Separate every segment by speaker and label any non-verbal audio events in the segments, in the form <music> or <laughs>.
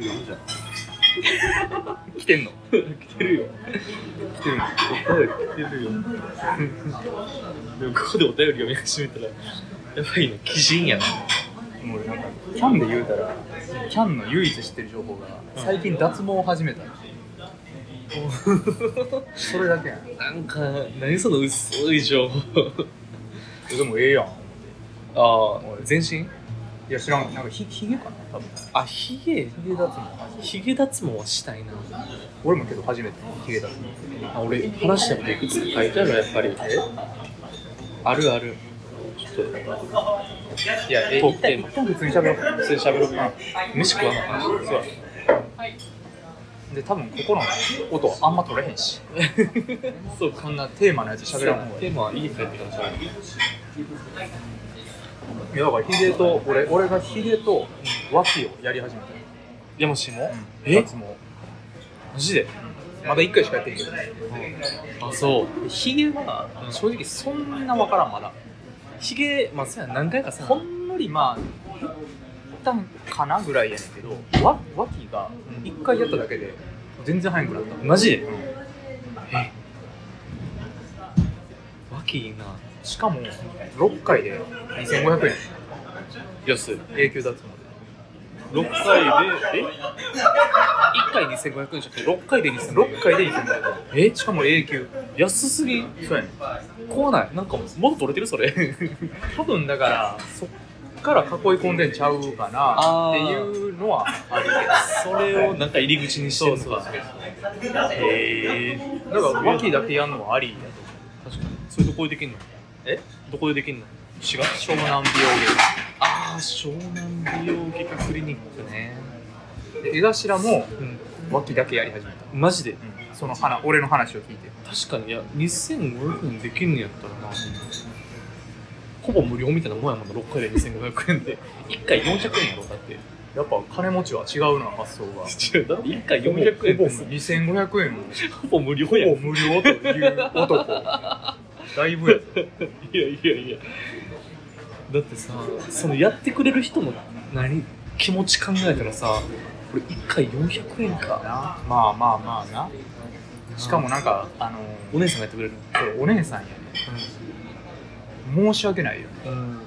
Speaker 1: いやいいじゃん
Speaker 2: <laughs> 来てんの
Speaker 1: <laughs> 来てるよ
Speaker 2: 来てるの
Speaker 1: お便り <laughs> 来てるよでもここでお便り読み始めたらやばいね
Speaker 2: 鬼人やなもう俺なんかキャンで言うたらキャンの唯一知ってる情報が
Speaker 1: うん
Speaker 2: 最近脱毛を始めたってそれだけやん
Speaker 1: なんか何その薄い情報
Speaker 2: えでもええやん
Speaker 1: ああ
Speaker 2: 全身いや知らんなんかひひげかな多分
Speaker 1: あヒゲ
Speaker 2: ひげ脱毛初めて
Speaker 1: ヒゲ脱毛はしたいな
Speaker 2: 俺もけど初めてひげ脱毛
Speaker 1: あ俺話したこといくつか書いてあるわやっぱり
Speaker 2: え
Speaker 1: あるあるちょっといやえ
Speaker 2: トー
Speaker 1: 一
Speaker 2: クテ
Speaker 1: 点
Speaker 2: ーマ一旦普通に喋ろう
Speaker 1: 普通に喋ろうか
Speaker 2: う
Speaker 1: 飯食わなあかんし
Speaker 2: そうやで多分ここの音あんま取れへんし
Speaker 1: そう
Speaker 2: こんなテーマのやつ喋らん方がいい
Speaker 1: テーマはいいかって感じだ
Speaker 2: いやだからヒゲと俺俺がヒゲと脇をやり始めた、
Speaker 1: でもしも
Speaker 2: え
Speaker 1: え
Speaker 2: 脱毛
Speaker 1: マジで
Speaker 2: まだ1回しかやってへんけど
Speaker 1: あそう
Speaker 2: ヒゲは
Speaker 1: うん
Speaker 2: 正直そんなわからんまだ
Speaker 1: ヒゲまあそうや何回かさ
Speaker 2: ほんのりまあ減ったんかなぐらいやねんけどわ脇が1回やっただけで全然早くなった
Speaker 1: マジで
Speaker 2: うん
Speaker 1: わきいいな
Speaker 2: しかも6回で2500円
Speaker 1: 安い
Speaker 2: 永久脱毛で
Speaker 1: 6回でえ1回2500円じゃなくて6回で2500
Speaker 2: 6回で2500
Speaker 1: え
Speaker 2: 円しかも永久
Speaker 1: 安すぎ
Speaker 2: そうやねん
Speaker 1: 怖ないなんかもう元取れてるそれ
Speaker 2: 多分だからそっから囲い込んでんちゃうかな
Speaker 1: あ
Speaker 2: って
Speaker 1: ー
Speaker 2: いうのはある
Speaker 1: <laughs> それをなんか入り口にしてるのかへえ
Speaker 2: けどだから脇だけやるのはありだと
Speaker 1: 確かにそれどこでできんの
Speaker 2: え
Speaker 1: どこでできんの
Speaker 2: 違う湘南
Speaker 1: ああ湘南美容外科クリニックね
Speaker 2: 美容芸で江頭も
Speaker 1: うん
Speaker 2: 脇だけやり始めた、
Speaker 1: マジで
Speaker 2: うん、その話俺の話を聞いて
Speaker 1: 確かにいや2500円できんねやったらなほぼ無料みたいなもんやもんな6回で2500円で1回400円やろだって
Speaker 2: やっぱ金持ちは違うな発想が
Speaker 1: 違うだって1回400円
Speaker 2: ほぼ
Speaker 1: です
Speaker 2: 2500円を
Speaker 1: ほぼ無料やん
Speaker 2: ほぼ無料という
Speaker 1: <laughs>
Speaker 2: 男だいぶや
Speaker 1: いやいやいやだってさそのやってくれる人の何気持ち考えたらさこれ1回400円
Speaker 2: な
Speaker 1: か
Speaker 2: まあまあまあなしかもなんかあの
Speaker 1: お姉さんがやってくれる
Speaker 2: お姉さんやね申し訳ないよね
Speaker 1: うん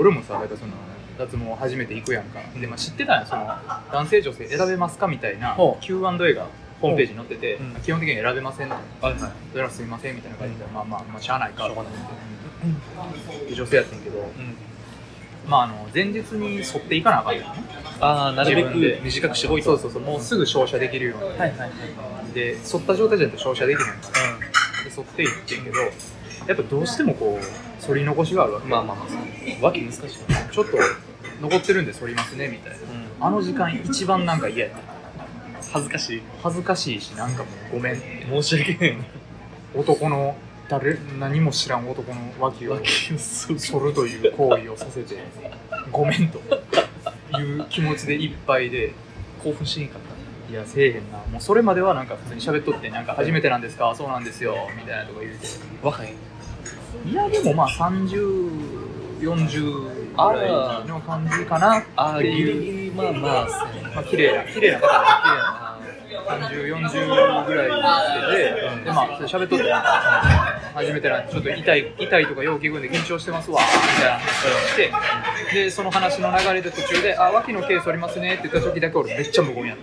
Speaker 2: 俺もさだからその脱毛初めて行くやんか、で、まあ、知ってたんやその男性女性選べますかみたいな
Speaker 1: ほう
Speaker 2: Q&A がホームページに載ってて、
Speaker 1: うん
Speaker 2: 基本的に選べませんと
Speaker 1: はいはい
Speaker 2: それはすいませんみたいな感じで、
Speaker 1: うん
Speaker 2: まあまあまあしゃあないか
Speaker 1: しょうがない
Speaker 2: で女性やってんけど、
Speaker 1: うん
Speaker 2: まあ、あの前日に沿っていかなあかんよね
Speaker 1: ああなる
Speaker 2: 自分
Speaker 1: べ
Speaker 2: で
Speaker 1: く短くしておいて
Speaker 2: そうそうそうもうすぐ照射できるように、
Speaker 1: はいはいはい
Speaker 2: で沿った状態じゃないと照射できないからで沿っていってんけどやっぱどうしてもこう反り残しがあるわ
Speaker 1: う
Speaker 2: け、
Speaker 1: んまあまあまあそうわけ難しいよね
Speaker 2: ちょっと残ってるんで反りますねみたいな
Speaker 1: う
Speaker 2: あ
Speaker 1: ん
Speaker 2: の時間一番なんか嫌やった
Speaker 1: 恥ずかしい
Speaker 2: 恥ずかしいしなんかもうごめん
Speaker 1: 申し訳ない
Speaker 2: 男の誰何も知らん男の脇を
Speaker 1: わけをそう
Speaker 2: 剃るという行為をさせてごめんという気持ちでいっぱいで
Speaker 1: 興奮しにくかっ
Speaker 2: いやせえへんなもうそれまではなんか普通に喋っとってなんか初めてなんですかそうなんですよみたいなとか言うて
Speaker 1: た若い
Speaker 2: いやでもまあ3040ぐらいの感じかな
Speaker 1: あ
Speaker 2: っ
Speaker 1: あ
Speaker 2: て
Speaker 1: ギリ
Speaker 2: いう
Speaker 1: ギリまあまあそうやな
Speaker 2: まあ綺麗な綺麗な方だ綺麗な3040ぐらいしてて、
Speaker 1: うん
Speaker 2: でまあそれ喋っとってなんか初めてなんでちょっと痛い痛いとか陽気軍で緊張してますわみたいな話をしてでその話の流れで途中で「あ脇のケースおりますね」って言った時だけ俺めっちゃ無言やっ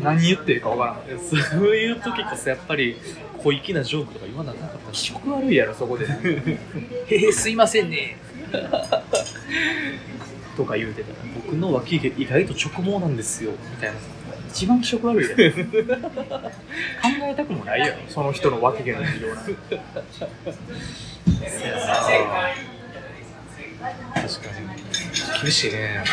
Speaker 2: た
Speaker 1: <laughs>
Speaker 2: 何言ってるかわからん
Speaker 1: そういう時こそやっぱり小粋なジョークとか言わなあかんかったし
Speaker 2: 気色悪いやろそこ
Speaker 1: <laughs>
Speaker 2: で「へえすいませんね」 <laughs> とか言うてたら
Speaker 1: 僕の脇毛意外と直毛なんですよみたいな
Speaker 2: 一番気色悪いやん <laughs> 考えたくもないやろその人の分け毛の事情なん
Speaker 1: <laughs>
Speaker 2: て
Speaker 1: 確かに厳しいね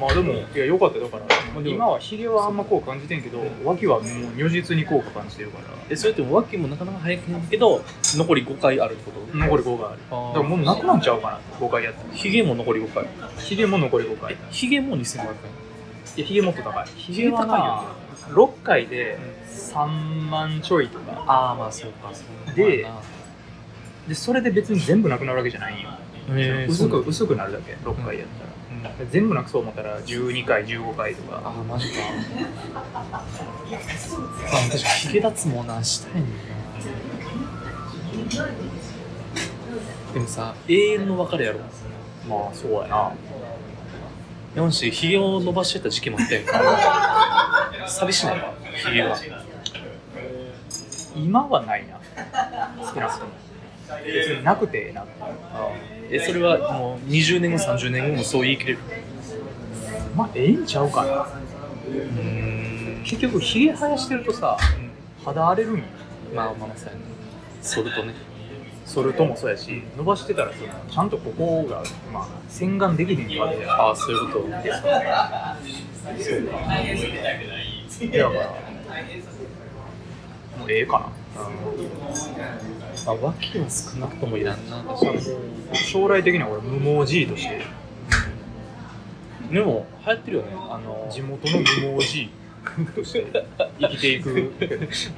Speaker 2: まあでもいや良かったよだから
Speaker 1: でも
Speaker 2: 今はヒゲはあんまこう感じてんけど脇はもう如実に効果感じてるから
Speaker 1: えそれっても脇もなかなか早くないけど残り5回あるってこと
Speaker 2: 残り5があるだからもうなくなんちゃうかな5回やっ
Speaker 1: ヒゲも残り5回
Speaker 2: たヒゲも残り5回い
Speaker 1: ヒゲも2500
Speaker 2: やヒゲもっと高いヒ
Speaker 1: ゲ高いよ
Speaker 2: 6回で
Speaker 1: 円
Speaker 2: 3万ちょいとか
Speaker 1: ああまあそうかそう
Speaker 2: で
Speaker 1: まあ
Speaker 2: でそれで別に全部なくなるわけじゃないんよ
Speaker 1: なへえ
Speaker 2: 薄
Speaker 1: そう
Speaker 2: く薄くなるだけ6回やったら
Speaker 1: うん
Speaker 2: 全部なくそう思ったら12回15回とか
Speaker 1: あーマジかあ確かにヒゲ脱毛なしたいねんなでもさ永遠の別れやろ
Speaker 2: まあそうやな
Speaker 1: ヤンシーヒゲを伸ばしてた時期もあったやんか寂しないかヒゲが
Speaker 2: 今はないな少なくとも別になくてええな
Speaker 1: えそれはもう20年後30年後もそう言い切れる
Speaker 2: まあええんちゃうかな
Speaker 1: うーん
Speaker 2: 結局ひげ生やしてるとさ肌荒れるんよ
Speaker 1: まあまあまあそうやねそれとね
Speaker 2: それともそうやし伸ばしてたらそのちゃんとここが、まあ、洗顔できへんわけじゃん
Speaker 1: ああそういうこと
Speaker 2: そうかだからもうええか
Speaker 1: まあ脇は少なくともいらんな確かに
Speaker 2: な将来的には俺無毛じいとして
Speaker 1: でも流行ってるよねあの
Speaker 2: 地元の無毛じいとして生きていく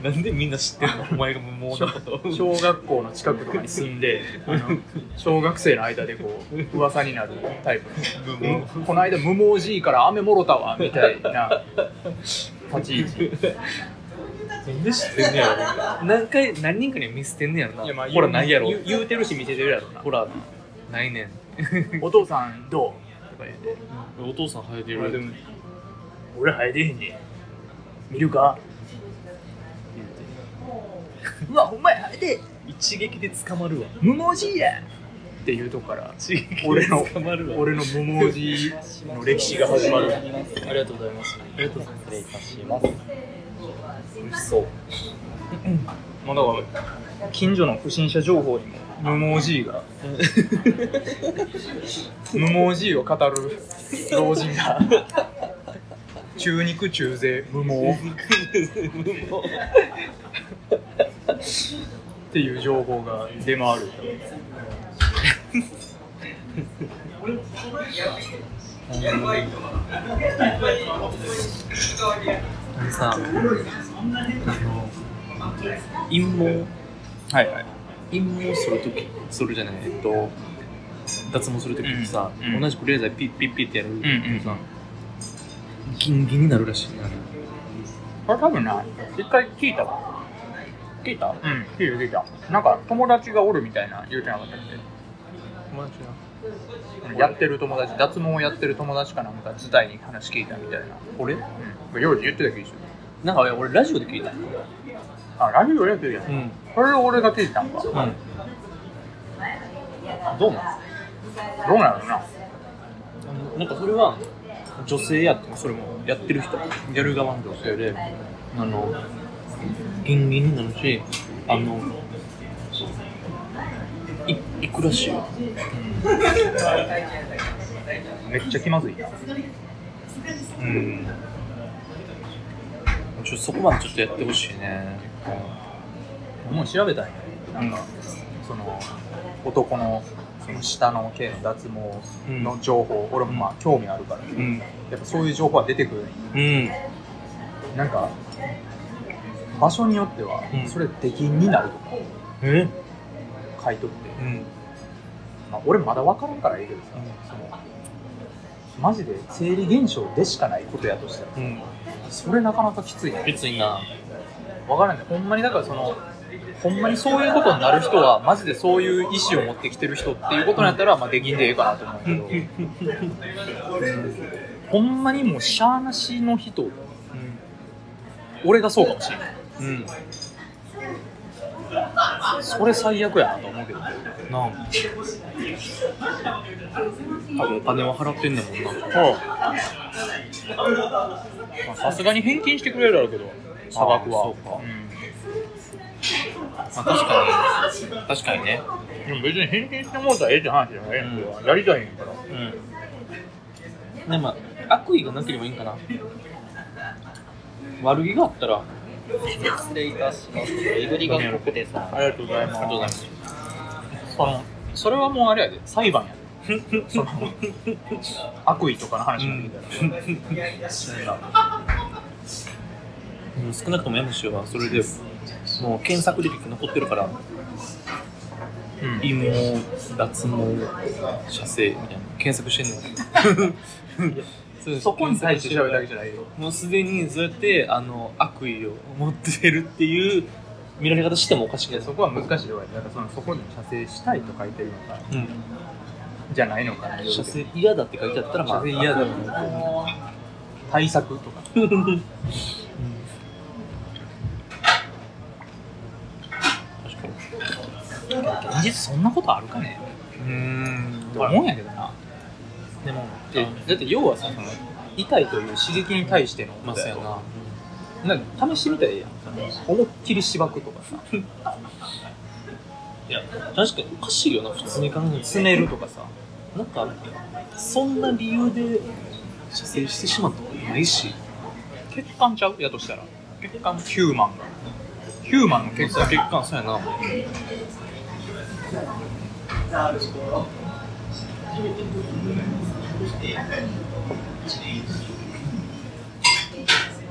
Speaker 1: なんでみんな知ってんのお前が無毛なこと
Speaker 2: 小学校の近くとかに住んであの小学生の間でこう噂になるタイプ
Speaker 1: 無
Speaker 2: の無この間無毛じいから雨もろたわみたいな立ち位置
Speaker 1: なんで知ってんねやろ何回何人かには見捨てんねやろ
Speaker 2: い
Speaker 1: な
Speaker 2: やまあ
Speaker 1: ほらないやろ
Speaker 2: 言う言うてるし見せてるやろな
Speaker 1: ほらないねん
Speaker 2: お父さんどうとか言って
Speaker 1: お父さん生えて
Speaker 2: 俺でも
Speaker 1: る
Speaker 2: 俺生えてへんねん見るか言うてうわほんまや生えて
Speaker 1: 一撃で捕まるわ
Speaker 2: 無毛じいやっていうとこから
Speaker 1: 一撃で
Speaker 2: 俺の
Speaker 1: 捕まるわ
Speaker 2: 俺の無毛じいの歴史が始まる
Speaker 1: ありがとうございますありがとうございます失礼いたします美味しそう
Speaker 2: まあだから近所の不審者情報にも無毛じいが無毛じいを語る老人 <laughs> が中肉中背無毛っていう情報が出回る
Speaker 1: あのさあの陰謀
Speaker 2: はいはい
Speaker 1: 陰謀するときするじゃないえっと脱毛するときってさ、
Speaker 2: うんうん
Speaker 1: 同じくレーザーピッピッピッってやる
Speaker 2: うんうん
Speaker 1: さ、ギンギンになるらしいな
Speaker 2: これ多分な一回聞いたわ
Speaker 1: 聞いた
Speaker 2: うん聞いた聞いたなんか友達がおるみたいな言うてなかったっ
Speaker 1: 友達が
Speaker 2: けやってる友達脱毛をやってる友達かなんか自体に話聞いたみたいな
Speaker 1: 俺
Speaker 2: うん幼児言ってた気がする
Speaker 1: なんか俺ラジオで聞いた
Speaker 2: あラジオやってるやん
Speaker 1: ん
Speaker 2: これ俺が聞いたんか
Speaker 1: うん、どうなん
Speaker 2: どうなるな
Speaker 1: なんかそれは女性やってそれもやってる人やる側の女性であのギンギンになるしあのいいくらしいよ
Speaker 2: めっちゃ気まずいな
Speaker 1: うんちょそこまでちょっとやってほしいね
Speaker 2: もう調べたんやなんかその男のその下の毛の脱毛の情報、俺もまあ興味あるから、や
Speaker 1: ん
Speaker 2: っぱそういう情報は出てくる
Speaker 1: うん
Speaker 2: なんか場所によっては
Speaker 1: うん
Speaker 2: それ出禁になるとか
Speaker 1: え
Speaker 2: 書いとって、
Speaker 1: うん
Speaker 2: まあ、俺まだ分からんからええけどさ、そのマジで生理現象でしかないことやとしたら
Speaker 1: うん
Speaker 2: それなかなかきついね
Speaker 1: 別にな
Speaker 2: 分からんねほんまにだからそのほんまにそういうことになる人はマジでそういう意思を持ってきてる人っていうことになったら、まあ、できんでええかなと思うけどほんまにもうしゃあなしの人俺がそうかもしれない
Speaker 1: うん
Speaker 2: それ最悪やなと思うけど
Speaker 1: なあ多分お金は払ってんだもんな
Speaker 2: まあさすがに返金してくれるだろうけど差額は
Speaker 1: あそうかまあ、確かに確かにね
Speaker 2: うんでも別に返金してもらったらええって話じゃないやんけどやりたいんやから
Speaker 1: うんでも悪意がなければいいんかな悪気があったら
Speaker 3: 失礼いたします。えぶりが濃くてさ。
Speaker 2: ありがとうござい
Speaker 1: ありがとうございます
Speaker 2: そのそれはもうあれやで裁 <laughs> 判やでその悪意とかの話なんだけど、
Speaker 1: うん少なくとも MC はそれでもう検索履歴残ってるから
Speaker 2: うん
Speaker 1: 陰毛、脱毛、射精みたいな検索してんの
Speaker 3: <laughs>
Speaker 1: う
Speaker 2: そこに対して調べるだけじゃないよ。
Speaker 1: もうすでにそうやってあの悪意を持ってるっていう見られ方してもおかしく
Speaker 2: い
Speaker 1: な
Speaker 2: や
Speaker 1: い
Speaker 2: そこは難しいよ。なんかそのそこに射精したいと書いてるのか、
Speaker 1: うん
Speaker 2: じゃないのかな。
Speaker 1: 射精嫌だって書いてあったらまあ
Speaker 2: 射精嫌だ
Speaker 1: 悪意を持ってる
Speaker 2: 対策とか。
Speaker 1: 確かに
Speaker 2: 現実そんなことあるかね
Speaker 1: うん
Speaker 2: って思うんやけどな。
Speaker 1: でも
Speaker 2: えだって要はさ、その痛いという刺激に対しての
Speaker 1: まあそうやな
Speaker 2: なんか試してみたらいいやん。その思いっきりしばくと <laughs> かさ、
Speaker 1: いや確かにおかしいよな普通に考えて
Speaker 2: つねるとかさ。
Speaker 1: なんかそんな理由で射精してしまったことないし
Speaker 2: 血管ちゃうやとしたら血管ヒューマンがヒューマンの血管
Speaker 1: 血管そうやな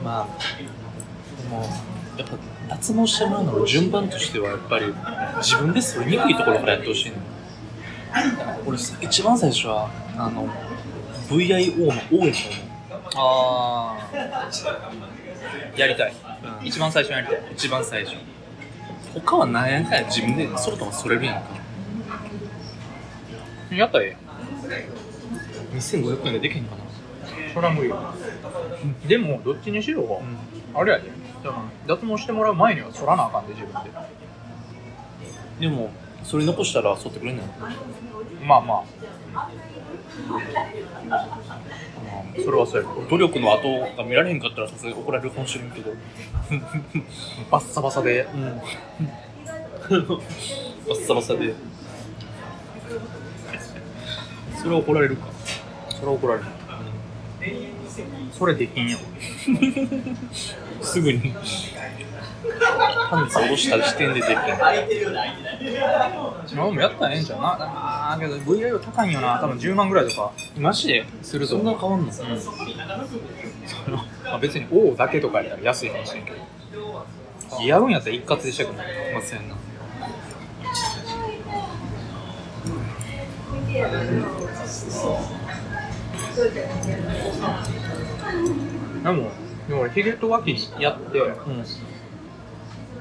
Speaker 1: まあでもやっぱ脱毛してもらうのの順番としてはやっぱり自分でそれにくいところからやってほしいの俺さ一番最初はあの VIO の O やと思う
Speaker 2: あーやりたい、
Speaker 1: うん
Speaker 2: 一番最初にやりたい
Speaker 1: 一番最初他は何やかんや自分でそれともそれるやんか
Speaker 2: やったらえ
Speaker 1: 2500円でできへんかな
Speaker 2: えやんそれは無理よでもどっちにしろ、あれやでだから脱毛してもらう前には剃らなあかんで自分で
Speaker 1: でもそれ残したら剃ってくれんのやろ
Speaker 2: まあまあ、うんそれはそうやけど
Speaker 1: 努力の後が見られへんかったらさすがに怒られる本知るけど
Speaker 2: バッサバサで
Speaker 1: うんバッサバサでそれは怒られるか
Speaker 2: それは怒られるそれできんよ
Speaker 1: すぐにパンツ下ろした時点でできへん
Speaker 2: 俺もやったらええんちゃうなあーけど VIO 高いんよな多分10万ぐらいとか
Speaker 1: マジでするとそんな変わんの
Speaker 2: そのまあ、別に王だけとかやったら安いかもしれんけどやるんやったら一括でしたくない
Speaker 1: まあ、そうやんな。
Speaker 2: でもでも俺ヒゲと脇にやって
Speaker 1: うん。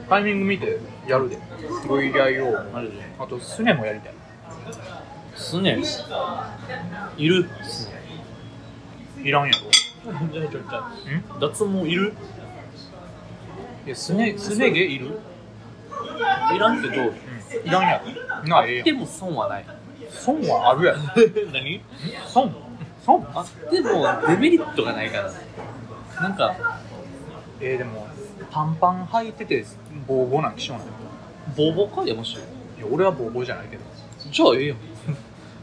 Speaker 2: タイミング見てやるで VIO も
Speaker 1: あるじゃん。
Speaker 2: あとスネもやりたい
Speaker 1: すね。いる。
Speaker 2: いらんやろん
Speaker 1: 脱毛いる
Speaker 2: いやスネスネ毛いる、
Speaker 1: いらんけど、
Speaker 2: うん、いらんやろなあええ
Speaker 1: で
Speaker 2: やん
Speaker 1: も損はない。 <laughs>
Speaker 2: 損はあるやろ
Speaker 1: 何
Speaker 2: 損損
Speaker 1: あってもデメリットがないから。なんか、
Speaker 2: えー、でも短パン履いててボーボーなんてしょうない
Speaker 1: ボーボーかやもしい。
Speaker 2: いや俺はボーボーじゃないけど
Speaker 1: じゃあええやん。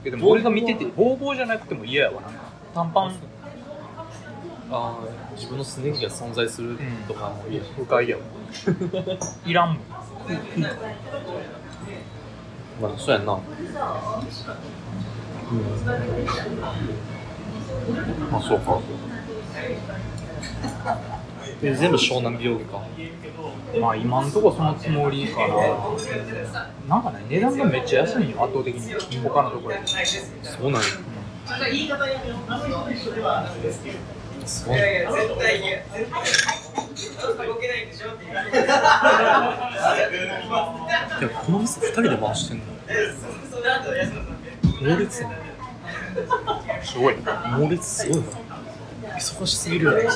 Speaker 2: えでも俺が見ててボーボーじゃなくても嫌やわなんか短パン
Speaker 1: ああ、自分のすね毛が存在するとかもいいや。
Speaker 2: 不快やわ <laughs> いらんもん
Speaker 1: まあ、そうやんな。うん。まあ、そうか。え、全部湘南美容か。
Speaker 2: まあ今んとこそのつもりかな。なんかね、値段がめっちゃ安いんよ、圧倒的に。他のところより。
Speaker 1: そうなんや。そうなんや。いや、この店二人で回してんの猛烈やな
Speaker 2: すごい。
Speaker 1: 猛烈すごいな忙しすぎるよね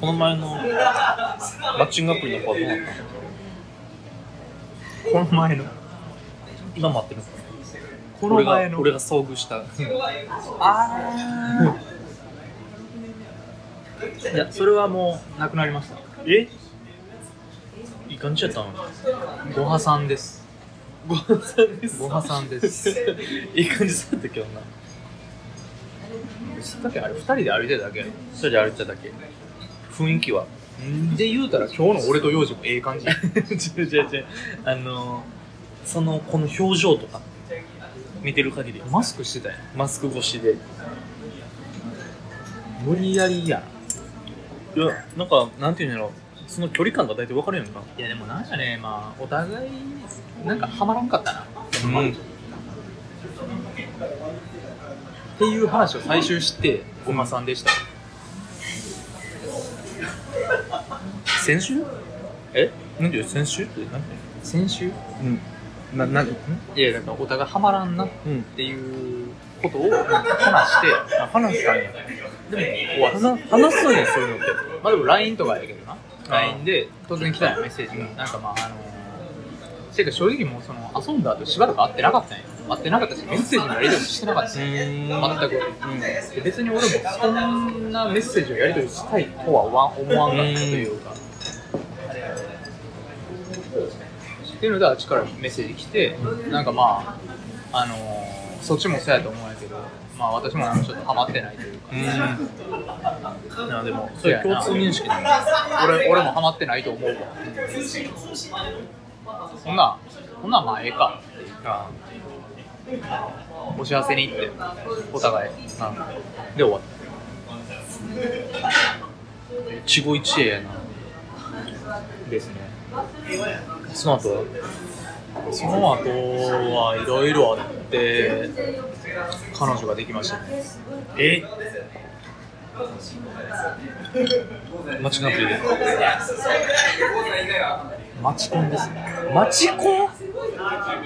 Speaker 1: この前のマッチングアプリの子はどうなったの
Speaker 2: この前の。
Speaker 1: 今待ってるのか
Speaker 2: この前
Speaker 1: 俺
Speaker 2: の。
Speaker 1: が俺が遭遇した
Speaker 2: あーいや、それはもう、なくなりました。
Speaker 1: えいい感じやったの
Speaker 2: ごはさんです。
Speaker 1: ごはんさんです
Speaker 2: ごはさんです。
Speaker 1: <laughs> いい感じだったけどな
Speaker 2: だってあれ、二人で歩いてるだけやろ
Speaker 1: それで歩いてただけ雰囲気は
Speaker 2: で言うたら今日の俺と幼児もええ感じ
Speaker 1: 違う違う違うあのそのこの表情とか見てる限り
Speaker 2: マスクしてたやん
Speaker 1: マスク越しで
Speaker 2: 無理やりやん
Speaker 1: いやなんかなんていうんやろその距離感が大体分かるやんか
Speaker 2: いやでもなんかねまあお互いなんかハマらんかったな
Speaker 1: うん
Speaker 2: っていう話を最終してごまさんでした、
Speaker 1: 先週えなんで先週って何
Speaker 2: 先週
Speaker 1: うんな何
Speaker 2: いやだからお互いハマらんなっ
Speaker 1: うん
Speaker 2: ていうことを話して
Speaker 1: あ話したんや
Speaker 2: でも終わっ
Speaker 1: 話話すんやそういうのって
Speaker 2: たまあでも LINE とかやけどな
Speaker 1: ー
Speaker 2: LINE で突然来たんやメッセージが、
Speaker 1: うん
Speaker 2: なんかまああのーてか正直もうその遊んだ後しばらく会ってなかったんや会ってなかったしメッセージのやり取りしてなかったんや全く、で別に俺もそんなメッセージをやり取りしたいとは思わんかったというか、っていうのであっちからメッセージ来て、なんかまああのーそっちもそうやと思うんやけどまあ私もなんかちょっとハマってないというか、
Speaker 1: うんなあでもそれ共通認識だね
Speaker 2: 俺俺もハマってないと思うわそんなそんなんまあええか
Speaker 1: あ
Speaker 2: お幸せにってお互いなんかで終わっ
Speaker 1: 一期一会やな
Speaker 2: たですね
Speaker 1: その後は
Speaker 2: その後はいろいろあって彼女ができましたね
Speaker 1: え間違ってる
Speaker 2: マチコンですね
Speaker 1: マチコン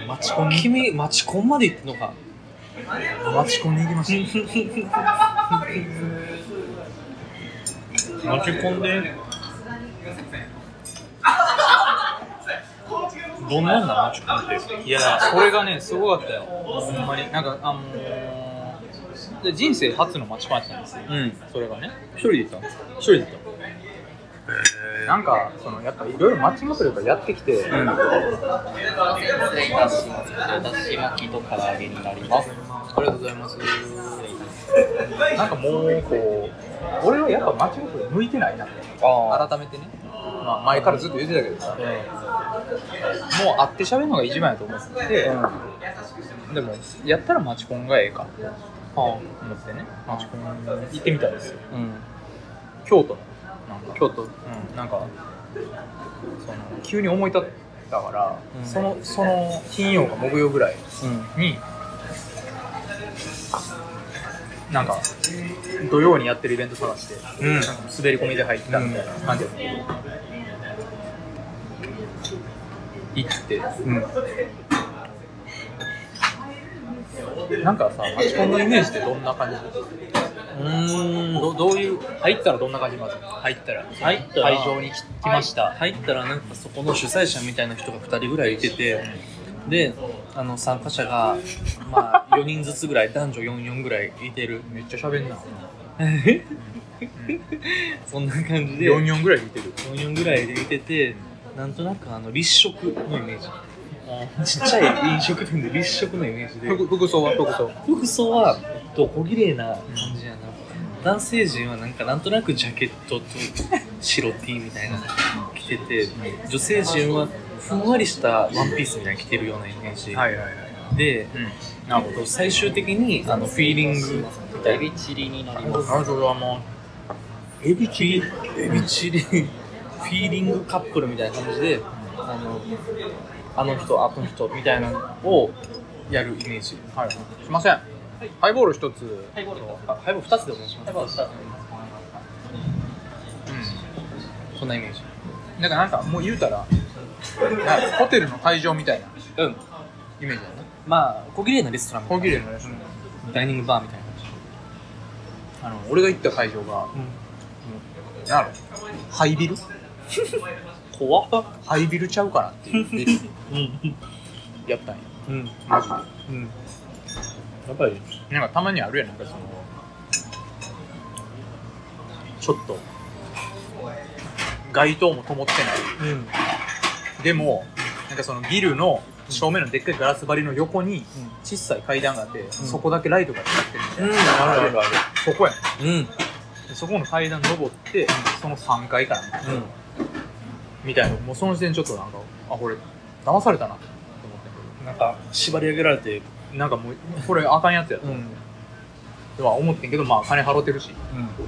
Speaker 2: マチコン
Speaker 1: 君マチコンまで行ってんのか
Speaker 2: マチコンに行きまし
Speaker 1: マチコンでどんなんだマチコンって
Speaker 2: たいやそれがねすごかったよほんまになんかあのーで人生初のマチコンやったんですよ
Speaker 1: うん
Speaker 2: それがね
Speaker 1: 一人で行ったの
Speaker 2: 一人で行ったのなんかそのやっぱいろいろマッチングアプリとかやってきて、
Speaker 3: 失礼いたします。だし巻きと唐揚げになります。
Speaker 2: ありがとうございます。なんかもうこう、俺はやっぱ街ごと向いてないなって、
Speaker 1: あ
Speaker 2: 改めてね、まあ、前からずっと言ってたけどさ、もう会って喋るのが一番やと思ってて、でも、やったら街コンがええかって思ってね、街コン行ってみたんですよ、
Speaker 1: うん
Speaker 2: 京都の、なんか、
Speaker 1: 京都
Speaker 2: うん、なんかその、急に思い立ったから、
Speaker 1: うん
Speaker 2: そのその金曜か木曜ぐらい。
Speaker 1: うん
Speaker 2: になんか土曜にやってるイベント探して、
Speaker 1: うん
Speaker 2: なんか滑り込みで入ったみたいな感じで、行って、なんかさマチコンのイメージってどんな感じ
Speaker 1: うん
Speaker 2: どどういう入ったらどんな感じまず入ったら
Speaker 1: 入った
Speaker 2: 会
Speaker 1: ら
Speaker 2: 場に来来ました、
Speaker 1: 入ったらなんかそこの主催者みたいな人が2人ぐらいいててであの参加者がまあ4 <laughs> 人ずつぐらい男女44ぐらいいてる
Speaker 2: めっちゃ喋んな
Speaker 1: そんな感じで
Speaker 2: 44ぐらい見てる
Speaker 1: 44ぐらいでいててなんとなくあの立食のイメージちっちゃい飲食店で立食のイメージで
Speaker 2: 服服装は服装
Speaker 1: 服装はえっと小綺麗な感じやな男性陣はなんかなんとなくジャケットと白 T みたいなの着てて女性陣はふんわりしたワンピースみたいなの着てるようなイメージ、
Speaker 2: はいはいはい
Speaker 1: で
Speaker 2: うんなるほど
Speaker 1: 最終的にあのフィーリングみた
Speaker 3: エ
Speaker 1: いな
Speaker 3: ビチリになります。
Speaker 2: なるほども
Speaker 1: エビチリエビチリフィーリングカップルみたいな感じであのあの人あの人みたいなのをやるイメージ
Speaker 2: うはいすいませんハイボール一つ
Speaker 3: ハイボールと。
Speaker 1: あハイボール2つでお願いしま
Speaker 3: ハイボールと。
Speaker 1: すそんなイメージ
Speaker 2: なんかなんかもう言うたらなんかホテルの会場みたいな
Speaker 1: うん
Speaker 2: イメージだね
Speaker 1: まあ小綺麗なレストランみたい
Speaker 2: 高
Speaker 1: な
Speaker 2: 級のやつ
Speaker 1: ダイニングバーみたいな感じ
Speaker 2: あの俺が行った会場がなるハイビル
Speaker 1: 怖っ
Speaker 2: ハイビルちゃうかなっていうビル
Speaker 1: うん
Speaker 2: やったんや
Speaker 1: うん
Speaker 2: マジで
Speaker 1: うんやっぱり
Speaker 2: なんかたまにあるやんなんかそのちょっと街灯も灯ってない
Speaker 1: うん
Speaker 2: でもなんかそのビルの正面のでっかいガラス張りの横に小さい階段があって、そこだけライトが光ってるみたいな、
Speaker 1: うんあるあるあ
Speaker 2: そこやん
Speaker 1: るうん
Speaker 2: でそこの階段登って、その3階から
Speaker 1: うん
Speaker 2: みたいな、もうその時点でちょっとなんか、あ、これ、騙されたなと思って
Speaker 1: なんか縛り上げられて
Speaker 2: なんかもう、これあかんやつや
Speaker 1: うんうん
Speaker 2: とは思ってんけど、まあ、金払ってるし、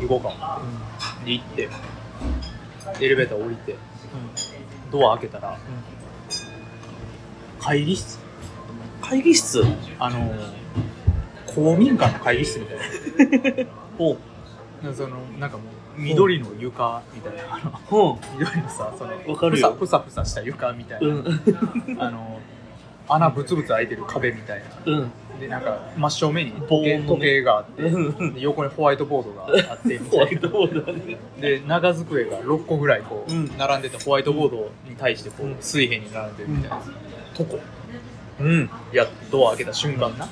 Speaker 2: 行こうか。で、行って、エレベーター降りて、ドア開けたら、会議室
Speaker 1: 会議室
Speaker 2: あのー、公民館の会議室みたい
Speaker 1: <laughs> おう
Speaker 2: な。その、なんかもう、緑の床みたいな、あの、
Speaker 1: ほ
Speaker 2: 緑のさ、その、
Speaker 1: わかるよ
Speaker 2: ふさふさふさした床みたいう
Speaker 1: う
Speaker 2: な、
Speaker 1: ん
Speaker 2: あの、穴ブツブツ開いてる壁みたいな。
Speaker 1: うん
Speaker 2: で、なんか、真正面に時計
Speaker 1: 棒のね
Speaker 2: 時計があって、
Speaker 1: うん
Speaker 2: で横にホワイトボードがあって、み
Speaker 1: <laughs> ホ
Speaker 2: た
Speaker 1: ワ
Speaker 2: い
Speaker 1: イ
Speaker 2: な
Speaker 1: トボードに
Speaker 2: で、長机が6個ぐらいこう、
Speaker 1: うん
Speaker 2: 並んでて、ホワイトボードに対してこ
Speaker 1: うん
Speaker 2: う、水平に並んでるみたいな。とこ。うん。やっとドア開けた瞬間な。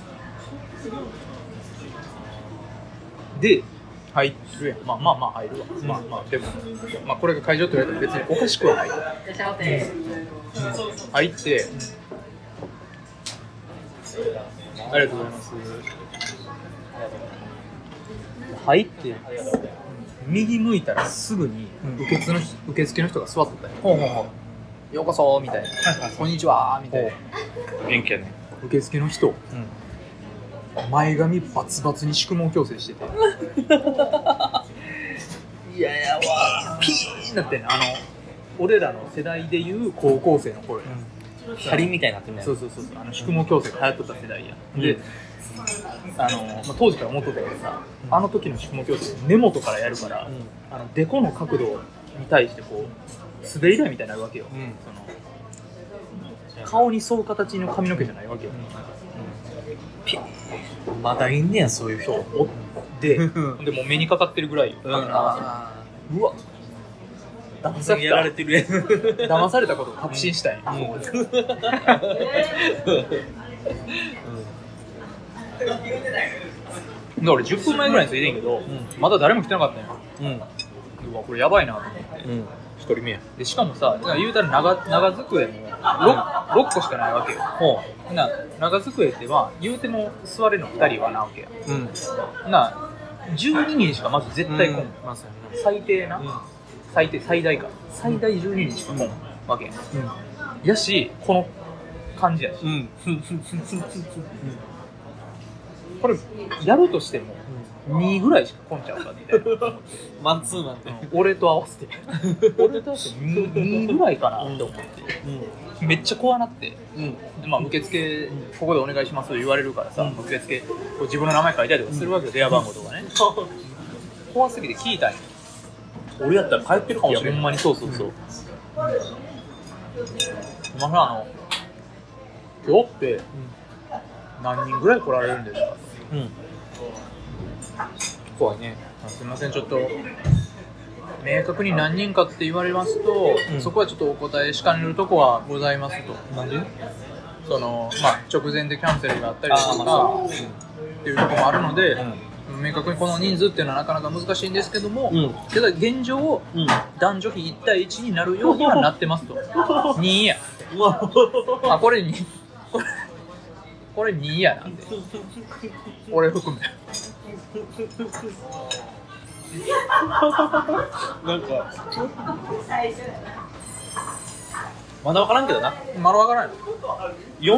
Speaker 2: で、入るやん。まあまあまあ入るわ。まあまあ、でも、まあこれが会場って言われたら別におかしくはない。
Speaker 4: いらっしゃいませ。
Speaker 2: 入って、ありがとうございます。入って、右向いたらすぐに
Speaker 1: うん
Speaker 2: 受付の人受付の人が座ってたよ。
Speaker 1: ほうほうほ
Speaker 2: ようこそみたいな。こんにちはみたいな。
Speaker 1: う元気やね
Speaker 2: 受付の人、前髪バツバツに宿毛矯正してて <laughs> いやいやわピーンなってんのあの俺らの世代でいう高校生の頃や、
Speaker 1: 針みたいになってるね
Speaker 2: そうそうそうそうあの宿毛矯正が流行っとった世代や、
Speaker 1: うん
Speaker 2: であの、まあ、当時から思っとったけどさ、
Speaker 1: うん
Speaker 2: あの時の宿毛矯正根元からやるから、あのデコの角度に対してこう滑り台みたいになるわけよ、
Speaker 1: うん
Speaker 2: その顔に沿う形の髪の毛じゃないわけよ、
Speaker 1: うんまだいんねやそういう人
Speaker 2: そうおって
Speaker 1: うん
Speaker 2: でもう目にかかってるぐらいよ、
Speaker 1: うん
Speaker 2: あーうわ騙され
Speaker 1: やられ
Speaker 2: た
Speaker 1: てるやん
Speaker 2: 騙されたことを確信したい、
Speaker 1: うん
Speaker 2: もうで俺10分前ぐらいに着いてんけど、
Speaker 1: う
Speaker 2: まだ誰も来てなかったんよ
Speaker 1: <laughs> うん
Speaker 2: うわこれやばいなと思って
Speaker 1: うん
Speaker 2: 1人目やでしかもさ言うたら長長机も 6, 六個しかないわけよ
Speaker 1: ほ
Speaker 2: ほな長机ってまあ言うても座れるの2人はなわけや
Speaker 1: ううん
Speaker 2: ほな12人しかまず絶対来ん、
Speaker 1: うん
Speaker 2: まず最低な、最低最大か最大12人しか来んわけややしこの感じやし
Speaker 1: うんうん
Speaker 2: これやろうとしても2ぐらいしか来んちゃうかみたいな
Speaker 1: マンツーマンで
Speaker 2: 俺と合わ <laughs> せて俺と合わせて 2, ぐらいかなって思ってめっちゃ怖なって
Speaker 1: うん
Speaker 2: でまあ、受付、ここでお願いしますと言われるからさ、
Speaker 1: うん
Speaker 2: 受付、こう自分の名前書いたりとかするわけよ、電話番号とかね。怖すぎて聞いたんや。
Speaker 1: 俺やったら帰ってるかもしれ
Speaker 2: ほん
Speaker 1: ない
Speaker 2: まにそうそうそう。まあ、あの、今日って、何人ぐらい来られるんですか
Speaker 1: うん
Speaker 2: 怖いね。あすみません、ちょっと、明確に何人かって言われますと、
Speaker 1: うん
Speaker 2: そこはちょっとお答えしかねるとこはございますと。
Speaker 1: なんで
Speaker 2: その、まあ、直前でキャンセルがあったりと
Speaker 1: ああ
Speaker 2: か、
Speaker 1: まあ
Speaker 2: っていうところもあるので、
Speaker 1: う
Speaker 2: 明確にこの人数っていうのはなかなか難しいんですけども、
Speaker 1: うん
Speaker 2: ただ現状
Speaker 1: んうん
Speaker 2: 男女比1対1になるようにはなってます
Speaker 1: <laughs>
Speaker 2: と2や
Speaker 1: うわ
Speaker 2: あこれ2これこれ2や
Speaker 1: <laughs>
Speaker 2: なんで俺含め
Speaker 1: なんかまだ分からんけどな
Speaker 2: まだわからないの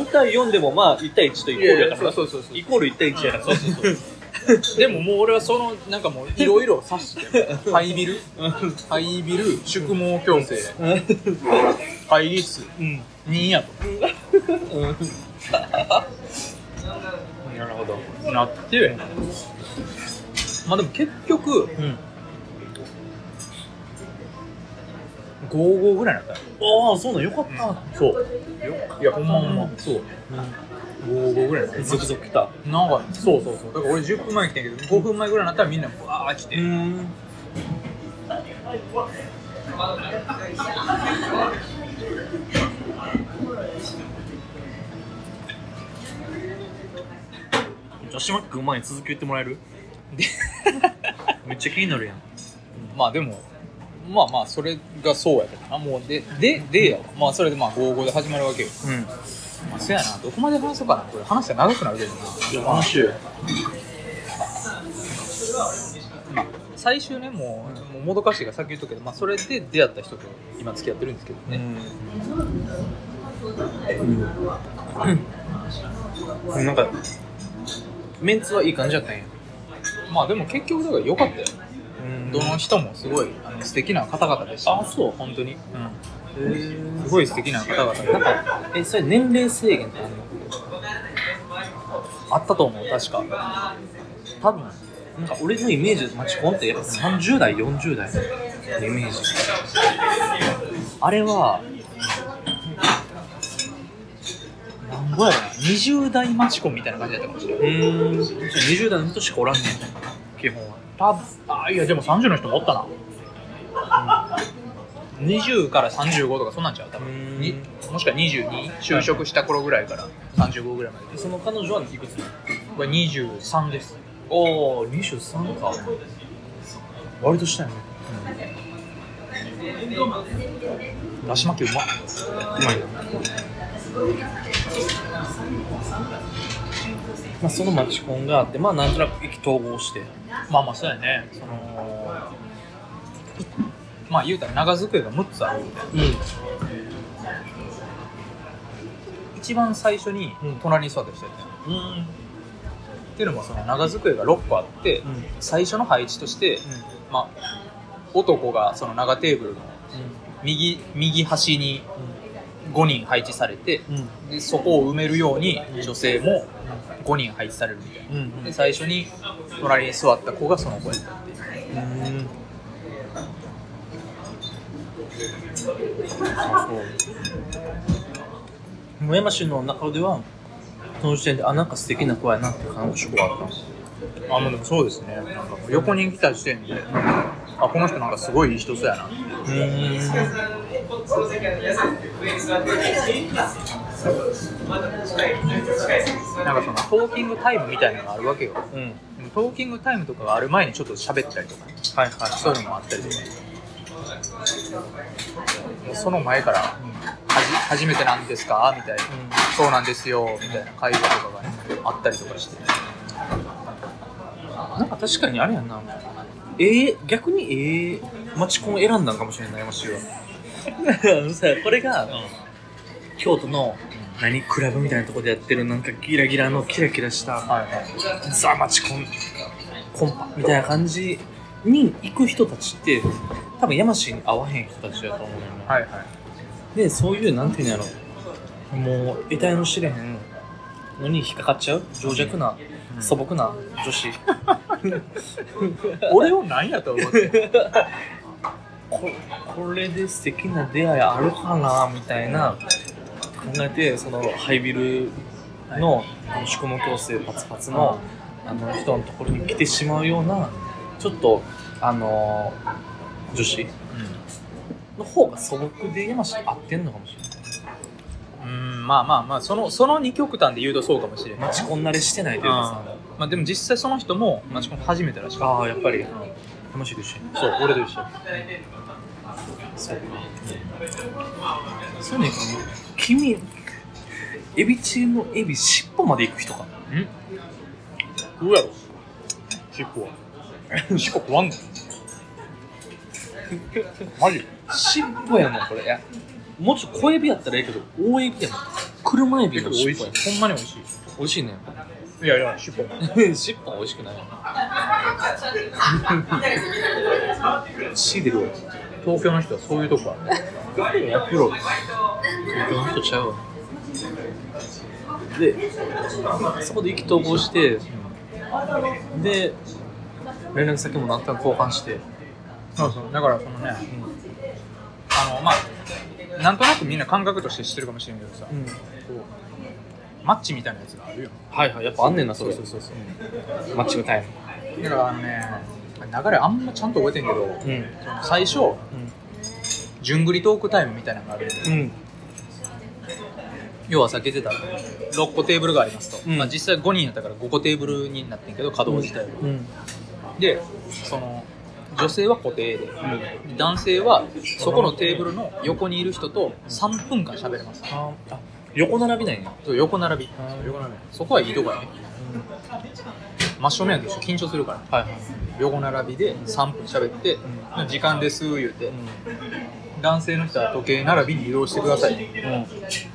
Speaker 1: 4対4でもまあ1対1とイコールやからな
Speaker 2: そうそうそう
Speaker 1: イコール1対1やからそうそうそう
Speaker 2: でももう俺はそのなんかもういろいろ察 <laughs> してるハイビルハイビル宿毛矯正会議室
Speaker 1: うん
Speaker 2: 2や
Speaker 1: なるほど
Speaker 2: となってまあでも結局
Speaker 1: うん
Speaker 2: 55ぐらいになったよ
Speaker 1: ああそうなんよかった
Speaker 2: そういやほんまほんまそう55ぐらいになった
Speaker 1: 続々来た
Speaker 2: なんかそうそうそうだから俺10分前に来てんけど5分前ぐらいになったらみんなわー来て、 <laughs>
Speaker 1: ん女子マックうまい続き言ってもらえるめっちゃ気になるやん
Speaker 2: まあでもまあまあそれがそうやけどなもうでででやわまあそれでまあ55で始まるわけよ
Speaker 1: うん
Speaker 2: まあそやなどこまで話そうかなこれ話したら長くなるけどな、
Speaker 1: いや楽しい
Speaker 2: まあ、最終ねもう,、もうもどかしいがさっき言ったけど、まあ、それで出会った人と今付き合ってるんですけどね、
Speaker 1: うん、なんかメンツはいい感じだったんや、
Speaker 2: まあでも結局だから良かったよ、どの人もすごいあの素敵な方々でした、
Speaker 1: あそう
Speaker 2: 本当に、うん、す
Speaker 1: え
Speaker 2: ごい素敵な方々で
Speaker 1: なんかえそれ年齢制限ってあるの
Speaker 2: あったと思う確か多分
Speaker 1: なんか俺のイメージでマチコンってやっぱ30代40代のイメージあれは
Speaker 2: 何ぼやろな20代マチコンみたいな感じだったかもしれない
Speaker 1: うん20代の人しかおらんねん
Speaker 2: 基本は多分あいやでも30の人もおったな、20から35とかそんなんちゃう多
Speaker 1: う
Speaker 2: 分
Speaker 1: ん
Speaker 2: にもしくは22就職した頃ぐらいから35ぐらいまで
Speaker 1: その彼女はいくつ
Speaker 2: これ23です
Speaker 1: おお23か割としたよね
Speaker 2: だし巻きうまっ
Speaker 1: うまいなまあ、そのマチコンがあって、まあ、なんとなく意気投合して、
Speaker 2: まあまあそうやねそのまあ言うたら長机が6つあるみたいな
Speaker 1: う
Speaker 2: 一番最初に
Speaker 1: うん
Speaker 2: 隣に座った人やったよ
Speaker 1: ん、うん、
Speaker 2: っていうのもその長机が6個あって、
Speaker 1: うん
Speaker 2: 最初の配置として、まあ男がその長テーブルの右右端に5人配置されて、
Speaker 1: うん、うん、
Speaker 2: でそこを埋めるように
Speaker 1: うん
Speaker 2: 女性も5人配置されるみたいな、
Speaker 1: うん、うん
Speaker 2: で最初に隣に座った子がその子やったっていう
Speaker 1: うんそう村山市の中ではその時点であなんか素敵な子やなって感触があったんです
Speaker 2: あもうでもそうですねなんか横に来た時点であこの人なんかすごいいい人そうやなってなんかそのトーキングタイムみたいなのがあるわけよ
Speaker 1: うんはい
Speaker 2: でもトーキングタイムとかがある前にちょっと喋ったりとか
Speaker 1: はい
Speaker 2: そういうのもあったりとかもうその前からはじ初めてなんですかみたいな、そうなんですよみたいな会話とかが、ね、あったりとかして
Speaker 1: なんか確かにあれやんなええ逆にええマチコン選んだんかもしれないマ <laughs> シはさこれが、京都の何クラブみたいなところでやってるなんかギラギラのキラキラした
Speaker 2: はいはい
Speaker 1: ザ・マチコンコンパみたいな感じに行く人たちって多分山氏に合わへん人たちだと思うのよな、
Speaker 2: はいはい
Speaker 1: でそういうなんていうんやろもう得体の知れへんのに引っかかっちゃう情弱な、
Speaker 2: うん
Speaker 1: 素朴な女子
Speaker 2: 俺を何やと思って <laughs>
Speaker 1: ここれで素敵な出会いあるかなみたいな考えてそのハイビルのあの宿毛矯正パツパツのあの人のところに来てしまうようなちょっとあの女子の方が素朴で山氏合ってんのかもしれない
Speaker 2: うん、まあまあまあそのその2極端で言うとそうかもしれない
Speaker 1: マチコン慣れしてないというかさ
Speaker 2: まあでも実際その人もマチコン初めてらしかっ
Speaker 1: ああやっぱり山氏と一緒に
Speaker 2: たそう俺と一緒
Speaker 1: そうかそうね君エビ中のエビ尻尾まで行く人か
Speaker 2: うんうやろ尻尾は尻尾食わんのマジ
Speaker 1: 尻尾やもんこれいやもうちょっと小エビやったらええけど大エビやもん車エビの尻尾や
Speaker 2: ほんまに美味し
Speaker 1: 美味しいね
Speaker 2: いいやいや尻尾
Speaker 1: <laughs> 尻尾は美味しくないシーデルは
Speaker 2: 東京の人はそういうとこある
Speaker 1: やプロ東京の人ちゃうわでそこで意気投合してで連絡先もなんとなく交換して
Speaker 2: そうそうだからそのね、あのまあなんとなくみんな感覚として知ってるかもしれんけどさ、マッチみたいなやつがあるよ
Speaker 1: はいはいやっぱあんねんなそれそうそうそうマッチングタイム
Speaker 2: だからあのね流れあんまちゃんと覚えてんけど、
Speaker 1: ん
Speaker 2: その最初順繰りトークタイムみたいなのがあるんで
Speaker 1: うん
Speaker 2: 要はさっき言ってた6個テーブルがありますと、
Speaker 1: うん
Speaker 2: まあ、実際5人やったから5個テーブルになってんけど稼働自体は、
Speaker 1: うん
Speaker 2: でその女性は固定で、男性はそこのテーブルの横にいる人と3分間喋れます
Speaker 1: ああ横並びなんや
Speaker 2: そう横並び
Speaker 1: あー
Speaker 2: 横並びそこはいいとこやね真正面の人緊張するから
Speaker 1: はいはい
Speaker 2: 横並びで3分喋って、時間です言うて、男性の人は時計並びに移動してください、
Speaker 1: うんうん
Speaker 2: な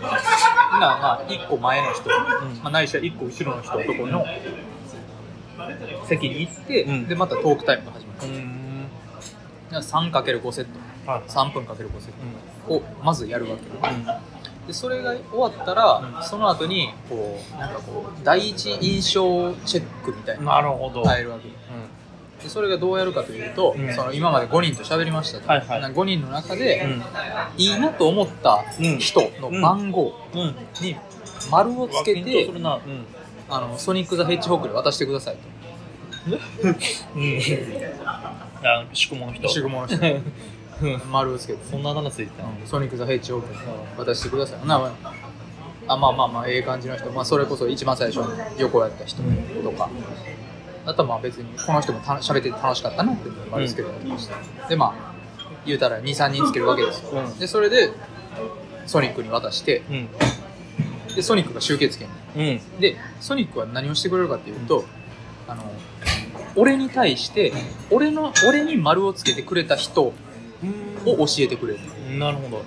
Speaker 2: まあ1個前の人、まあ、ないしは1個後ろの人男の席に行って、
Speaker 1: うん
Speaker 2: でまたトークタイムが始まる
Speaker 1: うん
Speaker 2: だから 3×5 セット
Speaker 1: はい
Speaker 2: 3分 ×5 セットをまずやるわけよ
Speaker 1: うん
Speaker 2: でそれが終わったら、その後にこうなんかこう第一印象チェックみたいなの
Speaker 1: なるほど、
Speaker 2: が入るわけよでそれがどうやるかというと、
Speaker 1: うん
Speaker 2: その今まで5人と喋りましたと、
Speaker 1: はいはい
Speaker 2: な5人の中で、
Speaker 1: うん
Speaker 2: いいなと思った人の番号
Speaker 1: うんうん
Speaker 2: に丸をつけ
Speaker 1: 緊張
Speaker 2: て、
Speaker 1: するなうん
Speaker 2: あのソニック・ザ・ヘッジホークで渡してくださいと。
Speaker 1: うんあ宿毛の人
Speaker 2: 石雲の人丸をつけて、
Speaker 1: そんなあだ名ついてたの
Speaker 2: うんソニック・ザ・ヘッジホークに渡してください。なあまあまあまあ、ええ感じの人、まあ、それこそ一番最初に横やった人とか、あとはまあ別にこの人もた喋ってて楽しかったなって丸つけてやってました。で、まあ、言うたら2、3人つけるわけですよ。
Speaker 1: うん
Speaker 2: で、それでソニックに渡して、
Speaker 1: うん
Speaker 2: でソニックが集結権
Speaker 1: うん
Speaker 2: でソニックは何をしてくれるかっていうと、あの俺に対して俺の俺に丸をつけてくれた人を教えてくれる
Speaker 1: なるほど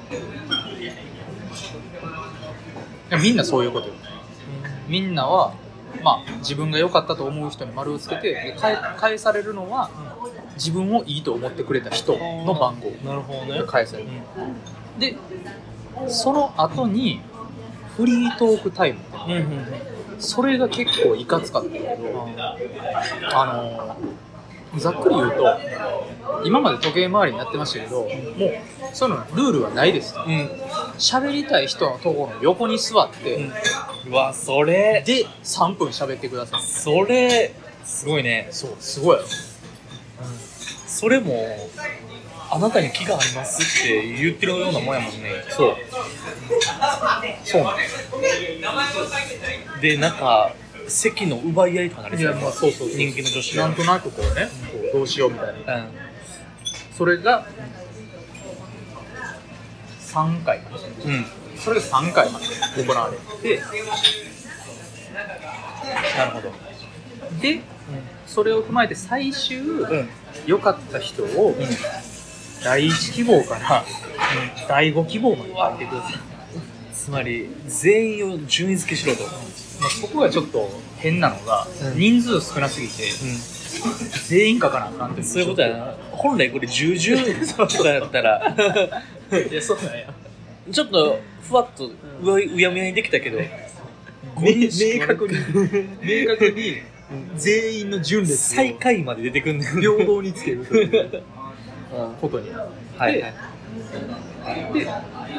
Speaker 2: いやみんなそういうことよみんなはまあ自分が良かったと思う人に丸をつけてで返返されるのは自分をいいと思ってくれた人の番号
Speaker 1: なるほどね
Speaker 2: が返され
Speaker 1: う
Speaker 2: る
Speaker 1: ん
Speaker 2: でその後にフリートークタイム
Speaker 1: うんうんうん
Speaker 2: それが結構いかつかった
Speaker 1: あ
Speaker 2: あのーざっくり言うと、今まで時計回りになってましたけど、もう、そういうのルールはないです。
Speaker 1: ーうん
Speaker 2: 喋りたい人のところの横に座って、
Speaker 1: うわそれ
Speaker 2: で、3分喋ってください。
Speaker 1: それすごいね
Speaker 2: そう、すごい。
Speaker 1: それもあなたに気がありますって言ってるようなもんやもんねそう
Speaker 2: そうなんです。
Speaker 1: でなんか席の奪い合いとかなり
Speaker 2: い
Speaker 1: そう
Speaker 2: や、
Speaker 1: やな
Speaker 2: まあ、そうそうそう
Speaker 1: 人気の女子
Speaker 2: な
Speaker 1: は
Speaker 2: んとなくこうね、こうどうしようみたいな。
Speaker 1: うん
Speaker 2: それが、3回かな
Speaker 1: うん
Speaker 2: それが3回まで行われて、
Speaker 1: なるほど
Speaker 2: で、それを踏まえて最終、
Speaker 1: うん
Speaker 2: 良かった人を、
Speaker 1: うん
Speaker 2: 第1希望から、第5希望まで上げてください、
Speaker 1: つまり全員を順位付けしろと
Speaker 2: まあ、そこがちょっと変なのが、
Speaker 1: うん
Speaker 2: 人数少なすぎて
Speaker 1: う
Speaker 2: 全員書かなあかんってい
Speaker 1: んそういうことやな本来これ重々とかやったら
Speaker 2: いやそうなんや
Speaker 1: ちょっとふわっとうわうやむやにできた
Speaker 2: <laughs>
Speaker 1: けど
Speaker 2: 明明確に明確に全員の順列を
Speaker 1: 最下位まで出てくんねん
Speaker 2: 平等につけると
Speaker 1: <laughs>
Speaker 2: いうことになる
Speaker 1: はいはい
Speaker 2: で、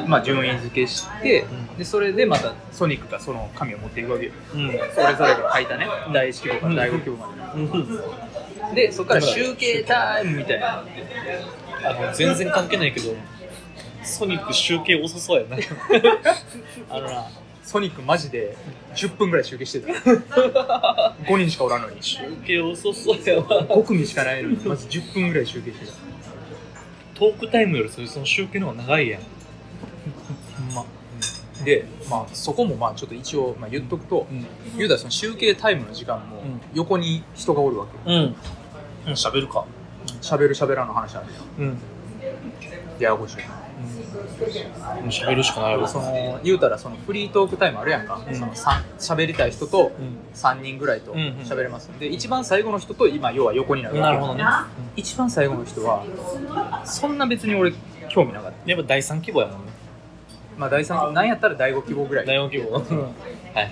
Speaker 2: まあ、順位付けして、でそれでまたソニックがその紙を持っていくわけよ
Speaker 1: うん
Speaker 2: それぞれが書いたね第1希望から第5希望まで、でそこから集計タイムみたいな
Speaker 1: あの全然関係ないけどソニック集計遅そうやなあのな
Speaker 2: ソニックマジで10分ぐらい集計してた5
Speaker 1: <laughs>
Speaker 2: 人しかおらんのに
Speaker 1: 集計遅そうやわ
Speaker 2: 5組しかないのにまず10分ぐらい集計してた
Speaker 1: トークタイムよりそれその集計の方が長いやん
Speaker 2: ほんまでまあそこもまあちょっと一応、まあ、言っとくと、
Speaker 1: うん
Speaker 2: 言うたらその集計タイムの時間も
Speaker 1: うん
Speaker 2: 横に人がおるわけよ
Speaker 1: うん喋るか
Speaker 2: 喋る喋らんの話ある
Speaker 1: うん
Speaker 2: やんややこしい
Speaker 1: 喋るしかないわ
Speaker 2: その言うたらそのフリートークタイムあるやんか、
Speaker 1: うん
Speaker 2: そのさん喋りたい人と
Speaker 1: うん
Speaker 2: 3人ぐらいと
Speaker 1: うんうん
Speaker 2: 喋れますんで、一番最後の人と今要は横になるわ
Speaker 1: な
Speaker 2: け
Speaker 1: るほどね
Speaker 2: 一番最後の人はそんな別に俺興味なかった
Speaker 1: やっぱ第3希望やもんね
Speaker 2: まあ第3なんやったら第5希望ぐらいっ
Speaker 1: 第4希望はいはいは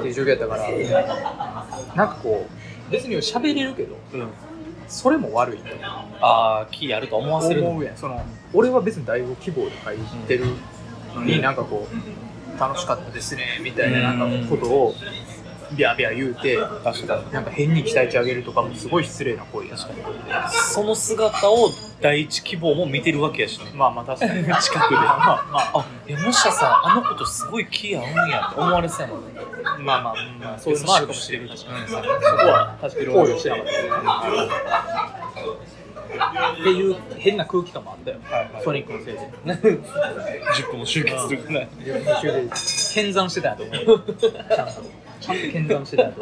Speaker 1: い
Speaker 2: ていう状況やったからなんかこう別に喋れるけど
Speaker 1: うん
Speaker 2: それも悪いと
Speaker 1: ああキーあると思わせるの
Speaker 2: 思うやんその俺は別に第5希望で書いてるのに、なんかこう楽しかったですねみたいななんかことをビャービャー言うて
Speaker 1: 確かに
Speaker 2: なんか変に期待値上げるとかもすごい失礼な行為やし
Speaker 1: その姿を第一希望も見てるわけやしね
Speaker 2: まあまあ確か <laughs> に
Speaker 1: 近くで
Speaker 2: まあまあ
Speaker 1: あ山下さんあのことすごい気合うんやって思われそうやもんね
Speaker 2: まあまあ、まあ、そういうのもあるかもしれないし、そこは確かに考慮してなかった。っていう変な空気感もあったよ、ソニックのせいで。 <laughs>
Speaker 1: 10個も集結するぐらい
Speaker 2: 研鑽してたんやと思う。ちゃんと。ちゃんと検断してたい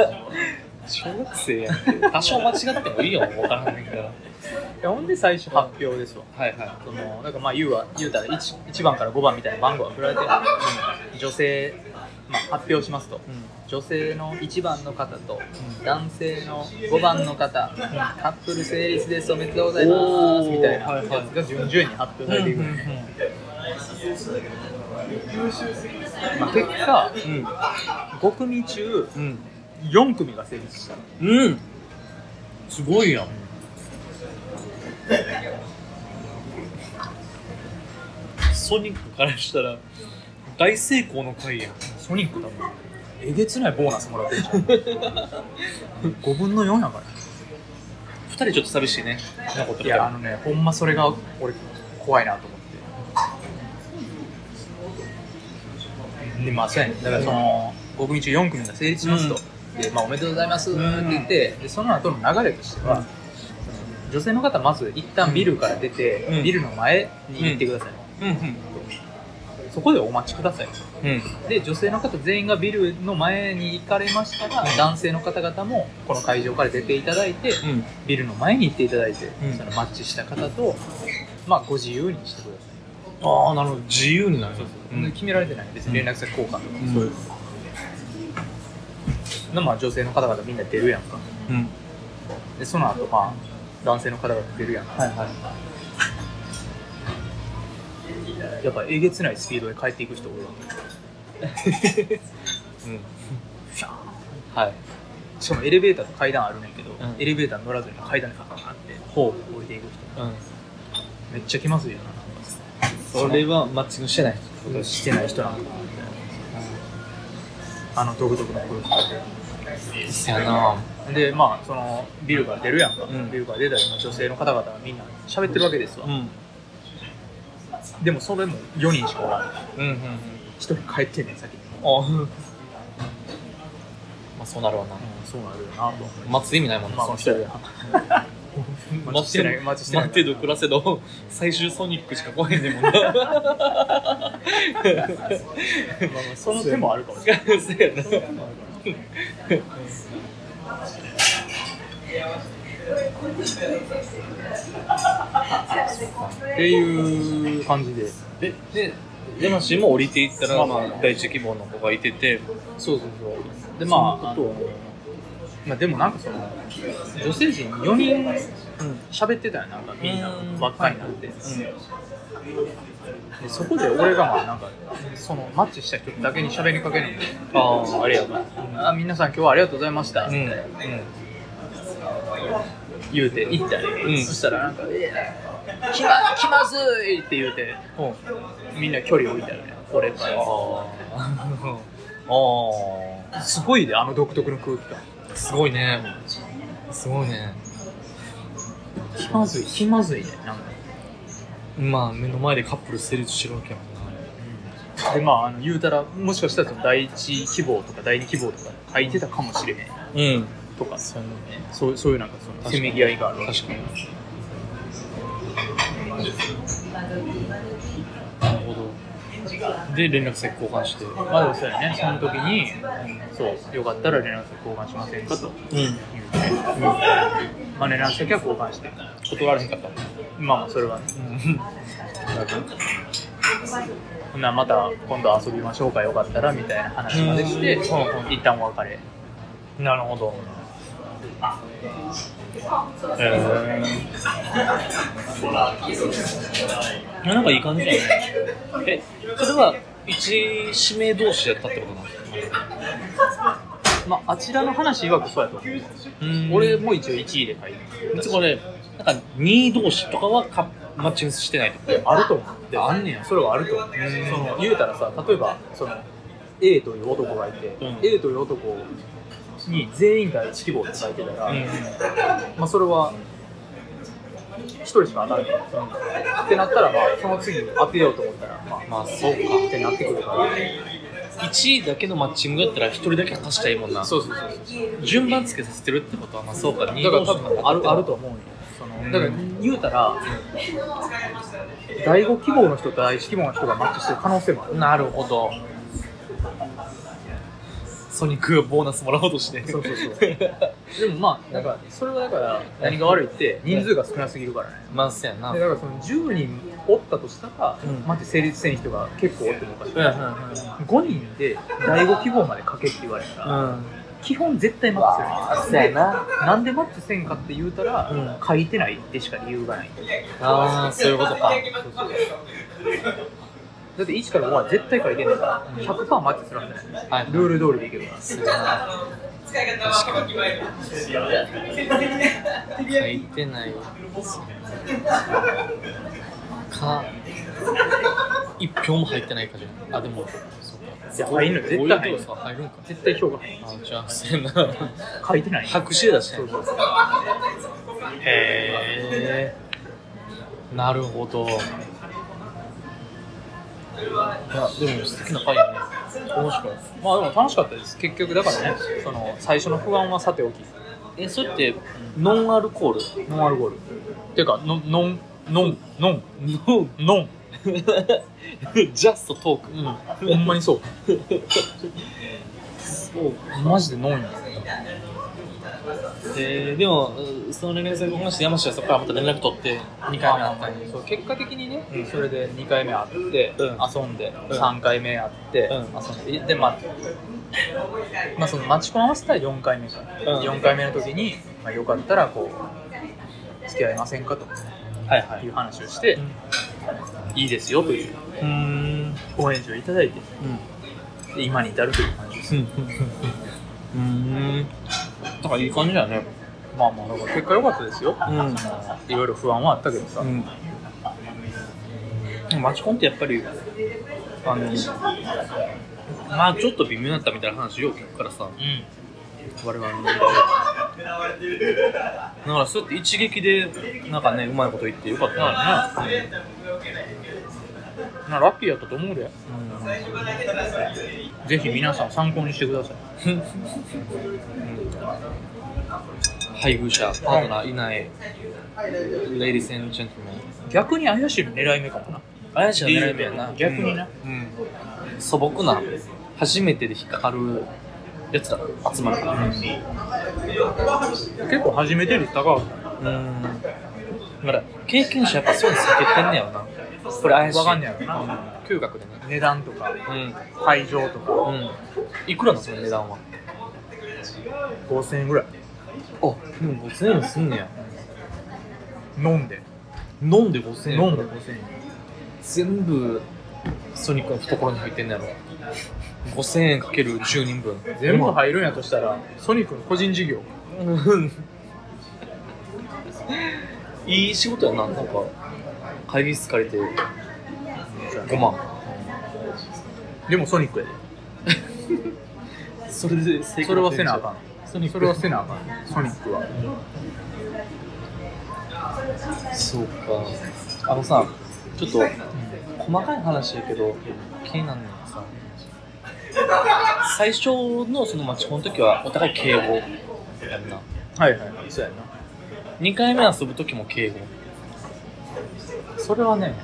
Speaker 1: 小学生やんけ多少間違ってもいいよ分からないから
Speaker 2: やほんで最初発表ですわ
Speaker 1: はいはい
Speaker 2: そのなんかまあ言うは言うたら 1, 1番から5番みたいな番号が振られて、女性、まあ、発表しますと、女性の1番の方と、男性の5番の方、カップル成立ですおめでとうございます
Speaker 1: おー
Speaker 2: みたいな
Speaker 1: は
Speaker 2: や
Speaker 1: い
Speaker 2: つ
Speaker 1: はい
Speaker 2: が順々に発表されていく、まあ、結果5組中
Speaker 1: うん
Speaker 2: 4組が成立した
Speaker 1: うん、うん、すごいやんソニックからしたら大成功の回やん
Speaker 2: ソニックだもんえげつないボーナスもらってるじゃ <laughs> ん5分の4やから
Speaker 1: 2人ちょっと寂しいね残って
Speaker 2: い
Speaker 1: るか
Speaker 2: や
Speaker 1: ら
Speaker 2: あのねほんまそれが俺怖いなと思ってでまあそうやねだからその5組中4組が成立しますと、でまあ、おめでとうございますって言って、でその後の流れとしては、女性の方まず一旦ビルから出て、
Speaker 1: うん
Speaker 2: ビルの前に行ってください、
Speaker 1: うん
Speaker 2: そこでお待ちください
Speaker 1: うんうん
Speaker 2: で女性の方全員がビルの前に行かれましたら、男性の方々もこの会場から出ていただいて、
Speaker 1: うん
Speaker 2: ビルの前に行っていただいて、
Speaker 1: うん
Speaker 2: そのマッチした方と、まあ、ご自由にしてください
Speaker 1: ああなるほど自由になる
Speaker 2: そうそう、
Speaker 1: ん
Speaker 2: で決められてない別に連絡先交換とか、
Speaker 1: うん
Speaker 2: そういうの、まあ、女性の方々みんな出るやんか
Speaker 1: うん
Speaker 2: でその後まあ男性の方々出るやんか
Speaker 1: はいは
Speaker 2: やっぱえげつないスピードで帰っていく人多 <laughs> いわ
Speaker 1: いうん
Speaker 2: シャーン
Speaker 1: はい
Speaker 2: しかもエレベーターと階段あるねんけど、
Speaker 1: ん
Speaker 2: エレベーター乗らずに階段でカカカンって降りていく人
Speaker 1: うん
Speaker 2: めっちゃ気まずいよな
Speaker 1: それはマッチングしてない人ってこと
Speaker 2: してない人なんだなみたいなあの独特の空気
Speaker 1: すやな
Speaker 2: でまあそのビルから出るやんか、
Speaker 1: うん
Speaker 2: ビルから出たり女性の方々はみんな喋ってるわけですわ、
Speaker 1: ん
Speaker 2: でもそれも4人しかおらん
Speaker 1: うんうん
Speaker 2: 一人帰ってんねん先に、
Speaker 1: あ <laughs> うんまあそうなるわな
Speaker 2: そうなるよなと思って
Speaker 1: 待つ意味ないもんな
Speaker 2: まあ
Speaker 1: そ
Speaker 2: そ
Speaker 1: の
Speaker 2: の人
Speaker 1: 人や
Speaker 2: や
Speaker 1: 待ってる
Speaker 2: 待ちしてない
Speaker 1: 待ってど暮らせど <laughs> 最終ソニックしか来へんねんもんな
Speaker 2: まあまあその手もあるかもしれない
Speaker 1: そうやな
Speaker 2: っていう感じで
Speaker 1: <laughs> でで山氏も降りていったら、
Speaker 2: ま
Speaker 1: ま
Speaker 2: あ
Speaker 1: あ、第一希望の子がいてて
Speaker 2: そうそうそうでまああのまあでもなんかその女性陣4人喋ってたよなんかみんな輪っかになって、でそこで俺がまあなんかそのマッチした人だけに喋りかけるんで
Speaker 1: あああれやな
Speaker 2: あ皆さん今日はありがとうございました、
Speaker 1: うん
Speaker 2: って言うて行ったり、
Speaker 1: うん
Speaker 2: そしたらなんか「えー気ま気まずい!」って言うて
Speaker 1: うん
Speaker 2: みんな距離置いたよね俺か
Speaker 1: あ
Speaker 2: ら
Speaker 1: ああ
Speaker 2: すごいねあの独特の空気感
Speaker 1: あすごいねすごいね
Speaker 2: 気まずい気まずいねなんか、
Speaker 1: まあ目の前でカップル成立してるわけやもんな
Speaker 2: でまああの言うたらもしかしたらその第一希望とか第二希望とか書いてたかもしれへん
Speaker 1: うん
Speaker 2: とか
Speaker 1: そういうのね
Speaker 2: そうそういうなんかそのせめぎ合いがあるわけ
Speaker 1: 確かになるほどで連絡先交換してう
Speaker 2: まあでもそうやねその時に、そうよかったら連絡先交換しませんかと
Speaker 1: ん
Speaker 2: 言うて、まあ連絡先は交換して
Speaker 1: 断られへんかったもん
Speaker 2: まあまあそれはね
Speaker 1: うん
Speaker 2: ほんならまた今度遊びましょうかよかったらみたいな話までして、
Speaker 1: うん
Speaker 2: 一旦お別れ
Speaker 1: なるほど。えー、なんかいい感じだね。え、それは一指名同士やったってことなの
Speaker 2: まああちらの話曰くそうやと思う、俺
Speaker 1: 俺、
Speaker 2: も一応1位で書いて
Speaker 1: いつもね、なんか2位同士とかはカッマッチングしてないってこと
Speaker 2: あると思うであんねやそれはあると思うその言うたらさ例えばその A という男がいて、
Speaker 1: うん
Speaker 2: A という男に全員第一希望って書いてたら、まあ、それは1人しか当たらない、ってなったら、まあ、その次に当てようと思ったら、まあ、
Speaker 1: まあ、そうか。
Speaker 2: ってなってくるから
Speaker 1: 1位だけのマッチングやったら1人だけ足したらいいもんな。
Speaker 2: そうそうそうそう
Speaker 1: 順番付けさせてるってことは、まあそうか、2位
Speaker 2: だから
Speaker 1: 同
Speaker 2: 多
Speaker 1: 士
Speaker 2: 分あるあると思うよそのだから言うたら、第5希望の人と第1希望の人がマッチしてる可能性もある
Speaker 1: なるほど。ソニックがボーナスもらおうとして
Speaker 2: そうそうそうでもまあなんかそれはだから何が悪いって人数が少なすぎるからね
Speaker 1: <laughs> まあそうやな
Speaker 2: でだからその10人おったとしたら、
Speaker 1: うん
Speaker 2: マジ成立せん人が結構おってもおかしく
Speaker 1: うん
Speaker 2: ない、
Speaker 1: う
Speaker 2: 5人で第5希望まで書けって言われたら、
Speaker 1: んうん
Speaker 2: 基本絶対マッチするよね
Speaker 3: あそうやな。
Speaker 2: なんでマッチせんかって言うたら、
Speaker 1: うん
Speaker 2: 書いてないってしか理由がない
Speaker 1: ああそういうことか
Speaker 2: だって1から5は絶対書いてないから100%マッチするはずない、
Speaker 1: はい
Speaker 2: ルール通りでいけば
Speaker 1: 確かに書いてないわか一票も入ってないかじゃんあでもそうか
Speaker 2: いや入るの絶対入る
Speaker 1: そう入るんか
Speaker 2: 絶対票が入る
Speaker 1: あじゃあそうやな
Speaker 2: 書いてない
Speaker 1: 白紙だし
Speaker 2: そうそう
Speaker 1: へえなるほどいやでも素敵な会やね面白い
Speaker 2: まあでも楽しかったです結局だからねその最初の不安はさておき
Speaker 1: えそれってノンアルコール
Speaker 2: ノンアルコールっていうかノンノンノンノン
Speaker 1: ノン
Speaker 2: ノ
Speaker 1: <laughs>
Speaker 2: ン
Speaker 1: ジャストトーク
Speaker 2: ほんまにそう
Speaker 1: そう
Speaker 2: マジでノンや
Speaker 1: えーでもうその連絡先を話して山下はそこからまた連絡取って2回目あったり
Speaker 2: そう結果的にね、
Speaker 1: うん
Speaker 2: それで2回目あって、
Speaker 1: うん
Speaker 2: 遊んで、
Speaker 1: うん
Speaker 2: 3回目あって、
Speaker 1: うん
Speaker 2: 遊んででまあまあそのマチコン合わせたら4回目か、
Speaker 1: うん
Speaker 2: 4回目の時に、まあ、よかったらこう付き合いませんかと
Speaker 1: はいは
Speaker 2: いう話をして、
Speaker 1: いいですよという
Speaker 2: うんご返事をいただいて
Speaker 1: うん
Speaker 2: で今に至るという感じです、
Speaker 1: うんうんだからいい感じだよね
Speaker 2: まあまあだから結果良かったですよ
Speaker 1: うん
Speaker 2: いろいろ不安はあったけどさ、
Speaker 1: うんでもマチコンってやっぱりあのまあちょっと微妙だったみたいな話よく聞くからさ
Speaker 2: うん
Speaker 1: 我々の問題をだからそうやって一撃でなんかねうまいこと言ってよかった
Speaker 2: だ
Speaker 1: な
Speaker 2: からね、まあ、ラッキーやったと思うでぜひ皆さん参考にしてください
Speaker 1: 配偶者パートナーいない、Ladies and gentlemen
Speaker 2: 逆に怪しい狙い目かもな
Speaker 1: 怪しいの狙い目やな
Speaker 2: 逆にな、
Speaker 1: うんうん素朴な初めてで引っかかるやつら集まるから
Speaker 2: 結構初めて率高かった
Speaker 1: うんだから経験者やっぱそういうの避けてんねやろなこれ怪しい
Speaker 2: 分かんねやろな、
Speaker 1: 嗅覚でね
Speaker 2: 値段とか
Speaker 1: う
Speaker 2: 会場とか
Speaker 1: んうんいくらなのその値段は
Speaker 2: 5000円ぐらい
Speaker 1: あでも5000円すんねや
Speaker 2: 飲んで
Speaker 1: 飲んで5000円
Speaker 2: 飲んで5000円
Speaker 1: 全部ソニックの懐に入ってんねやろ5000円かける10人分
Speaker 2: 全部入るんやとしたらソニックの個人事業
Speaker 1: うんいい仕事やななんか会議室借りて5万
Speaker 2: でもソニックや
Speaker 1: <laughs> それでそ
Speaker 2: でそれはせなあかん
Speaker 1: ソニック
Speaker 2: それはせなあかんソニックは
Speaker 1: そうかあのさちょっと細かい話やけど気になんのがさ最初のそのマチコンの時はお互い敬語やんな
Speaker 2: はいはいそうやな
Speaker 1: 2回目遊ぶ時も敬語
Speaker 2: それはね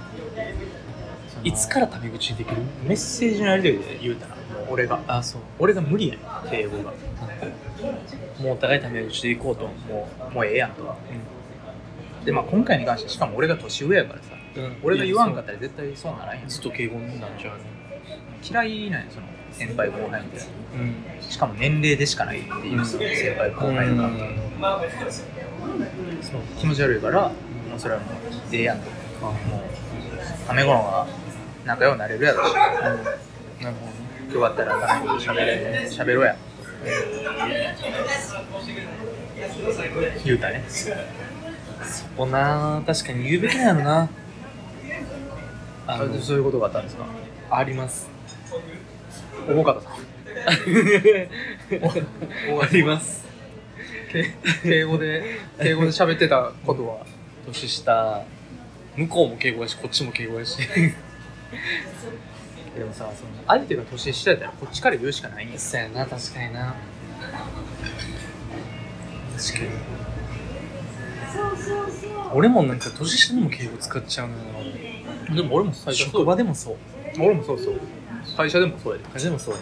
Speaker 1: いつからタメ口にできる
Speaker 2: メッセージのやり取りで言うたら俺が
Speaker 1: あそう
Speaker 2: 俺が無理やねん敬語が
Speaker 1: もうお互いタメ口で行こうと
Speaker 2: もうもうええやんとは、でまあ今回に関してしかも俺が年上やからさ
Speaker 1: うん
Speaker 2: 俺が言わんかったら絶対そうならへん
Speaker 1: ずっと敬語になっちゃうね
Speaker 2: 嫌いなんやその先輩後輩みたい
Speaker 1: うん
Speaker 2: なしかも年齢でしかないっていうその先輩後輩が、そう気持ち悪いからもうそれはもうええやんと
Speaker 1: あも
Speaker 2: タメ語の方が仲良くなれるやろし
Speaker 1: うなるほどね
Speaker 2: よかったらタメ語喋れ喋ろうや言うたね
Speaker 1: そこなあ確かに言うべきなのなあ
Speaker 2: あ
Speaker 1: の
Speaker 2: そういうことがあったんですか
Speaker 1: あります
Speaker 2: 大方さん
Speaker 1: あります
Speaker 2: け敬語で敬語で喋ってたことは
Speaker 1: 年下向こうも敬語やしこっちも敬語やし
Speaker 2: <laughs> でもさその相手が年下やったらこっちから言うしかないんや
Speaker 1: そうやな確かにな確かに俺もなんか年下にも敬語使っちゃうのよ
Speaker 2: でも俺も最
Speaker 1: 職場でもそう
Speaker 2: 俺もそうそう会社でもそうやで
Speaker 1: 会社でもそうや、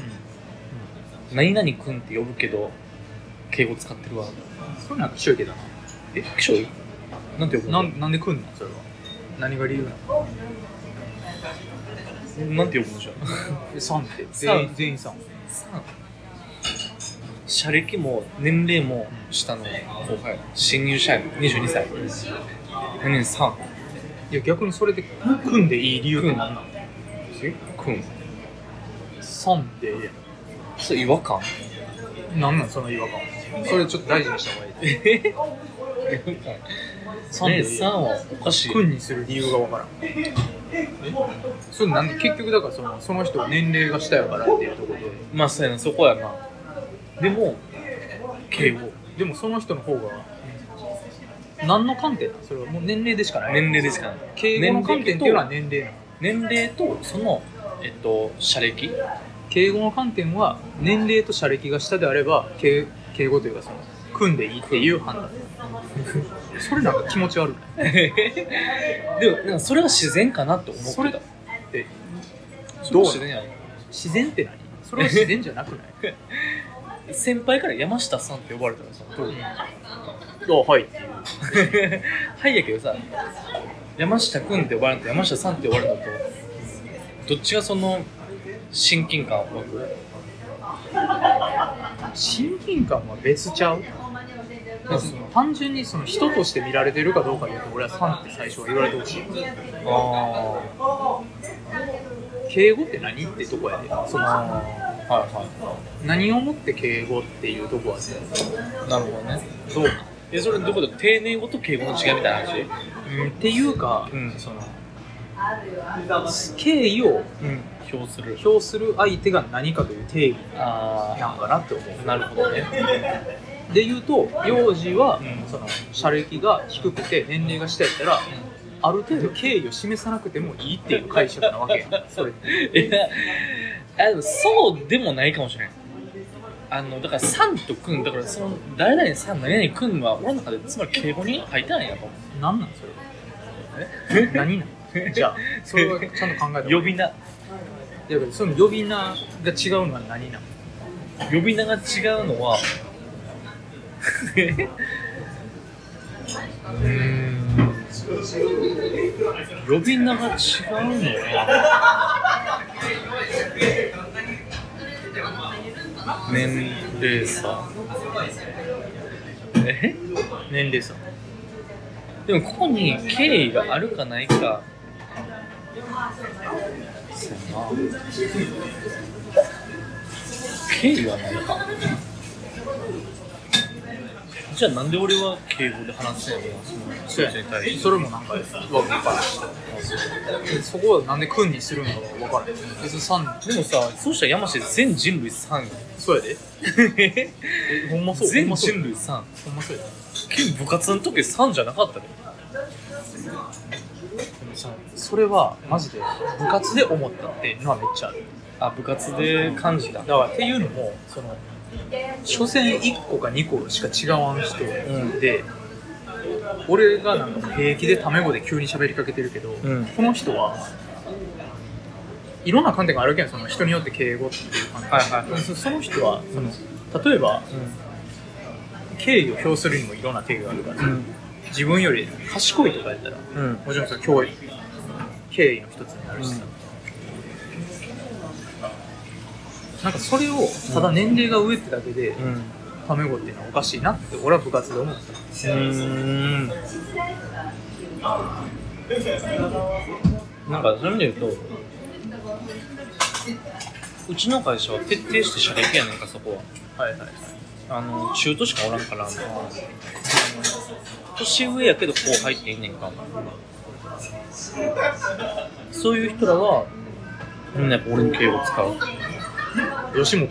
Speaker 1: 何々くんって呼ぶけど、敬語使ってるわ。
Speaker 2: それなんかひどいけどな
Speaker 1: え、気象なんて呼ぶ
Speaker 2: な
Speaker 1: の
Speaker 2: んなんで来んのそれは何が理由なの
Speaker 1: なんて呼ぶのじゃあ。
Speaker 2: えさんって
Speaker 1: さん
Speaker 2: 全員全員さん
Speaker 1: 社歴も年齢も下の後輩、新入社員、22歳。何々さん。
Speaker 2: いや逆にそれで組んでいい理由って何なの
Speaker 1: えくん。
Speaker 2: さんって
Speaker 1: そう、違和感
Speaker 2: 何なんその違和感それちょっと大事にした方がいい
Speaker 1: え
Speaker 2: さん
Speaker 1: ね
Speaker 2: で
Speaker 1: え、さんはおかしい。
Speaker 2: 君にする理由がわからんえそれなんで結局だからそのその人は年齢が下やからっていうところで
Speaker 1: まあ、そうやな、そこやな。でも、敬語。
Speaker 2: でもその人の方が何の観点なんそれはもう年齢でしかない
Speaker 1: 年齢でしかない。
Speaker 2: 敬語の観点っていうのは年齢なの
Speaker 1: 年齢と、その、えっと、社歴
Speaker 2: 敬語の観点は年齢と社歴が下であれば敬敬語というかその組んでいいっていう判断 <laughs> それなんか気持ち悪い
Speaker 1: でもなんかそれは自然かなって思ってた
Speaker 2: それえ
Speaker 1: それ
Speaker 2: どう
Speaker 1: 自然や
Speaker 2: 自然って何それは自然じゃ <laughs> なくない
Speaker 1: な先輩から山下さんって呼ばれたらさどう
Speaker 2: あはい
Speaker 1: <laughs> はいやけどさ山下くんって呼ばれるのと山下さんって呼ばれるのとどっちがその親近感を湧く
Speaker 2: 親近感は別ちゃう別に単純にその人として見られてるかどうかで言うと俺は「さん」って最初は言われてほしい
Speaker 1: あ
Speaker 2: 敬語って何ってとこやでそ
Speaker 1: あ
Speaker 2: の
Speaker 1: はいは
Speaker 2: 何をもって敬語っていうとこはね
Speaker 1: いなるほどねそうかえそれどこで丁寧語と敬語の違いみたいな話
Speaker 2: うんっていうか
Speaker 1: うんその
Speaker 2: 敬意を
Speaker 1: うん表する
Speaker 2: 表する相手が何かという定義
Speaker 1: あ
Speaker 2: なんかなって思
Speaker 1: あなるほどね
Speaker 2: うで言うと幼児は、
Speaker 1: うん
Speaker 2: その社歴が低くて年齢が下やったら、ある程度敬意を示さなくてもいいっていう解釈なわけや
Speaker 1: <laughs>
Speaker 2: んそれって
Speaker 1: いやあでもそうでもないかもしれないあのだから「さん」と「くん」だからその「誰々さん」「何々くん」は俺の中でつまり敬語に入ってないんやと思
Speaker 2: 何なんそれ何
Speaker 1: <laughs>
Speaker 2: なんじゃあ <laughs> それはちゃんと考えた方が
Speaker 1: う
Speaker 2: いい
Speaker 1: 呼び名
Speaker 2: だからその呼び名が違うのは何なの
Speaker 1: 呼び名が違うのは
Speaker 2: うーん
Speaker 1: 呼び名が違うのは年齢差え
Speaker 2: 年齢差
Speaker 1: でもここに敬意があるかないかそうやな敬意はないかじゃあなんで俺は敬語で話せんのそ
Speaker 2: そうや
Speaker 1: の人
Speaker 2: ね
Speaker 1: に対して
Speaker 2: それもなんかわからんでそこはなんで君にするのかわからん別にさん
Speaker 1: でもさそうしたら山下全人類3
Speaker 2: そうやで
Speaker 1: 位
Speaker 2: えほんまそうほん
Speaker 1: 全
Speaker 2: まそう
Speaker 1: 人類3
Speaker 2: ほんまそうやで
Speaker 1: 君部活の時3じゃなかったね
Speaker 2: でもさそれはマジで部活で思ったっていうのはめっちゃある
Speaker 1: あ部活で感じた
Speaker 2: だからっていうのもその所詮1個か2個しか違わん人で、俺がなんか平気でタメ語で急に喋りかけてるけど、
Speaker 1: うん
Speaker 2: この人はいろんな観点があるわけやんその人によって敬語っていう観点、
Speaker 1: はいはいはい
Speaker 2: そその人はその例えば
Speaker 1: う
Speaker 2: 敬意を表するにもいろんな定義があるから、
Speaker 1: ん
Speaker 2: 自分より賢いとかやったら
Speaker 1: うんうん
Speaker 2: もちろんそれ教育敬意の一つになるしさ、なんかそれをただ年齢が上ってだけで
Speaker 1: うん
Speaker 2: タメ語っていうのはおかしいなって俺は部活で思った
Speaker 1: うんなんかそういう意味で言うとうちの会社は徹底して社歴やねんかそこは
Speaker 2: はいはいはい
Speaker 1: あの中途しかおらんからあの年上やけど後輩っていんねんかそういう人らはみんなやっぱ俺の敬語使う
Speaker 2: 吉本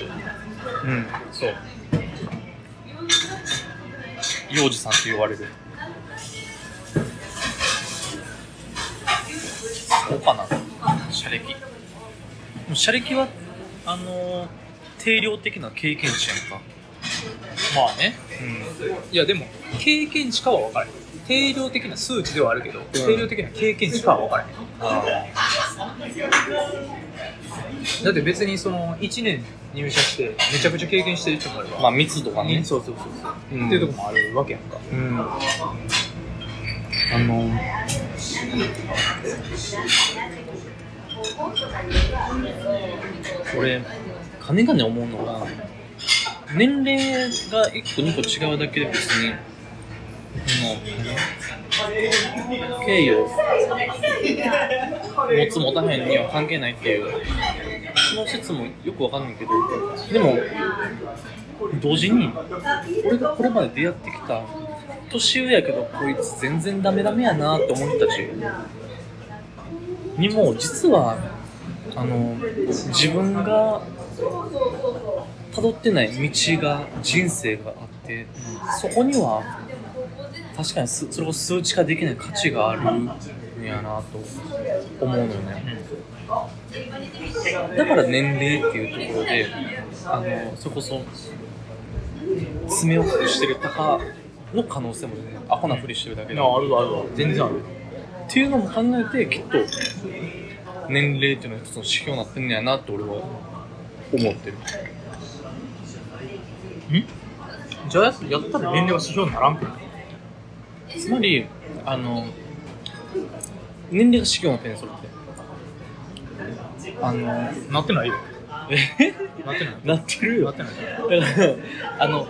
Speaker 1: うんそう幼児さんって言われるそうかな車歴車歴はあのー定量的な経験値やんか
Speaker 2: まあね
Speaker 1: うん
Speaker 2: いやでも経験値かは分からへん定量的な数値ではあるけど、定量的な経験値かは分からへん
Speaker 1: あ
Speaker 2: だって別にその1年入社してめちゃくちゃ経験してる人もあれば、
Speaker 1: まあ密度がね、
Speaker 2: そうそうそうそう、
Speaker 1: うん
Speaker 2: っていうところもあるわけやんか
Speaker 1: うん、あの俺金がね思うのが年齢が1個2個違うだけで別にその敬意を持つ持たへんには関係ないっていうその説もよくわかんないけどでも同時に俺がこれまで出会ってきた年上やけどこいつ全然ダメダメやなって思う人たちにも実はあの自分が辿ってない道が人生があってそこには確かにすそれを数値化できない価値があるんやなと思うのよねだから年齢っていうところであのそれこそ爪を隠してるタカの可能性も全然アホなふりしてるだけで
Speaker 2: あるあるある全然ある
Speaker 1: っていうのも考えてきっと年齢っていうのは一つの指標になってんねやなって俺は思ってる
Speaker 2: じゃあやったら年齢は指標にならんくない
Speaker 1: つまりあの年齢が指標なペンそれってあの
Speaker 2: なってないよ
Speaker 1: え <laughs>
Speaker 2: なってない
Speaker 1: なってる
Speaker 2: な
Speaker 1: よ
Speaker 2: ってない
Speaker 1: だからあの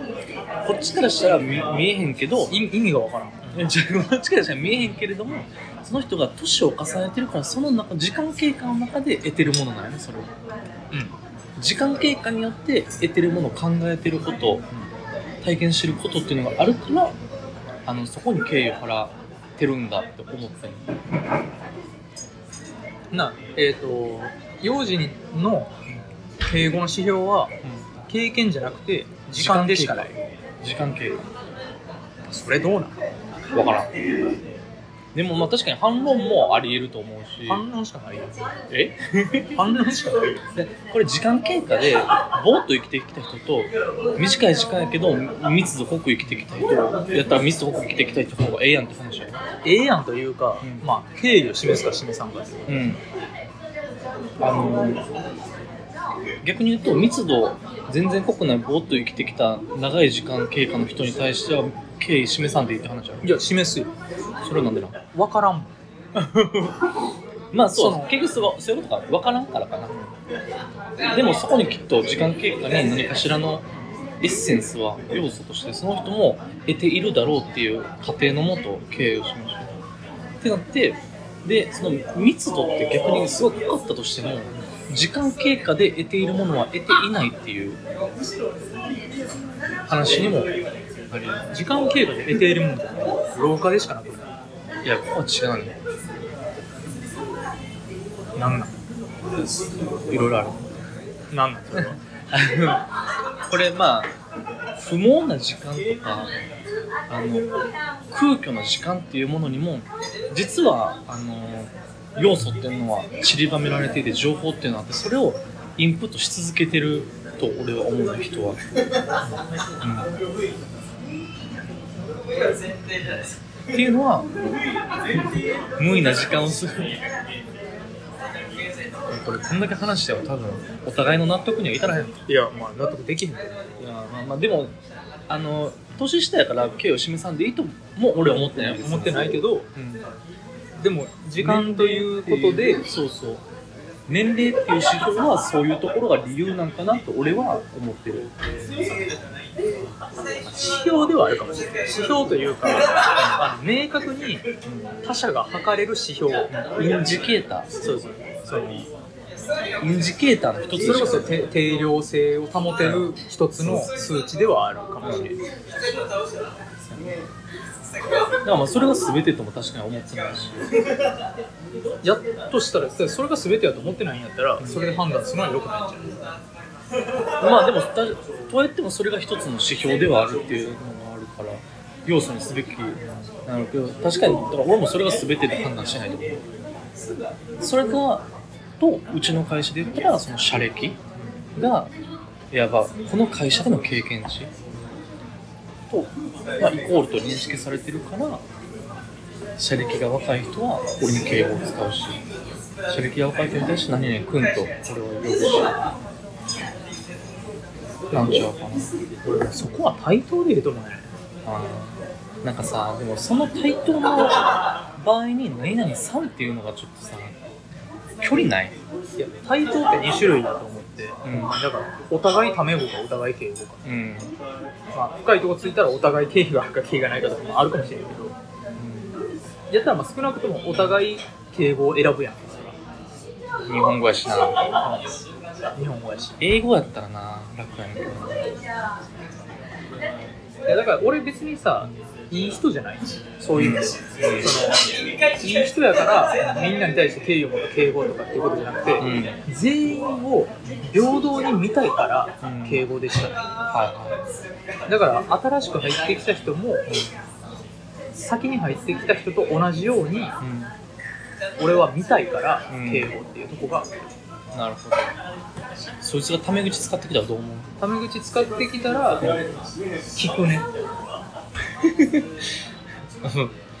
Speaker 1: こっちからしたら見見えへんけど
Speaker 2: 意意味がわからん
Speaker 1: じゃあこっちからしたら見えへんけれどもその人が年を重ねてるからその中時間経過の中で得てるものなんやねそれは
Speaker 2: う
Speaker 1: 時間経過によって得てるものを考えてること体験してることっていうのがあるからあのそこに敬意を払ってるんだって思ったんよ
Speaker 2: んなえっ、と幼児の敬語の指標は経験じゃなくて時間でしかない
Speaker 1: 時間経
Speaker 2: それどうなん
Speaker 1: 過わからんでもまあ確かに反論もあり得ると思うし
Speaker 2: 反論しかないよ
Speaker 1: え <laughs>
Speaker 2: 反論しかないよ
Speaker 1: でこれ時間経過でぼーっと生きてきた人と短い時間やけど密度濃く生きてきた人やったら密度濃く生きてきた人の方がええやんって話や
Speaker 2: <laughs> ええやんというか、
Speaker 1: うん
Speaker 2: まあ敬意を示すか示さんかっていう
Speaker 1: うん、あの逆に言うと密度全然濃くないぼーっと生きてきた長い時間経過の人に対しては敬意示さんでいいって話あ
Speaker 2: い
Speaker 1: る
Speaker 2: や示すよ
Speaker 1: それはなんでなん
Speaker 2: わからんもん
Speaker 1: まあそう
Speaker 2: その
Speaker 1: 結局そうそういうことか分からんからかなでもそこにきっと時間経過に何かしらのエッセンスは要素としてその人も得ているだろうっていう過程のもと経営をしましょうってなってでその密度って逆にすごく濃かったとしても時間経過で得ているものは得ていないっていう話にも
Speaker 2: 時間経過で得ているもんだ老化でしかなくない
Speaker 1: やここは違うね
Speaker 2: いなんなん
Speaker 1: いろいろある
Speaker 2: なんなんそれは
Speaker 1: あのこれまあ不毛な時間とかあの空虚な時間っていうものにも実はあの要素っていうのは散りばめられていて情報っていうのはあってそれをインプットし続けてると俺は思うね人は、うんっていうのは無意な時間を過ごこれこんだけ話しては多分お互いの納得にはいたらへん
Speaker 2: いやまあ納得できへんけど
Speaker 1: いやまあまあでもあの年下やから敬意を示さんでいいとも俺は思ってない
Speaker 2: 思ってないけど
Speaker 1: ど、うん
Speaker 2: でも時間ということで
Speaker 1: そうそう年齢っていう指標はそういうところが理由なんかなと俺は思ってる
Speaker 2: 指標ではあるかもしれない指標というかあの明確に他者が測れる指標
Speaker 1: インジケーター
Speaker 2: そうそうその
Speaker 1: インジケーターの一つ
Speaker 2: それこそ
Speaker 1: でしょ
Speaker 2: て定量性を保てる一つの数値ではあるかもしれない
Speaker 1: だからまあそれが全てとも確かに思ってないし
Speaker 2: やっとしたらそれが全てやと思ってないんやったらそれで判断するのは良くないんじゃない
Speaker 1: まあでもだとは言ってもそれが一つの指標ではあるっていうのがあるから要素にすべきなのけど確かにだから俺もそれが全てで判断しないと思うそれがとうちの会社で言ったらその社歴がいわばこの会社での経験値と、まあ、イコールと認識されてるから社歴が若い人は俺に敬語を使うし射撃青パイセンに対して何々君と俺は呼ぶしなんちゃうかな
Speaker 2: 俺そこは対等でいいと思うね
Speaker 1: あーなんかさでもその対等の場合に何々さんっていうのがちょっとさ距離ない
Speaker 2: いや対等って2種類だと思って
Speaker 1: うん
Speaker 2: だからお互いタメ語かお互い敬語か
Speaker 1: うん、うん、
Speaker 2: まあ、深いとこついたらお互い敬意があるか敬意がないかとかもあるかもしれないけどやったらまあ少なくともお互い敬語を選ぶやん
Speaker 1: 日本語やしな
Speaker 2: 日本語やし
Speaker 1: 英語やったらな楽やねんけどない
Speaker 2: やだから俺別にさいい人じゃないそういう意味で、そのいい人やからみんなに対して敬意を持って敬語とかっていうことじゃなくて、
Speaker 1: うん
Speaker 2: 全員を平等に見たいか
Speaker 1: うん
Speaker 2: ら敬語でした、
Speaker 1: は
Speaker 2: だから新しく入ってきた人も、先に入ってきた人と同じように
Speaker 1: いはい、うん
Speaker 2: 俺は見たいから
Speaker 1: うん
Speaker 2: 敬語っていうとこが
Speaker 1: なるほど。そいつがタメ口使ってきたらどう <laughs> 思う
Speaker 2: タメ口使ってきたら聞くね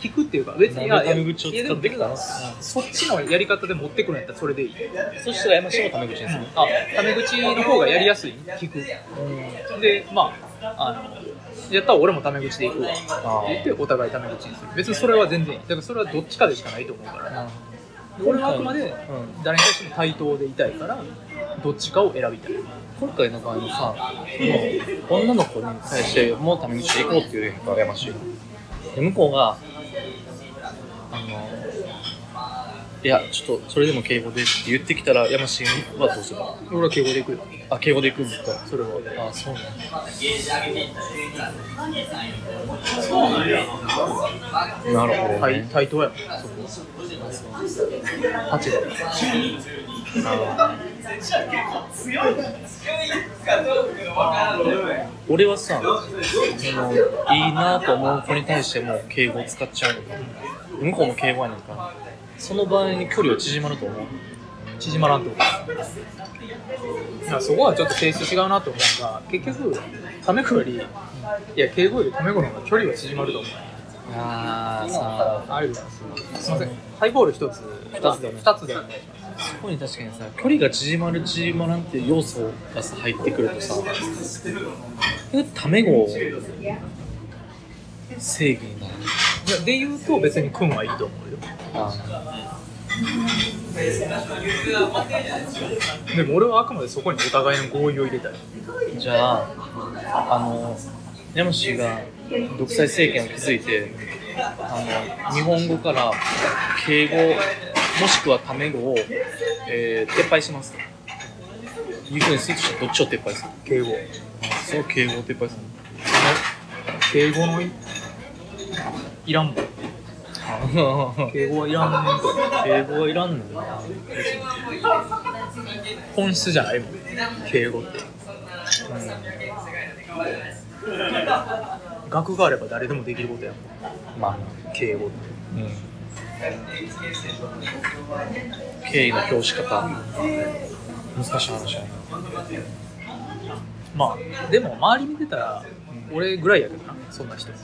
Speaker 2: 聞くっていうか別にい
Speaker 1: なん
Speaker 2: や
Speaker 1: で
Speaker 2: いや
Speaker 1: タメ口を使ってきたの
Speaker 2: いやでもそっちのやり方で持ってくるんやったらそれでいい
Speaker 1: そしたら山下もタメ口にする。
Speaker 2: あタメ口の方がやりやすい聞くでまああのやったら俺もタメ口で行くわって
Speaker 1: あ
Speaker 2: 言ってお互いタメ口にする別にそれは全然いいだからそれはどっちかでしかないと思うから
Speaker 1: なる
Speaker 2: 俺はあくまで
Speaker 1: ほど。うん
Speaker 2: 誰に対しても対等でいたいからどっちかを選びたい
Speaker 1: 今回の場合もさ、もう女の子に対してもうタメ口で行こうっていうやんか、山下が。で、向こうが、あの、いや、ちょっとそれでも敬語でって言ってきたら、山下はどうする
Speaker 2: 俺は敬語で行くよ
Speaker 1: あ、敬語で行くんですか
Speaker 2: それは
Speaker 1: あ、そうなんだ。なるほど、ね。
Speaker 2: 対対等やもん
Speaker 1: 八だ。俺はさ、そのいいなと思う子に対しても敬語を使っちゃうのか、向こうも敬語やねんから、その場合に距離は縮まると思う。
Speaker 2: 縮まらんと思ういやそこはちょっと性質違うなと思うのが結局タメ語よりいや敬語よりタメ語の方が距離は縮まると思う
Speaker 1: ああ、
Speaker 3: さ
Speaker 2: ありがとうございますすいませんハイボール一つ
Speaker 1: 二つでお願いしま
Speaker 2: 二
Speaker 1: す
Speaker 2: つでお願いします
Speaker 1: そこに確かにさ、距離が縮まる縮まらんっていう要素がさ入ってくるとさ、えタメ語正義になる。
Speaker 2: いやで言うと別に君はいいと思うよ
Speaker 1: あ
Speaker 2: でも俺はあくまでそこにお互いの合意を入れたい
Speaker 1: ーじゃあ、あの、ヤムシが独裁政権を築いて、あの日本語から敬語、もしくはタメ語を、えー撤廃しますと。いうふうにスイッチしたらどっちを撤廃する
Speaker 2: 敬語
Speaker 1: そう、敬語を撤廃する。
Speaker 2: 敬語のいいらんもん敬語はいらんもんと
Speaker 1: 敬語はいらんのよな。
Speaker 2: 本質じゃないもん敬語って学があれば誰でもできることやもん
Speaker 1: まあ、
Speaker 2: 敬語って
Speaker 1: うん。敬意の表し方。難しい話やね。
Speaker 2: まあでも周り見てたら俺ぐらいやけどなそんな人や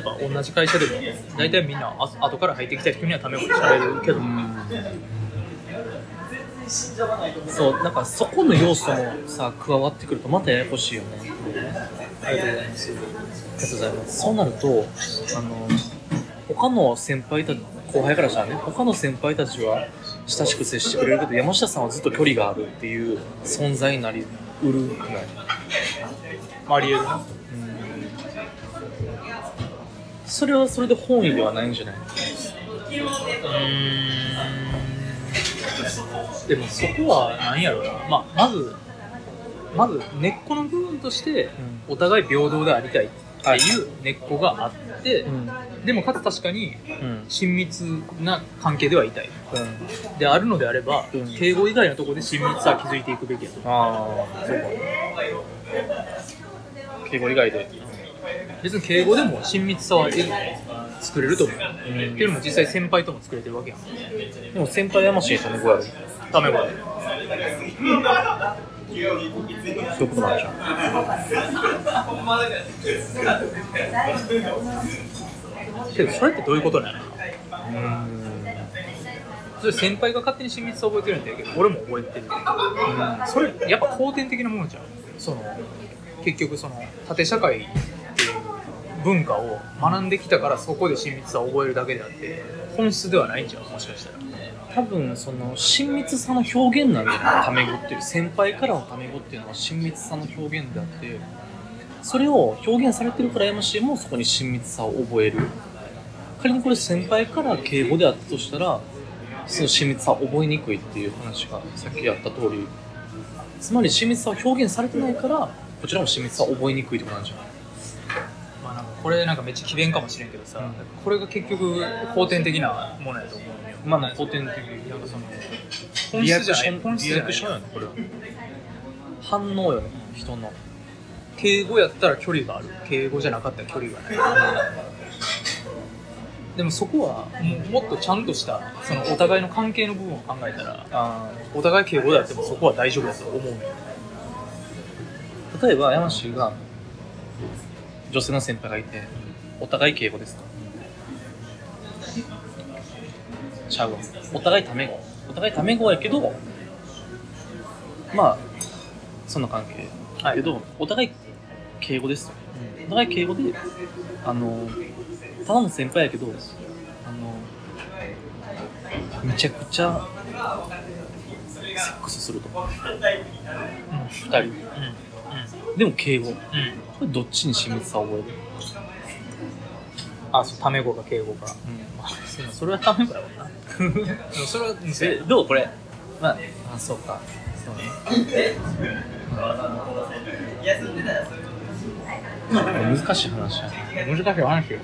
Speaker 2: っぱ同じ会社でも大体みんなあ後から入ってきた人にはためをしゃべるけど、
Speaker 1: そう、なんかそこの要素もさ、加わってくるとまたややこしいよね。
Speaker 2: ありがとうございます
Speaker 1: ありがとうございます。そうなると、あの、他の先輩たち、後輩からしたらね、他の先輩たちは親しく接してくれるけど、山下さんはずっと距離があるっていう存在になりうるくない
Speaker 2: ありえるな
Speaker 1: それはそれで本意ではないんじゃないう
Speaker 2: ーんでもそこは何やろうな、まあ、まずまず根っこの部分としてお互い平等でありたいっていう根っこがあって、
Speaker 1: ん。
Speaker 2: でもかつ確かに
Speaker 1: うん。
Speaker 2: 親密な関係ではいたい
Speaker 1: うん。
Speaker 2: であるのであれば、
Speaker 1: うん
Speaker 2: 敬語以外のところで親密さは築いていくべきやと
Speaker 1: ああ、そうか。敬語以外で。
Speaker 2: 別に敬語でも親密さは得る作れると思う、っていうのも実際先輩とも作れてるわけやん
Speaker 1: でも先輩山下さんの子やろ。そ
Speaker 2: タメ語で
Speaker 1: ういうことなんじゃん。
Speaker 2: けどそれってどういうことなの
Speaker 1: うーん。
Speaker 2: それ先輩が勝手に親密さ覚えてるんだけど俺も覚えてる、それやっぱ後天的なものじゃんその結局その縦社会っていう文化を学んできたからそこで親密さを覚えるだけであって本質ではないんじゃんもしかしたら
Speaker 1: 多分その親密さの表現なんだよなタメ語っていう先輩からのタメ語っていうのは親密さの表現であってそれを表現されてるから MC もそこに親密さを覚える仮にこれ先輩から敬語であったとしたらその親密さを覚えにくいっていう話がさっきあった通りつまり親密さを表現されてないからこちらも親密さを覚えにくいってことなんじゃない
Speaker 2: まあ、なんかこれなんかめっちゃ詭弁かもしれんけどさ、これが結局後天的なものやと思うのよ
Speaker 1: まあまあ後天的
Speaker 2: なんかその本
Speaker 1: リア
Speaker 2: 質
Speaker 1: ク
Speaker 2: じ
Speaker 1: シ
Speaker 2: ゃない
Speaker 1: ョン
Speaker 2: 本質じゃ
Speaker 1: リア
Speaker 2: ない
Speaker 1: クションやねこれは反応よね人の
Speaker 2: 敬語やったら距離がある敬語じゃなかったら距離がないでもそこはもうもっとちゃんとしたそのお互いの関係の部分を考えたらあーお互い敬語であってもそこは大丈夫だと思うのよ
Speaker 1: 例えば山氏が女性の先輩がいてお互い敬語ですとちゃうわお互いタメ語お互いタメ語やけどまあそんな関係だけど、お互い敬語ですとお互い敬語であのただの先輩やけどあのめちゃくちゃセックスすると二人
Speaker 2: うんうん
Speaker 1: でも敬語
Speaker 2: うん
Speaker 1: これどっちに親密さを覚える、
Speaker 2: あそうタメ語か敬語かまあそうそれはタメ語だもんなでもそれはうん
Speaker 1: えどうこれまああそうかそうね難しい話や
Speaker 2: 難しい話よ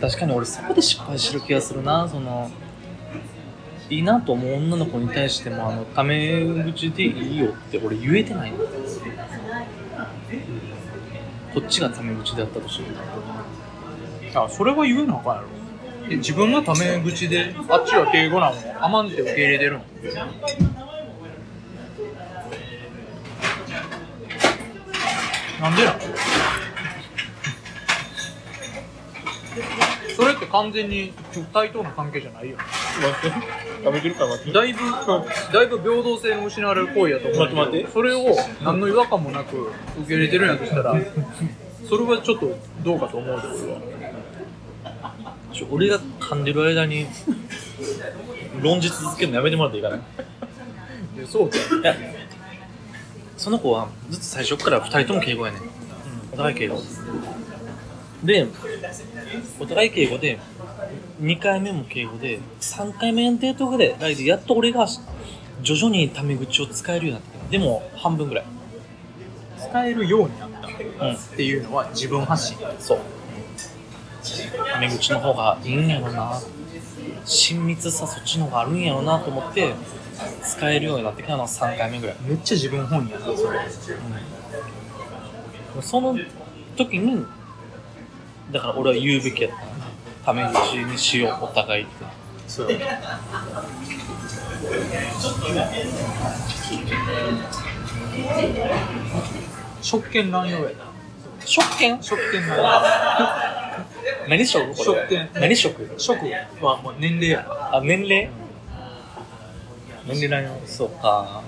Speaker 1: 確かに俺そこで失敗してる気がするなそのいいなと思う女の子に対してもあのタメ口でいいよって俺言えてないのこっちがタメ口であったとしても
Speaker 2: あそれは言うのかんやろえ自分がタメ口であっちは敬語なのに甘んじて受け入れてるのなんでな
Speaker 1: <laughs>
Speaker 2: のそれって完全に対等な関係じゃないよ
Speaker 1: 食べてるから待っ
Speaker 2: だいぶだいぶ平等性の失われる行為やと思うけど
Speaker 1: 待って待って
Speaker 2: それを何の違和感もなく受け入れてるんやとしたらそれはちょっとどうかと思うで俺は。
Speaker 1: ちょ俺が噛んでる間に論じ続けるのやめてもらっていいかない
Speaker 2: いやそうだよ
Speaker 1: いやその子はずっと最初から2人とも敬語やねん、お互い敬語でお互い敬語で2回目も敬語で3回目のデートぐらい来でやっと俺が徐々にタメ口を使えるようになってきたでも半分ぐらい
Speaker 2: 使えるようになったっていうのは自分発信
Speaker 1: そうタメ口の方がいいんやろな親密さそっちの方があるんやろなと思って使えるようになってきたのは3回目ぐらい
Speaker 2: めっちゃ自分本位やなそれ
Speaker 1: その時に、だから俺は言うべきやった。タメ口にしよう、お互いって。
Speaker 2: そう職権乱用やな
Speaker 1: 職権
Speaker 2: 職権乱
Speaker 1: 何職これ。
Speaker 2: 職権
Speaker 1: 何職
Speaker 2: 用職はもう年齢やな
Speaker 1: あ、年齢年齢なんよ。そうか。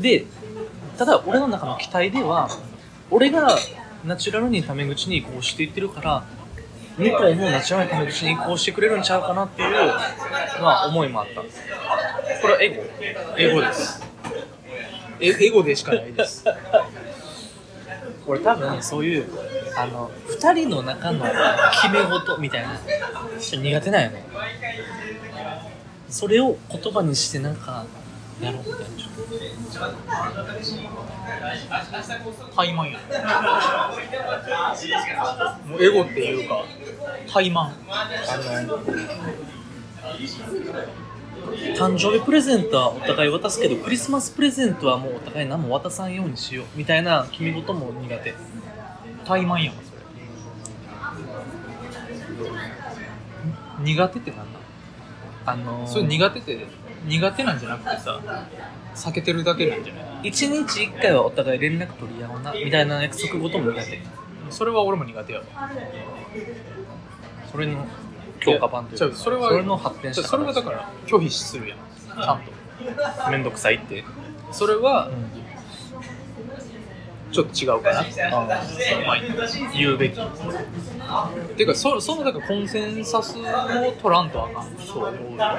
Speaker 1: で、ただ俺の中の期待では、俺がナチュラルにタメ口に移行していってるから、向こうもナチュラルにタメ口に移行してくれるんちゃうかなっていう、まあ、思いもあった。これはエゴ
Speaker 2: 英語ですえエゴでしかないです
Speaker 1: 俺多分そういうあの2人の中の決め事みたいなちょっと苦手なんよねそれを言葉にしてなんかやろうみたいな
Speaker 2: 怠慢やもうエゴっていうか怠慢
Speaker 1: 誕生日プレゼントはお互い渡すけどクリスマスプレゼントはもうお互い何も渡さんようにしようみたいな決め事も苦手
Speaker 2: 怠慢やんそれ苦手ってなんだ
Speaker 1: あのー
Speaker 2: それ苦手って苦手なんじゃなくてさ避けてるだけなんじゃない
Speaker 1: 一日一回はお互い連絡取り合おうなみたいな約束事も苦手
Speaker 2: それは俺も苦手やわ
Speaker 1: それの強化版という
Speaker 2: じゃ
Speaker 1: か
Speaker 2: あそれは
Speaker 1: の発展
Speaker 2: じ
Speaker 1: し
Speaker 2: ゃあ
Speaker 1: た
Speaker 2: それはだから拒否するやんちゃんと
Speaker 1: らめんどくさいって
Speaker 2: それはちょっと違うかな、まあ、言うべきてかそそのだからコンセンサスを取らんとあかんそう
Speaker 1: ま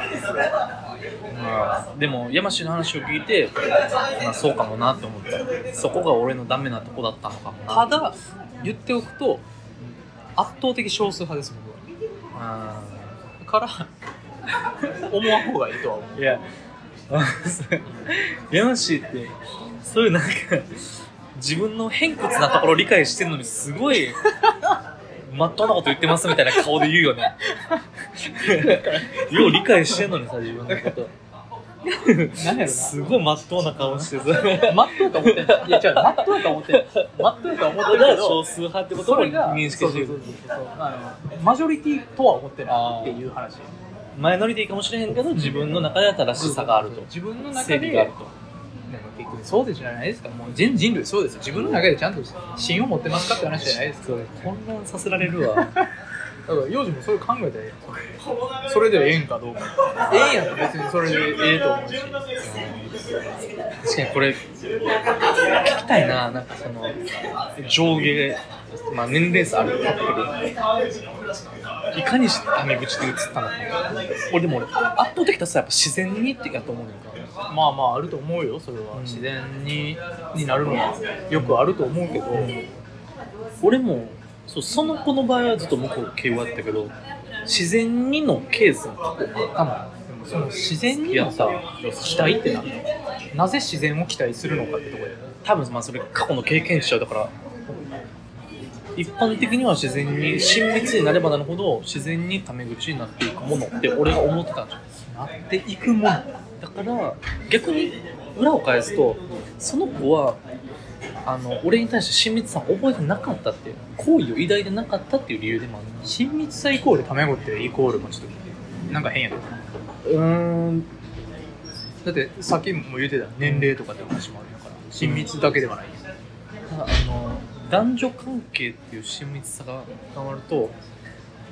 Speaker 1: あでも山氏の話を聞いて、まあ、そうかもなって思ったそこが俺のダメなとこだったのかもな
Speaker 2: ただ言っておくと圧倒的少数派です僕は
Speaker 1: あ
Speaker 2: から思わん方がいいとは思う
Speaker 1: ーいや <laughs> 山氏ってそういうなんか自分の偏屈なところを理解してるのにすごいまっとうなこと言ってますみたいな顔で言うよ <laughs> ねよう理解してんのにさ自分のこと
Speaker 2: 何やろな
Speaker 1: すごいまっとうな顔してさ
Speaker 2: まっとうと思ってんのいや違うまっとうと思ってんのまっとうと思ってる
Speaker 1: それが
Speaker 2: け
Speaker 1: 少
Speaker 2: ど
Speaker 1: 数派ってこと
Speaker 2: そ
Speaker 1: を
Speaker 2: れが
Speaker 1: 認識して
Speaker 2: そう
Speaker 1: る
Speaker 2: そうそうそうあのマジョリティとは思ってないっていう話
Speaker 1: マイノリティかもしれへんけど自分の中で正しさがあると
Speaker 2: 自分の中
Speaker 1: 正義
Speaker 2: で
Speaker 1: があると
Speaker 2: なんか結局そうでじゃないですかもう人人類そうですよ自分の中でちゃんと芯を持ってますかって話じゃないですか
Speaker 1: そう混乱させられるわ
Speaker 2: だから幼児もそれ考えたらええやんそれでええんかどうかええんやん別にそれでええと思うし
Speaker 1: 確かにこれ聞きたいななんかその上下まあ年齢差あるカップルいかにしてタメ口で映ったのか俺でも俺圧倒的多数はやっぱ自然にってやと思うねんか
Speaker 2: まあまああると思うよそれは、自然にになるのはよくあると思うけど、
Speaker 1: 俺もそうその子の場合はずっと向こう系はあったけど自然にのケースも過去あったもん
Speaker 2: でもその自然
Speaker 1: い
Speaker 2: に
Speaker 1: や
Speaker 2: の
Speaker 1: さ
Speaker 2: さ期待ってなんだなぜ自然を期待するのかってとこで
Speaker 1: 多分まあそれ過去の経験値ちゃうだから一般的には自然に親密になればなるほど自然にタメ口になっていくものって俺が思ってたんじゃん
Speaker 2: なっていくもの
Speaker 1: だから逆に裏を返すとその子はあの俺に対して親密さを覚えてなかったっていう好意を抱いてなかったっていう理由でもあるの
Speaker 2: 親密さイコールタメ語ってイコールもちょっとなんか変やけど
Speaker 1: うーん
Speaker 2: だってさっきも言ってた年齢とかって話もあるんやから親密だけではない
Speaker 1: ただあの男女関係っていう親密さが変わると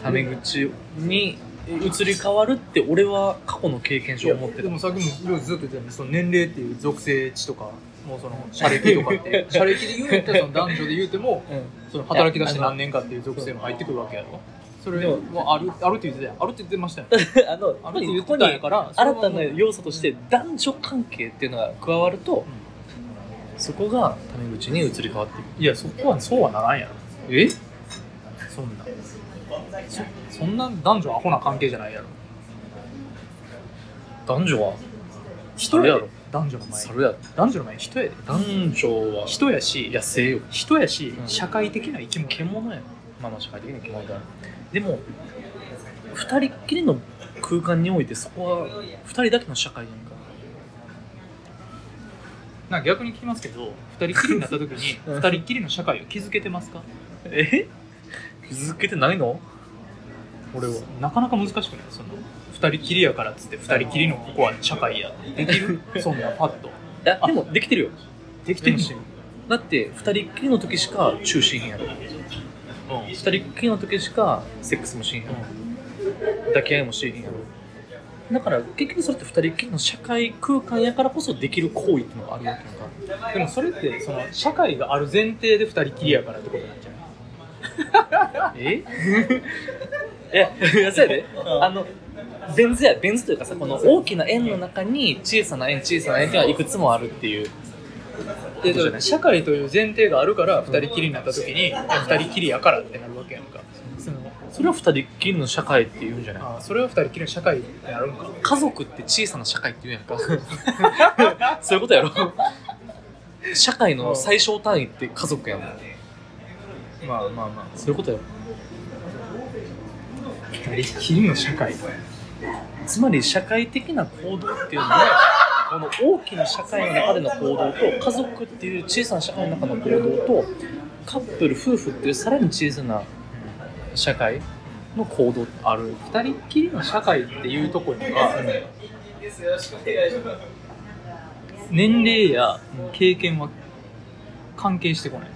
Speaker 1: タメ口に移り変わるって俺は過去の経験上思って
Speaker 2: で
Speaker 1: た
Speaker 2: もさっきもずっと言ってたようにその年齢っていう属性値とかもうその社歴とか <laughs> って社歴で言うんやったらその男女 <laughs> で言うてもその働き出して何年かっていう属性も入ってくるわけやろそれはあるあるって言ってたやんあるって言ってましたよ
Speaker 1: <laughs> あの、こ
Speaker 2: あ
Speaker 1: こ
Speaker 2: るって
Speaker 1: に
Speaker 2: 言ってたんやから
Speaker 1: 新たな要素として男女関係っていうのが加わると、そこがタメ口に移り変わっていく。
Speaker 2: いやそこはそうはならんやろ
Speaker 1: え
Speaker 2: そんなそそんな男女アホな関係じゃないやろ
Speaker 1: 男女は
Speaker 2: 人
Speaker 1: あれ
Speaker 2: や
Speaker 1: や
Speaker 2: ろ
Speaker 1: ろ
Speaker 2: 男女の前
Speaker 1: 猿やろ。
Speaker 2: 男女の前人やで
Speaker 1: 男女は
Speaker 2: 人やし
Speaker 1: 野生よ。
Speaker 2: 人やし、
Speaker 1: うん
Speaker 2: 社会的な生き物
Speaker 1: 獣やろ。まあまあ社会的に獣だ。でも、二人っきりの空間においてそこは二人だけの社会やんか。
Speaker 2: なんか逆に聞きますけど二人っきりになった時に
Speaker 1: うん
Speaker 2: 二人っきりの社会を築けてますか
Speaker 1: え気づけてないの
Speaker 2: 俺はなかなか難しくないその二人っきりやからっつって二人っきりのここは社会やでき <laughs> るそんなパッと
Speaker 1: あでもできてるよ。
Speaker 2: できてるし、
Speaker 1: だって二人っきりの時しか中心やろ。
Speaker 2: うん
Speaker 1: 二人っきりの時しかセックスもしへんやろ、抱き合いもしへんやろだから結局それって二人っきりの社会空間やからこそできる行為っていうのがあるわけやんか
Speaker 2: でもそれってその社会がある前提で二人っきりやからってことなんじゃない
Speaker 1: え <laughs> いやいやそうやであのベン図やベン図というかさこの大きな円の中に小さな円小さな円っていうのはいくつもあるっていう
Speaker 2: でだから社会という前提があるから二人っきりになった時に二人っきりやからってなるわけやんかその
Speaker 1: それを二人っきりの社会っていうんじゃない
Speaker 2: あーそれは二人っきりの社会ってなるんか
Speaker 1: 家族って小さな社会って言うやんか <laughs> そういうことやろ社会の最小単位って家族やもん
Speaker 2: まあまあまあ
Speaker 1: そういうことよ
Speaker 2: 二人っきりの社会
Speaker 1: つまり社会的な行動っていうのはこの大きな社会の中での行動と家族っていう小さな社会の中の行動とカップル夫婦っていうさらに小さな社会の行動ってある
Speaker 2: 二人っきりの社会っていうところには、年齢や経験は関係してこない。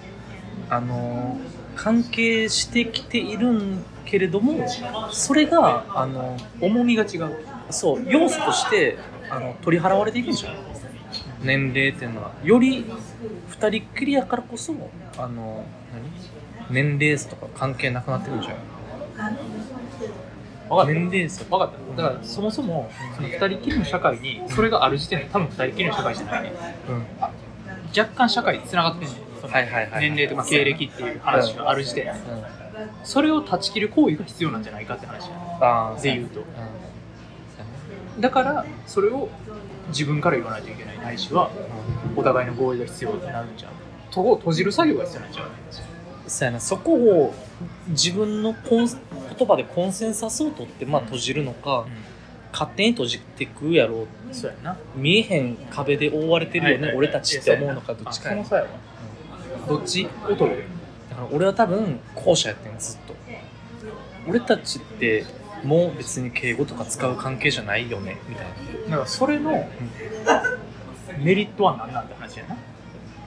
Speaker 1: あの関係してきているんけれどもそれがあの
Speaker 2: 重みが違う。
Speaker 1: そう要素としてあの取り払われていくんじゃない年齢っていうのはより二人っきりやからこそあの何年齢差とか関係なくなってくるんじゃ
Speaker 2: わか
Speaker 1: ない
Speaker 2: った。
Speaker 1: 年齢差
Speaker 2: わかった。だからそもそも、その二人きりの社会に、それがある時点で多分二人きりの社会じゃないね。
Speaker 1: うん
Speaker 2: 若干社会に繋がってんねんその
Speaker 1: はいはいはい
Speaker 2: 年齢とか経歴っていう話がある時点で。それを断ち切る行為が必要なんじゃないかって話
Speaker 1: ああ
Speaker 2: で言うと。だから、それを自分から言わないといけないないしは、お互いの合意が必要になるんじゃん。とを閉じる作業が必要なんじゃない
Speaker 1: そうやなそこを自分のコン言葉でコンセンサスを取って、まあ、閉じるのか、勝手に閉じてくやろう
Speaker 2: そうやな。
Speaker 1: 見えへん壁で覆われてるよね、
Speaker 2: はいはい
Speaker 1: 俺たちって思うのかどっち
Speaker 2: そ
Speaker 1: かや
Speaker 2: の
Speaker 1: だ
Speaker 2: さ
Speaker 1: か
Speaker 2: やわ。どっちを取る
Speaker 1: ら俺は多分後者やってんずっと俺たちってもう別に敬語とか使う関係じゃないよねみたいな
Speaker 2: だからそれのメリットは何なんて話や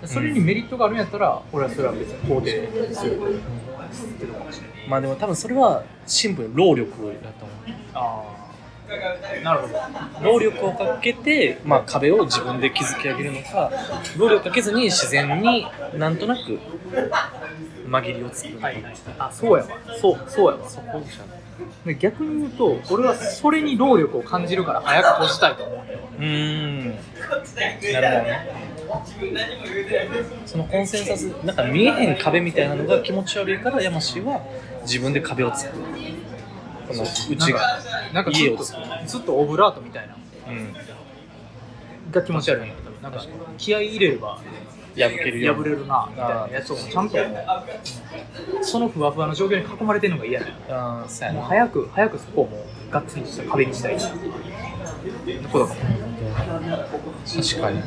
Speaker 2: なそれにメリットがあるんやったら俺はそれは別に肯定するけどかもしれない
Speaker 1: まあでも多分それはシンプルに労力だと思
Speaker 2: ああなるほど
Speaker 1: う労力をかけて、まあ、壁を自分で築き上げるのか労力かけずに自然になんとなく紛れを作るのか、
Speaker 2: はいはいあそうやわそうそうやわ
Speaker 1: そこじゃない
Speaker 2: で逆に言うと俺はそれに労力を感じるから早く閉じたいと思う
Speaker 1: うーんなるほどねそのコンセンサスなんか見えへん壁みたいなのが気持ち悪いから山氏は自分で壁を作るこのうちが
Speaker 2: なんかず
Speaker 1: 家
Speaker 2: っ
Speaker 1: を
Speaker 2: と
Speaker 1: 作
Speaker 2: ずっとオブラートみたいなの
Speaker 1: うん
Speaker 2: が気持ち悪いんやけどなんか気合い入れれば
Speaker 1: 破けるよ
Speaker 2: 破れるなみたいなやつをちゃんとそのふわふわの状況に囲まれてるのが嫌だよ
Speaker 1: ああそうや
Speaker 2: もう
Speaker 1: な
Speaker 2: 早く早くそこをもうがっつりした壁にしたいとこだかも
Speaker 1: 確かにい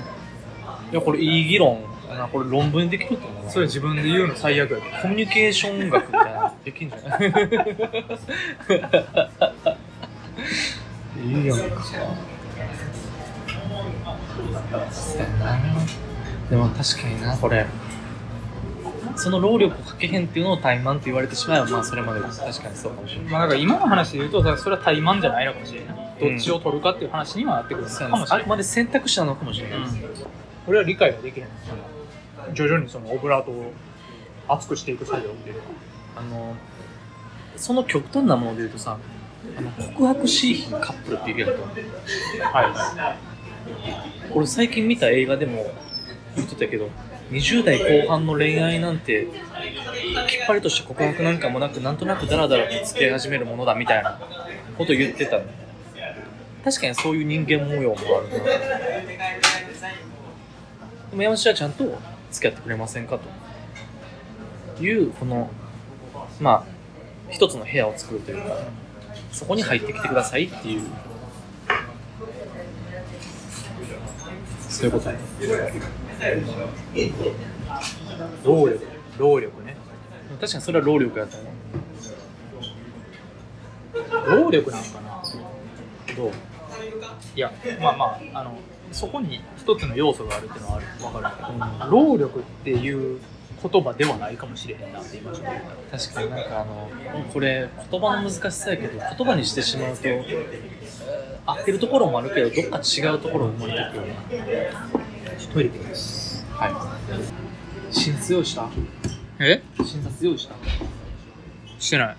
Speaker 1: やこれいい議論だなこれ論文にできると思うな
Speaker 2: それ自分で言うの最悪や
Speaker 1: コミュニケーション学みたいなのできんじゃないいいやんかそうやなでも確かになこれその労力をかけへんっていうのを怠慢って言われてしまえばまあそれまでです確かにそうかもしれない
Speaker 2: まあなんか今の話で言うとさそれは怠慢じゃないのかもしれないどっちを取るかっていう話にはなってくるの
Speaker 1: そう
Speaker 2: か
Speaker 1: や
Speaker 2: も
Speaker 1: な
Speaker 2: しれ
Speaker 1: あ
Speaker 2: ない
Speaker 1: くまで選択肢なのかもしれない、
Speaker 2: 俺は理解はできへんその徐々にそのオブラートを熱くしていく作業っていうか
Speaker 1: あのその極端なもので言うとさあの告白しいひんカップルっているやんか
Speaker 2: はい
Speaker 1: 俺最近見た映画でも言ってたけど20代後半の恋愛なんてきっぱりとした告白なんかもなくなんとなくダラダラと付き合い始めるものだみたいなこと言ってたの確かにそういう人間模様もあるなでも山下はちゃんと付き合ってくれませんかというこのまあ一つの部屋を作るというかそこに入ってきてくださいっていうそういうことね
Speaker 2: 労力労力ね
Speaker 1: 確かにそれは労力やったね
Speaker 2: 労力なんかな
Speaker 1: どう
Speaker 2: いやまあまああのそこに一つの要素があるっていうのはある分かるけど、労力っていう言葉ではないかもしれへんなって今ちょっと思った
Speaker 1: 確かになんかあのこれ言葉の難しさやけど言葉にしてしまうと合ってるところもあるけどどっか違うところ生まれてくるよう
Speaker 2: ちょっとトイレ行ってきます。
Speaker 1: なはい診察用意した
Speaker 2: え
Speaker 1: 診察用意した
Speaker 2: してない。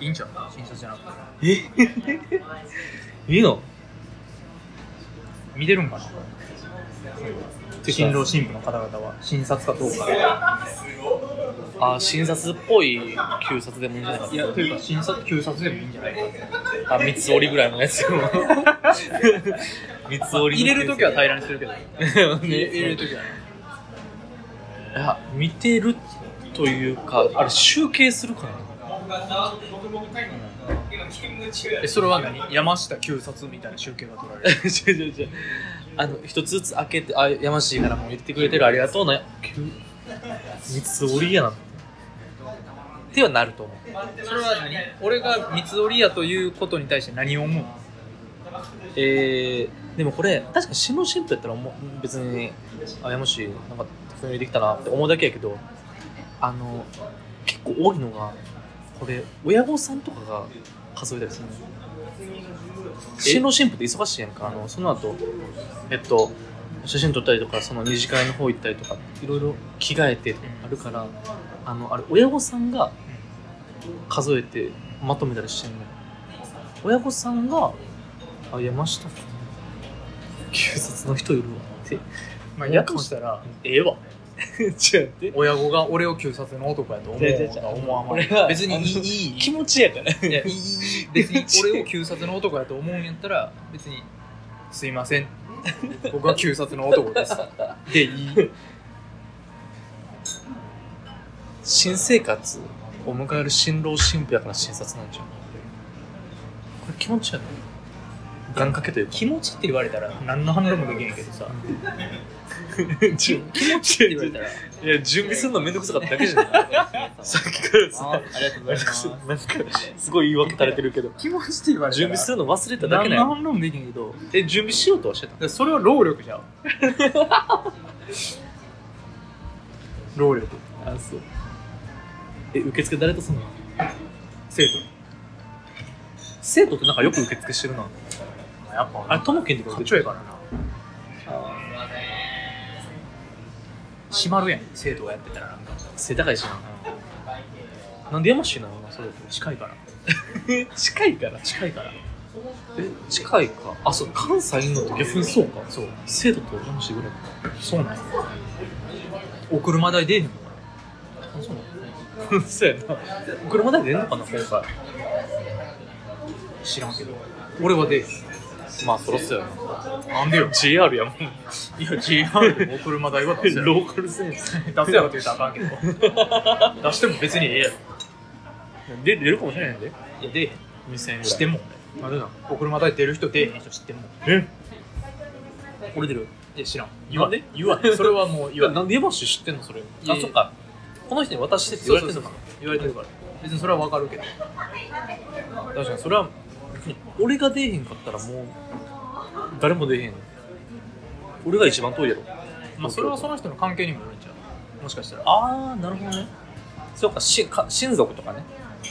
Speaker 2: いいんじゃん診察じゃなくて。
Speaker 1: いいの
Speaker 2: 見てるんかな新郎新婦の方々は診察かどうか。
Speaker 1: あ診察っぽい旧札でもいいんじゃないか
Speaker 2: いや、というか診察、休察でもいいんじゃないか
Speaker 1: あ三つ折りぐらいのやつ <laughs> よ三つ折り
Speaker 2: 入れるときは平
Speaker 1: 平
Speaker 2: らにするけど。
Speaker 1: らね
Speaker 2: <laughs> 入れるときは。
Speaker 1: いや見てるというかあれ集計するかな
Speaker 2: え、それは何山下休察みたいな集計が取られる。
Speaker 1: 違う違う違う <laughs> あの一つずつ開けてあ山氏からも言ってくれてるありがとうな急三つ折りやなてはなると思う
Speaker 2: それは何俺が三つ折りやということに対して何を思う
Speaker 1: えー、でもこれ確かに新郎新婦やったら思う別にあやもしなんか適当にできたなって思うだけやけどあの結構多いのがこれ親御さんとかが数えたりするの新郎新婦って忙しいやんかあのその後えっと写真撮ったりとかその二次会の方行ったりとかいろいろ着替えてとかあるからあのあれ親御さんが数えてまとめたりしてんのよ親御さんがあ山下君警察の人いるわって
Speaker 2: まあやとしたら
Speaker 1: ええわ <laughs> 違うって
Speaker 2: 親子が俺を警察の男やと思
Speaker 3: 違う違う
Speaker 2: う
Speaker 3: 違う
Speaker 2: とは思わんわ
Speaker 3: 俺は
Speaker 2: 別にいいいい
Speaker 1: 気持ちやから
Speaker 2: いやいい別に俺を警察の男やと思うんやったら別にすいません僕は警察の男 <laughs> ですでいい
Speaker 1: 新生活を迎える新郎新婦やから診察なんじゃんこれ気持ちやね願掛けとい
Speaker 2: <laughs>
Speaker 1: うか
Speaker 2: 気持ちって言われたら何の反論もできへんけどさ
Speaker 1: 気持ち
Speaker 2: って言われたら
Speaker 1: いや準備するのめんどくさかっただけじゃない <laughs> さっきからさ
Speaker 2: ありがとうございます
Speaker 1: なんかすごい言い訳されてるけど
Speaker 2: <laughs> 気持ちって言わ
Speaker 1: 準備するの忘れただけ
Speaker 2: 何
Speaker 1: な
Speaker 2: の
Speaker 1: い
Speaker 2: 反論もできへんけどだか
Speaker 1: え準備しようとはしてた
Speaker 2: らそれは労力じ
Speaker 1: <laughs>
Speaker 2: ゃん労力
Speaker 1: あそうえ受付誰とすんの
Speaker 2: 生徒
Speaker 1: 生徒ってなんかよく受付してるな
Speaker 2: やっぱ
Speaker 1: あれともけんとか
Speaker 2: かっ
Speaker 1: 受
Speaker 2: ちょ
Speaker 1: 付
Speaker 2: ええからな閉まるやん生徒がやってたらなんか
Speaker 1: 背高いしななんでやましいなそれ
Speaker 2: 近いから
Speaker 1: 近いから
Speaker 2: 近いから
Speaker 1: え近いかあそう関西にいるのって逆にそうか
Speaker 2: そう
Speaker 1: 生徒とやましいぐらいか
Speaker 2: そうなんやお車代出えへんもん
Speaker 1: あそうなのそうやな車代出んのかな今回
Speaker 2: 知らんけど俺は出えへん
Speaker 1: まあそろそろやな
Speaker 2: なんでよ
Speaker 1: JR やもん
Speaker 2: いや GR でもお車代は出せやろ
Speaker 1: ローカルセンス
Speaker 2: 出せやろって言ったらあかんけど出しても別にええやろ
Speaker 1: で出るかもしれないんで
Speaker 2: いや出えへん
Speaker 1: 2000円ぐらい
Speaker 2: 知ってんもん俺なんでなんお車代出る人出えへん人知ってんもん
Speaker 1: え
Speaker 2: 俺出るいや知らん
Speaker 1: 言わ
Speaker 2: なんで言わへ <laughs> んそれはもう
Speaker 1: い
Speaker 2: 言わ
Speaker 1: や
Speaker 2: へん
Speaker 1: なんでやましい知ってんのそれ
Speaker 2: や
Speaker 1: あそっかこの人に渡してって言われてんのかな
Speaker 2: 言われてるから別にそれはわかるけど
Speaker 1: 確かにそれは俺が出えへんかったらもう誰も出えへん俺が一番遠いやろ
Speaker 2: まあそれはその人の関係にもよるんちゃうもしかしたら
Speaker 1: ああなるほどねそうかしか親族とかね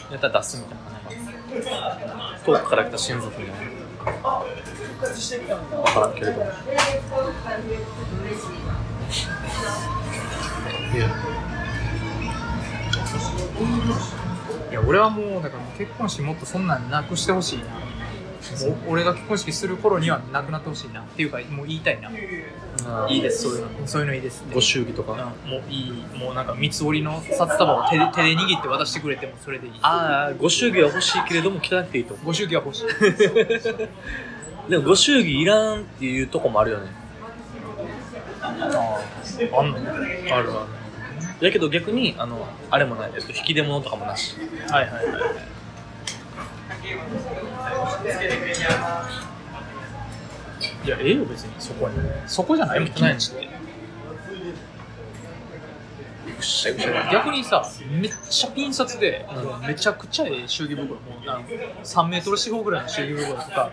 Speaker 1: やったら出すみたいななんか遠くから来た親族みたいな分からんけれども
Speaker 2: いや俺はもうだから結婚式もっとそんなんなくしてほしいなもう俺が結婚式する頃にはなくなってほしいなっていうかもう言いたいない
Speaker 1: い
Speaker 2: ですそういうのそういうのいいですって
Speaker 1: ご祝儀とか
Speaker 2: うんもういいもうなんか三つ折りの札束を手で手で握って渡してくれてもそれでいい
Speaker 1: ああご祝儀は欲しいけれども汚くていいと
Speaker 2: ご祝儀は <laughs> 欲しい
Speaker 1: でもご祝儀いらんっていうとこもあるよね
Speaker 2: ああんのあるあ
Speaker 1: だけど逆にあのあれもないえっと引き出物とかもなし
Speaker 2: るはいはいはい
Speaker 1: いやええよ別にそこは
Speaker 2: そこじゃないもん
Speaker 1: 気持
Speaker 2: ね
Speaker 1: ちってぐしゃぐしゃだ
Speaker 2: 逆にさめっちゃピン札で、めちゃくちゃええ祝儀袋もうなんか3メートル四方ぐらいの祝儀袋とか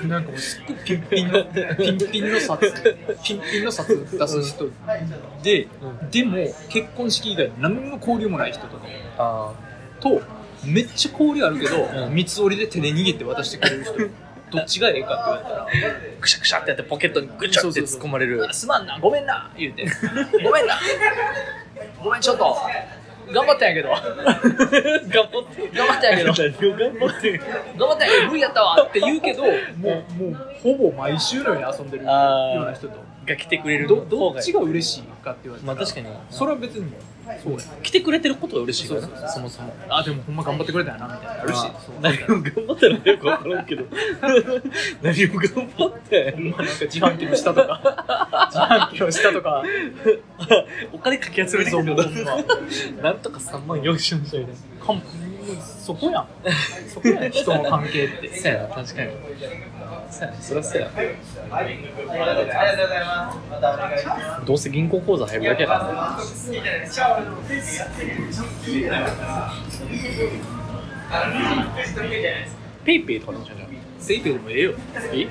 Speaker 2: でなんかもうすっごいピンピンのピンピンの札ピンピンの札出す人で、でも結婚式以外何の交流もない人とか
Speaker 1: あ
Speaker 2: とめっちゃ交流あるけど、
Speaker 1: うん
Speaker 2: 三つ折りで手で握って渡してくれ <laughs> る人どっちがええかって言われたら
Speaker 1: ーぐしゃぐしゃってやってポケットにぐちゃって突っ込まれる
Speaker 2: 「すまんなごめんな」言うて「ごめんなごめんちょっと頑張ったんやけど
Speaker 1: 頑張って
Speaker 2: 頑張ったんやけど
Speaker 1: 何を頑張って
Speaker 2: 頑張ったんやけど無理やったわ」って言うけどもうもうほぼ毎週のように遊んでるよう
Speaker 1: あー
Speaker 2: な人と
Speaker 1: が来てくれる
Speaker 2: どどっち
Speaker 1: が
Speaker 2: が嬉しいかって言われた
Speaker 1: ま
Speaker 2: ら
Speaker 1: あ確かに
Speaker 2: それは別にそうや
Speaker 1: 来てくれてることは嬉しいからね
Speaker 2: そうそう
Speaker 1: そもそも
Speaker 2: あでもほんま頑張ってくれたよなみたいなのあるし
Speaker 1: あ何を頑張ったらよく分からんけど何を頑張って
Speaker 2: まあなんか自販機の下と
Speaker 1: <laughs>
Speaker 2: か自販機の下とか
Speaker 1: お金かき集めてくるのなんとか3万用意しましたみたいな
Speaker 2: かもそこやん。そこ
Speaker 1: <laughs>
Speaker 2: やん、人の関係って。
Speaker 1: そうやな、確かに。そうやな、そりゃそうや。どうせ銀行口座入るだけやからな。
Speaker 2: ペイペイとかでもいいじゃんじゃあペイペイでもええよ。え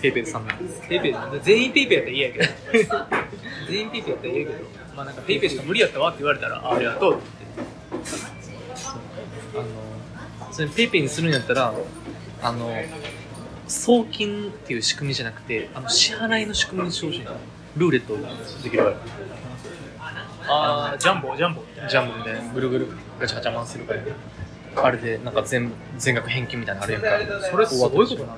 Speaker 2: ペイペイで3万。ペイペイでも全員ペイペイやったら嫌やけど。全員ペイペイやったら嫌やけど。まあなんかペイペイしか無理やったわって言われたら、あありがとうって
Speaker 1: あの、それペイペイにするんやったら、あの、送金っていう仕組みじゃなくて、あの支払いの仕組みにしてほしいな。ルーレットをできるわよ。
Speaker 2: ああ、ジャンボ、ジャンボ。
Speaker 1: ジャンボみたいな、ぐるぐるガチャガチャ回するから。あれで、なんか全全額返金みたいなのあるやん <laughs> か。
Speaker 2: それすごいことなんだよ。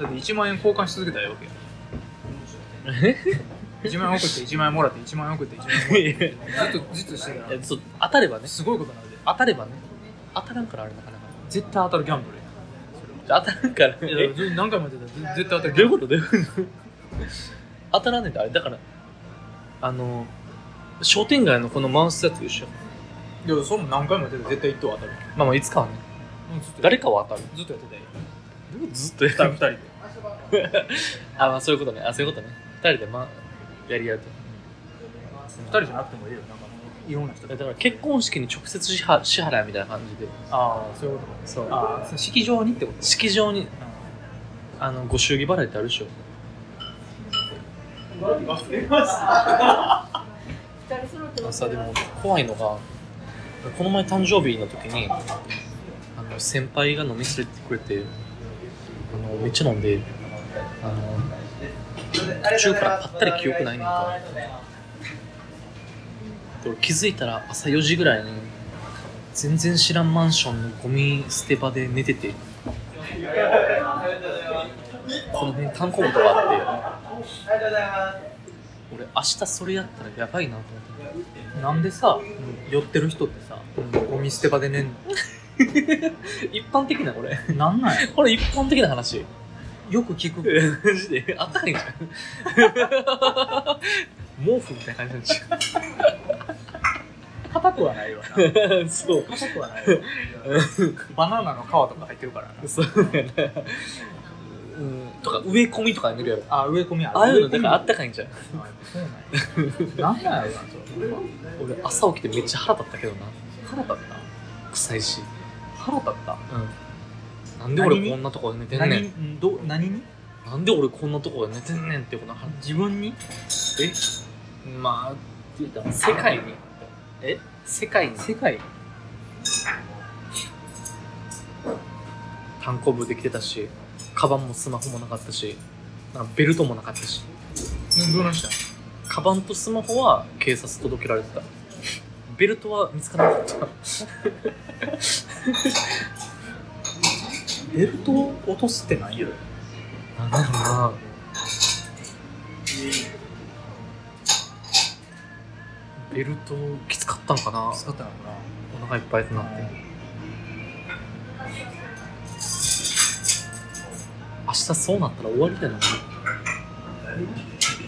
Speaker 2: だって1万円交換し続けたらええ <laughs> わけや。
Speaker 1: え
Speaker 2: 1万円送って1万円もらって1万円送って1万円もらってずっとずっとしてた
Speaker 1: いや
Speaker 2: ら
Speaker 1: そう当たればね、
Speaker 2: すごいことになるで
Speaker 1: 当たればね、当たらんからあれなかなか。
Speaker 2: 絶対当たるギャンブルや
Speaker 1: 当たらんから。
Speaker 2: い
Speaker 1: <laughs>
Speaker 2: やだから何回もやってたら絶対当たる
Speaker 1: どういうことどういうこと当たらねえんだあれだからあの商店街のこの回すやつでしょ
Speaker 2: いやそれも何回もやってたら絶対一等当たる
Speaker 1: まあまあいつかはね
Speaker 2: うんずっと
Speaker 1: 誰かは当たる
Speaker 2: ずっとやってたよ
Speaker 1: ずっとや
Speaker 2: 二人二人で
Speaker 1: <laughs> あまあそういうことねあそういうことね二人でまあやり合うと
Speaker 2: 二人じゃなくてもいいよなんかいろんな人
Speaker 1: だから結婚式に直接支払支払いみたいな感じで
Speaker 2: ああそういうこと
Speaker 1: そう
Speaker 2: ああその式場にってこと
Speaker 1: 式場にあのご祝儀払いってあるでしょあのさでも怖いのがこの前誕生日の時にあの先輩が飲み連れてくれてあのめっちゃ飲んであの途中からぱったり記憶ないねんかで俺気づいたら朝4時ぐらいに全然知らんマンションのゴミ捨て場で寝ててこの辺炭鉱とかあって俺明日それやったらやばいなと思って
Speaker 2: なんでさ寄ってる人ってさゴミ捨て場で寝ん
Speaker 1: <laughs> 一般的なこれ
Speaker 2: のなんなんや
Speaker 1: これ一般的な話
Speaker 2: よく聞く
Speaker 1: <laughs> マジであったかいんじゃん <laughs> 毛布みたいな感じなんじ
Speaker 2: <laughs> 硬くはないわな
Speaker 1: ゃん <laughs> そ
Speaker 2: <laughs>
Speaker 1: う
Speaker 2: 硬くはない <laughs> わバナナの皮とか入ってるからな
Speaker 1: そうやなうんとか植え込みとかに塗るやろ
Speaker 2: あ植え込みある
Speaker 1: ああいうのだからあったかいんじゃん
Speaker 2: そう <laughs> なんやなんなんやろなそれ
Speaker 1: 俺朝起きてめっちゃ腹立ったけどな
Speaker 2: 腹立った
Speaker 1: 臭いし
Speaker 2: 腹立った
Speaker 1: うんなんで俺こんなとこで寝てんねん
Speaker 2: 何ど何に
Speaker 1: なんで俺こんなとこで寝てんねんってことな
Speaker 2: 自分に
Speaker 1: えまあって言ったら世界にえ世界に
Speaker 2: 世界
Speaker 1: 単行部できてたしカバンもスマホもなかったしなんかベルトもなかったし
Speaker 2: どうなした
Speaker 1: カバンとスマホは警察届けられてたベルトは見つからなかった
Speaker 2: ベルトを落とすって何やろ
Speaker 1: なんだろうなベルトきつかったんかな
Speaker 2: 使ったのか
Speaker 1: お腹いっぱいとなって明日そうなったら終わりだよな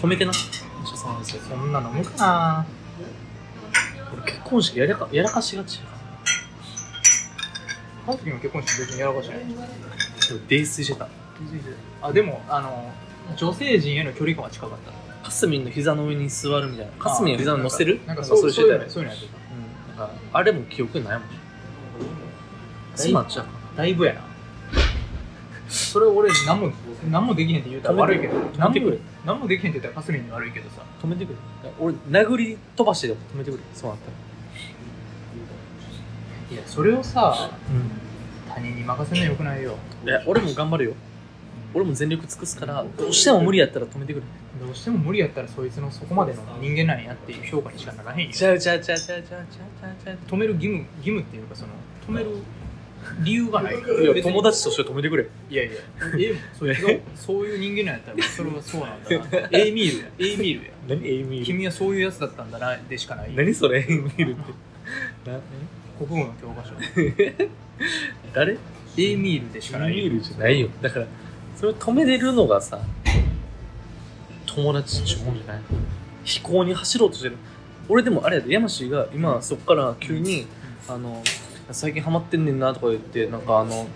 Speaker 1: 止めてな明日そうなんですよ
Speaker 2: なそんなの無かな
Speaker 1: 俺結婚式やらかやらかしがちやか
Speaker 2: カズキの結婚式別にやらかしない
Speaker 1: らでも泥酔してた
Speaker 2: あでもあの女性陣への距離感は近かった
Speaker 1: かすみんの膝の上に座るみたいなかすみんの膝に乗せる
Speaker 2: なんか
Speaker 1: そ
Speaker 2: そうう
Speaker 1: そ
Speaker 2: そう
Speaker 1: うして
Speaker 2: いう
Speaker 1: たよ
Speaker 2: のそういうのやって
Speaker 1: うんなんかあれも記憶にないもんそうなっちゃう
Speaker 2: ただいぶやなそれ俺何も何もできへんって言うたら悪いけど
Speaker 1: 止め
Speaker 2: 何
Speaker 1: てく
Speaker 2: も
Speaker 1: れ
Speaker 2: 何もできへんって言ったらカスミンに悪いけどさ
Speaker 1: 止めてくれ俺殴り飛ばしてでも止めてくれそうなったら
Speaker 2: いやそれをさ
Speaker 1: うん
Speaker 2: 他人に任せるのよくないよ
Speaker 1: いや俺も頑張るよ俺も全力尽くすからどうしても無理やったら止めてくれ
Speaker 2: どうしても無理やったらそいつのそこまでの人間なんやっていう評価にしかならへんよ
Speaker 1: ちゃうちゃうちゃうちゃうちゃうちゃうちゃう
Speaker 2: 止める義務義務っていうかその止める理由がない
Speaker 1: いや友達として止めてくれ
Speaker 2: いやいやええもんそいつがそういう人間なんやったら
Speaker 1: <laughs>
Speaker 2: それはそうなんだなエイミールやエイミールや
Speaker 1: 何エイミ
Speaker 2: 君はそういうやつだったんだなでしかない
Speaker 1: 何それエイミールってな
Speaker 2: 国語の教科書
Speaker 1: <laughs> 誰エ
Speaker 2: エイミールでし
Speaker 1: イ
Speaker 2: かない
Speaker 1: ミールじゃないよだからそれを止めれるのがさ友達ってもんじゃない飛行に走ろうとしてる俺でもあれやで山氏が今そこから急にあの最近ハマってんねんなとか言ってなんかあの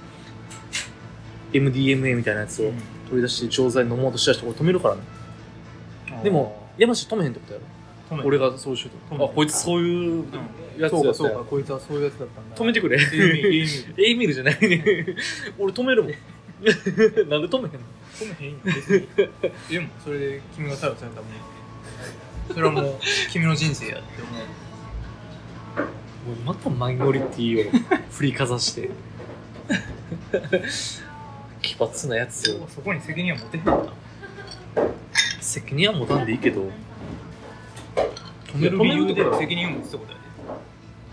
Speaker 1: MDMA みたいなやつを取り出して錠剤飲もうとした人これ止めるからねでも山下止めへんってことやろ俺がそうしよう
Speaker 5: 止め
Speaker 1: と
Speaker 5: へん
Speaker 1: あこいつそういうやつ
Speaker 2: そう
Speaker 1: や
Speaker 2: か
Speaker 1: った
Speaker 2: そう
Speaker 1: や
Speaker 2: か
Speaker 1: ん
Speaker 2: こいつはそういうやつだったんだ
Speaker 1: 止めてくれ
Speaker 2: いい意味いい意味
Speaker 1: A ミルじゃないね <laughs> 俺止めるもん <laughs> なんで止めへんの
Speaker 2: 止めへんよ別にでもそれで君が逮捕されたらもうそれはもう君の人生やって思う
Speaker 1: もうまたマイノリティを振りかざして <laughs> 奇抜なやつを
Speaker 2: そこに責任は持てへんかった
Speaker 1: 責任は持たんでいいけど止
Speaker 2: 止
Speaker 1: め
Speaker 2: め
Speaker 1: る
Speaker 2: る
Speaker 1: 理
Speaker 2: 理
Speaker 1: 由
Speaker 2: 由
Speaker 1: で
Speaker 2: で責任を持つってことやで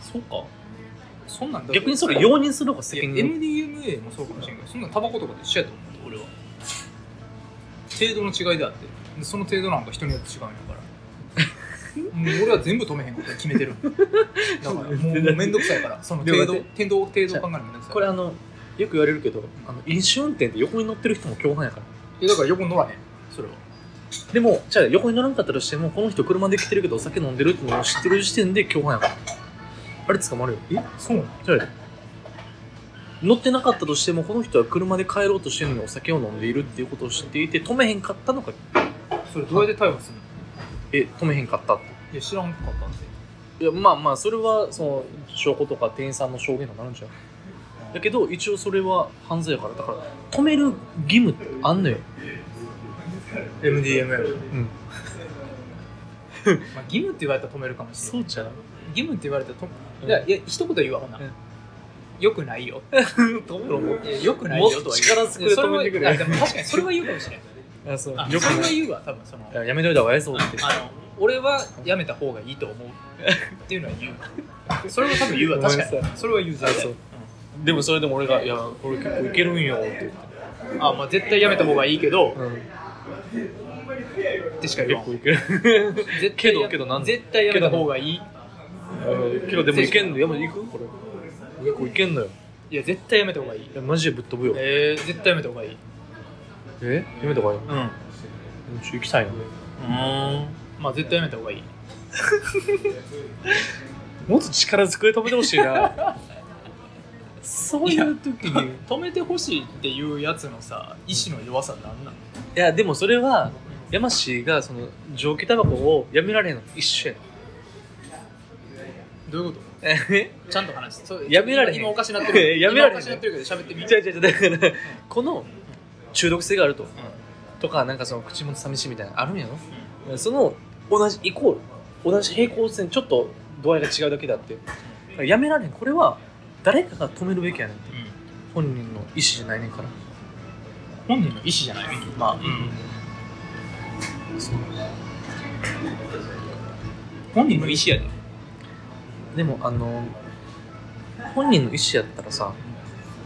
Speaker 1: そうか
Speaker 2: そんなんだ
Speaker 1: 逆にそれ容認する方が責
Speaker 2: 責
Speaker 1: 任
Speaker 2: MDMA もそうかもしれんけどそんなんタバコとかと一緒やと思う俺は程度の違いであってでその程度なんか人によって違うんや
Speaker 1: <laughs>
Speaker 2: からもう俺は全部止めへんこと決めてるだからもうもう面倒くさいからその程度
Speaker 1: でも待っ
Speaker 2: 程度程度を考えるの面倒くさい
Speaker 1: これあのよく言われるけどあの飲酒運転って横に乗ってる人も共犯やから
Speaker 2: いやだから横に乗らへんそれは
Speaker 1: でもじゃあ横に乗らんかったとしてもこの人車で来てるけどお酒飲んでるっていうのを知ってる時点で共犯やからあれ捕まるよえ
Speaker 2: そうなの
Speaker 1: じゃあ乗ってなかったとしてもこの人は車で帰ろうとしてるのにお酒を飲んでいるっていうことを知っていて止めへんかったのか
Speaker 2: それどうやって逮捕するの
Speaker 1: え止めへんかったって
Speaker 2: いや知らんかったんで
Speaker 1: いやまあまあそれはその証拠とか店員さんの証言とかなるんちゃうだけど一応それは犯罪やからだから止める義務ってあんのよ
Speaker 2: MDMA <laughs>
Speaker 1: うん
Speaker 2: まあ義務って言われたら止めるかもしれないう
Speaker 1: ちゃう
Speaker 2: 義務って言われたら止
Speaker 1: う
Speaker 2: め
Speaker 1: ん
Speaker 2: いやいや一言言うわほな、
Speaker 1: うん
Speaker 2: よくない
Speaker 1: <laughs>
Speaker 2: よ
Speaker 1: 止めろもう
Speaker 2: いやよくないよとは言う
Speaker 1: もっと力ずくで止めてく
Speaker 2: い
Speaker 1: れ
Speaker 2: やそはあでも確かにそれは言うかもしれな
Speaker 1: <laughs>
Speaker 2: い
Speaker 1: あそう
Speaker 2: あ
Speaker 1: よく
Speaker 2: それは
Speaker 1: ない
Speaker 2: 言うわ多分その
Speaker 1: ややめといた方がええそうって
Speaker 2: あの俺はやめた方がいいと思うっていうのは言うそれは多分言うわ確か
Speaker 1: ごめんな
Speaker 2: にそれは言う絶
Speaker 1: あそう
Speaker 2: 対
Speaker 1: でもそれでも俺が「いやこれ結構いけるんよ」って言って
Speaker 2: あまあ絶対やめた方がいいけど
Speaker 1: うん
Speaker 2: ってしか言わ
Speaker 1: 結
Speaker 2: ん
Speaker 1: 構いける
Speaker 2: 絶対
Speaker 1: けど
Speaker 2: や
Speaker 1: けどなんで
Speaker 2: 絶対やめた方がいい
Speaker 1: けどでもいけんのやっぱ行くこれ結構いけんのよ
Speaker 2: いや絶対やめた方がいい
Speaker 1: いやマジでぶっ飛ぶよ
Speaker 2: えー、絶対やめた方がいい
Speaker 1: えやめた方がいい
Speaker 2: うん
Speaker 1: うんちょ行きたいな
Speaker 2: うんまあ絶対やめた方がいい
Speaker 1: もっと力ずくで止めてほしいなそういう時にい
Speaker 2: 止めてほしいっていうやつのさ意志の弱さなんなん
Speaker 1: やでもそれは山氏がその蒸気タバコをやめられんのと一緒や
Speaker 2: どういうこ
Speaker 1: え
Speaker 2: とちゃんと話してそう
Speaker 1: やめられへん
Speaker 2: 今今おかしなってる
Speaker 1: <laughs> やめられ
Speaker 2: 今
Speaker 1: へん
Speaker 2: おかしなってるけど喋ってみ
Speaker 1: じゃじゃじゃだからこの中毒性があるととかなんかその口元寂しいみたいなのあるんやろその同じイコール同じ平行線ちょっと度合いが違うだけだってやめられんこれは誰かが止めるべきやねん
Speaker 2: うんうん
Speaker 1: 本人の意思じゃないねんから
Speaker 2: 本人の意思じゃない
Speaker 1: まあうん
Speaker 2: 本人の意思やで
Speaker 1: でもあの本人の意思やったらさ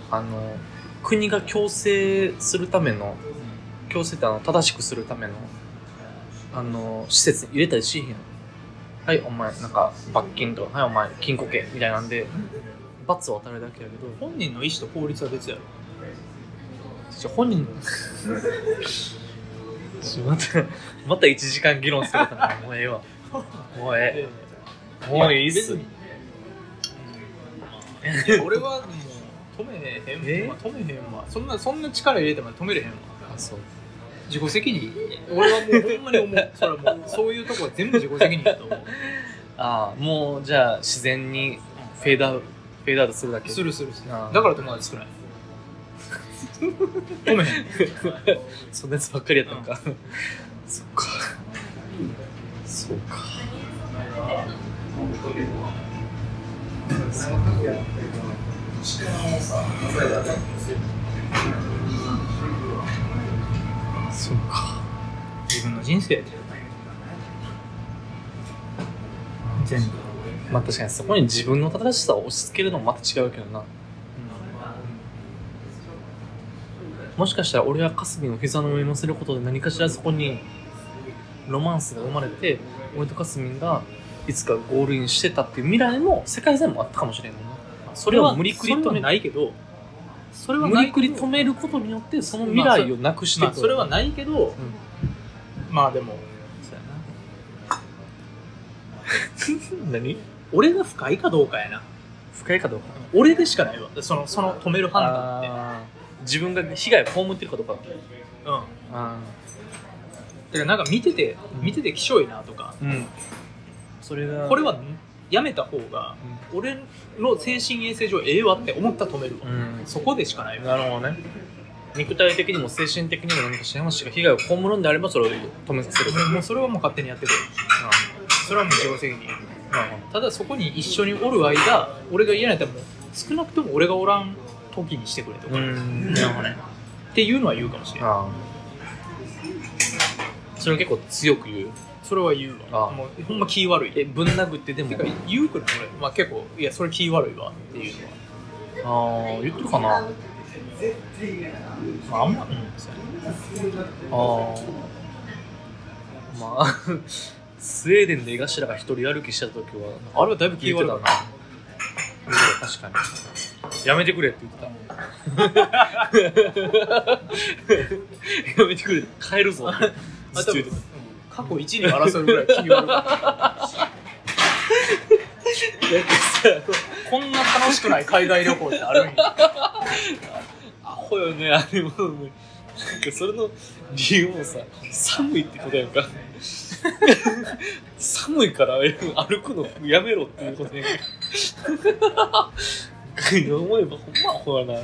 Speaker 1: あの国が強制するための強制ってあの正しくするためのあの施設に入れたりしへんやんはいお前なんか罰金とかはいお前金庫刑みたいなんで罰を与えるだけやけど
Speaker 2: 本人の意思と法律は別やろ
Speaker 1: ちょ本人のちょまたまた1時間議論するからもうええわもうええもういいっす
Speaker 2: いや別にうん俺はもう止めへ
Speaker 1: え
Speaker 2: んわ止めへんわそんなそんな力入れてまで止めれへんわ
Speaker 1: あそう
Speaker 2: 自己責任俺はもうほんまに思うそれはもう <laughs> そういうとこは全部自己責任だと思う
Speaker 1: ああもうじゃあ自然にフェードアウトフェードアウトするだけ
Speaker 2: するするする
Speaker 1: あー
Speaker 2: だから友達少ない止めへん
Speaker 1: そんなやつばっかりやったのか、そっかそうか <laughs> そうか
Speaker 2: 自分の人生やで全部
Speaker 1: まあ確かにそこに自分の正しさを押し付けるのもまた違うけどなもしかしたら俺はカスミの膝の上に乗せることで何かしらそこにロマンスが生まれて俺とカスミンがいつかゴールインしてたっていう未来も世界線もあったかもしれんもんなそれは無理くり止め
Speaker 2: それはないけどそれは
Speaker 1: 無
Speaker 2: ない
Speaker 1: 理
Speaker 2: け
Speaker 1: く
Speaker 2: ど
Speaker 1: り止めることによってその未来をなくしてい
Speaker 2: まあ
Speaker 1: く
Speaker 2: それはないけど
Speaker 1: うん
Speaker 2: まあでもそうやな
Speaker 1: 何 <laughs>
Speaker 2: 俺が深いかどうかやな
Speaker 1: 深いかどうか
Speaker 2: 俺でしかないわそのその止める判断って
Speaker 1: あ
Speaker 2: 自分が被害を被ってるかどうかってうんだか
Speaker 1: ーあ
Speaker 2: らなんか見てて見ててきしょいなとか
Speaker 1: ーうんそれが
Speaker 2: これはやめた方が俺の精神衛生上ええわって思ったら止めるわ、
Speaker 1: うん
Speaker 2: そこでしかないわ
Speaker 1: なるほどね肉体的にも精神的にも何かしらのしが被害を被るんであればそれを止めさせる
Speaker 2: もうそれはもう勝手にやっててそれはもう自己責任ただそこに一緒におる間俺が嫌なやったらもう少なくとも俺がおらん時にしてくれとか、っ
Speaker 1: んなるほどね
Speaker 2: ていうのは言うかもしれない
Speaker 1: あーそれを結構強く言う
Speaker 2: それは言うわ
Speaker 1: あ
Speaker 2: もうほんま気悪い
Speaker 1: えぶん殴ってでも
Speaker 2: てか言うくない俺、まあ、結構いやそれ気悪いわっていうのは、
Speaker 1: ああ言ってるかなあ
Speaker 2: まあ、あんま、うんそうやね
Speaker 1: あまあ <laughs> スウェーデンで江頭が一人歩きした時は
Speaker 2: あれはだいぶ気悪い
Speaker 1: 言ってたな確かにやめてくれって言っ
Speaker 2: <laughs>
Speaker 1: てたやめてくれ帰るぞって
Speaker 2: あ
Speaker 1: ずっと
Speaker 2: 多分
Speaker 1: 言っ
Speaker 2: う
Speaker 1: て
Speaker 2: ん
Speaker 1: た
Speaker 2: 過去1に争うぐらい気悪い <laughs> こんな楽しくない海外旅行ってあるんや
Speaker 1: アホよねあれもなんかそれの理由もさ寒いってことやん <laughs> か寒いから歩くのやめろっていうことやんか <laughs> 思えばほんまアホやな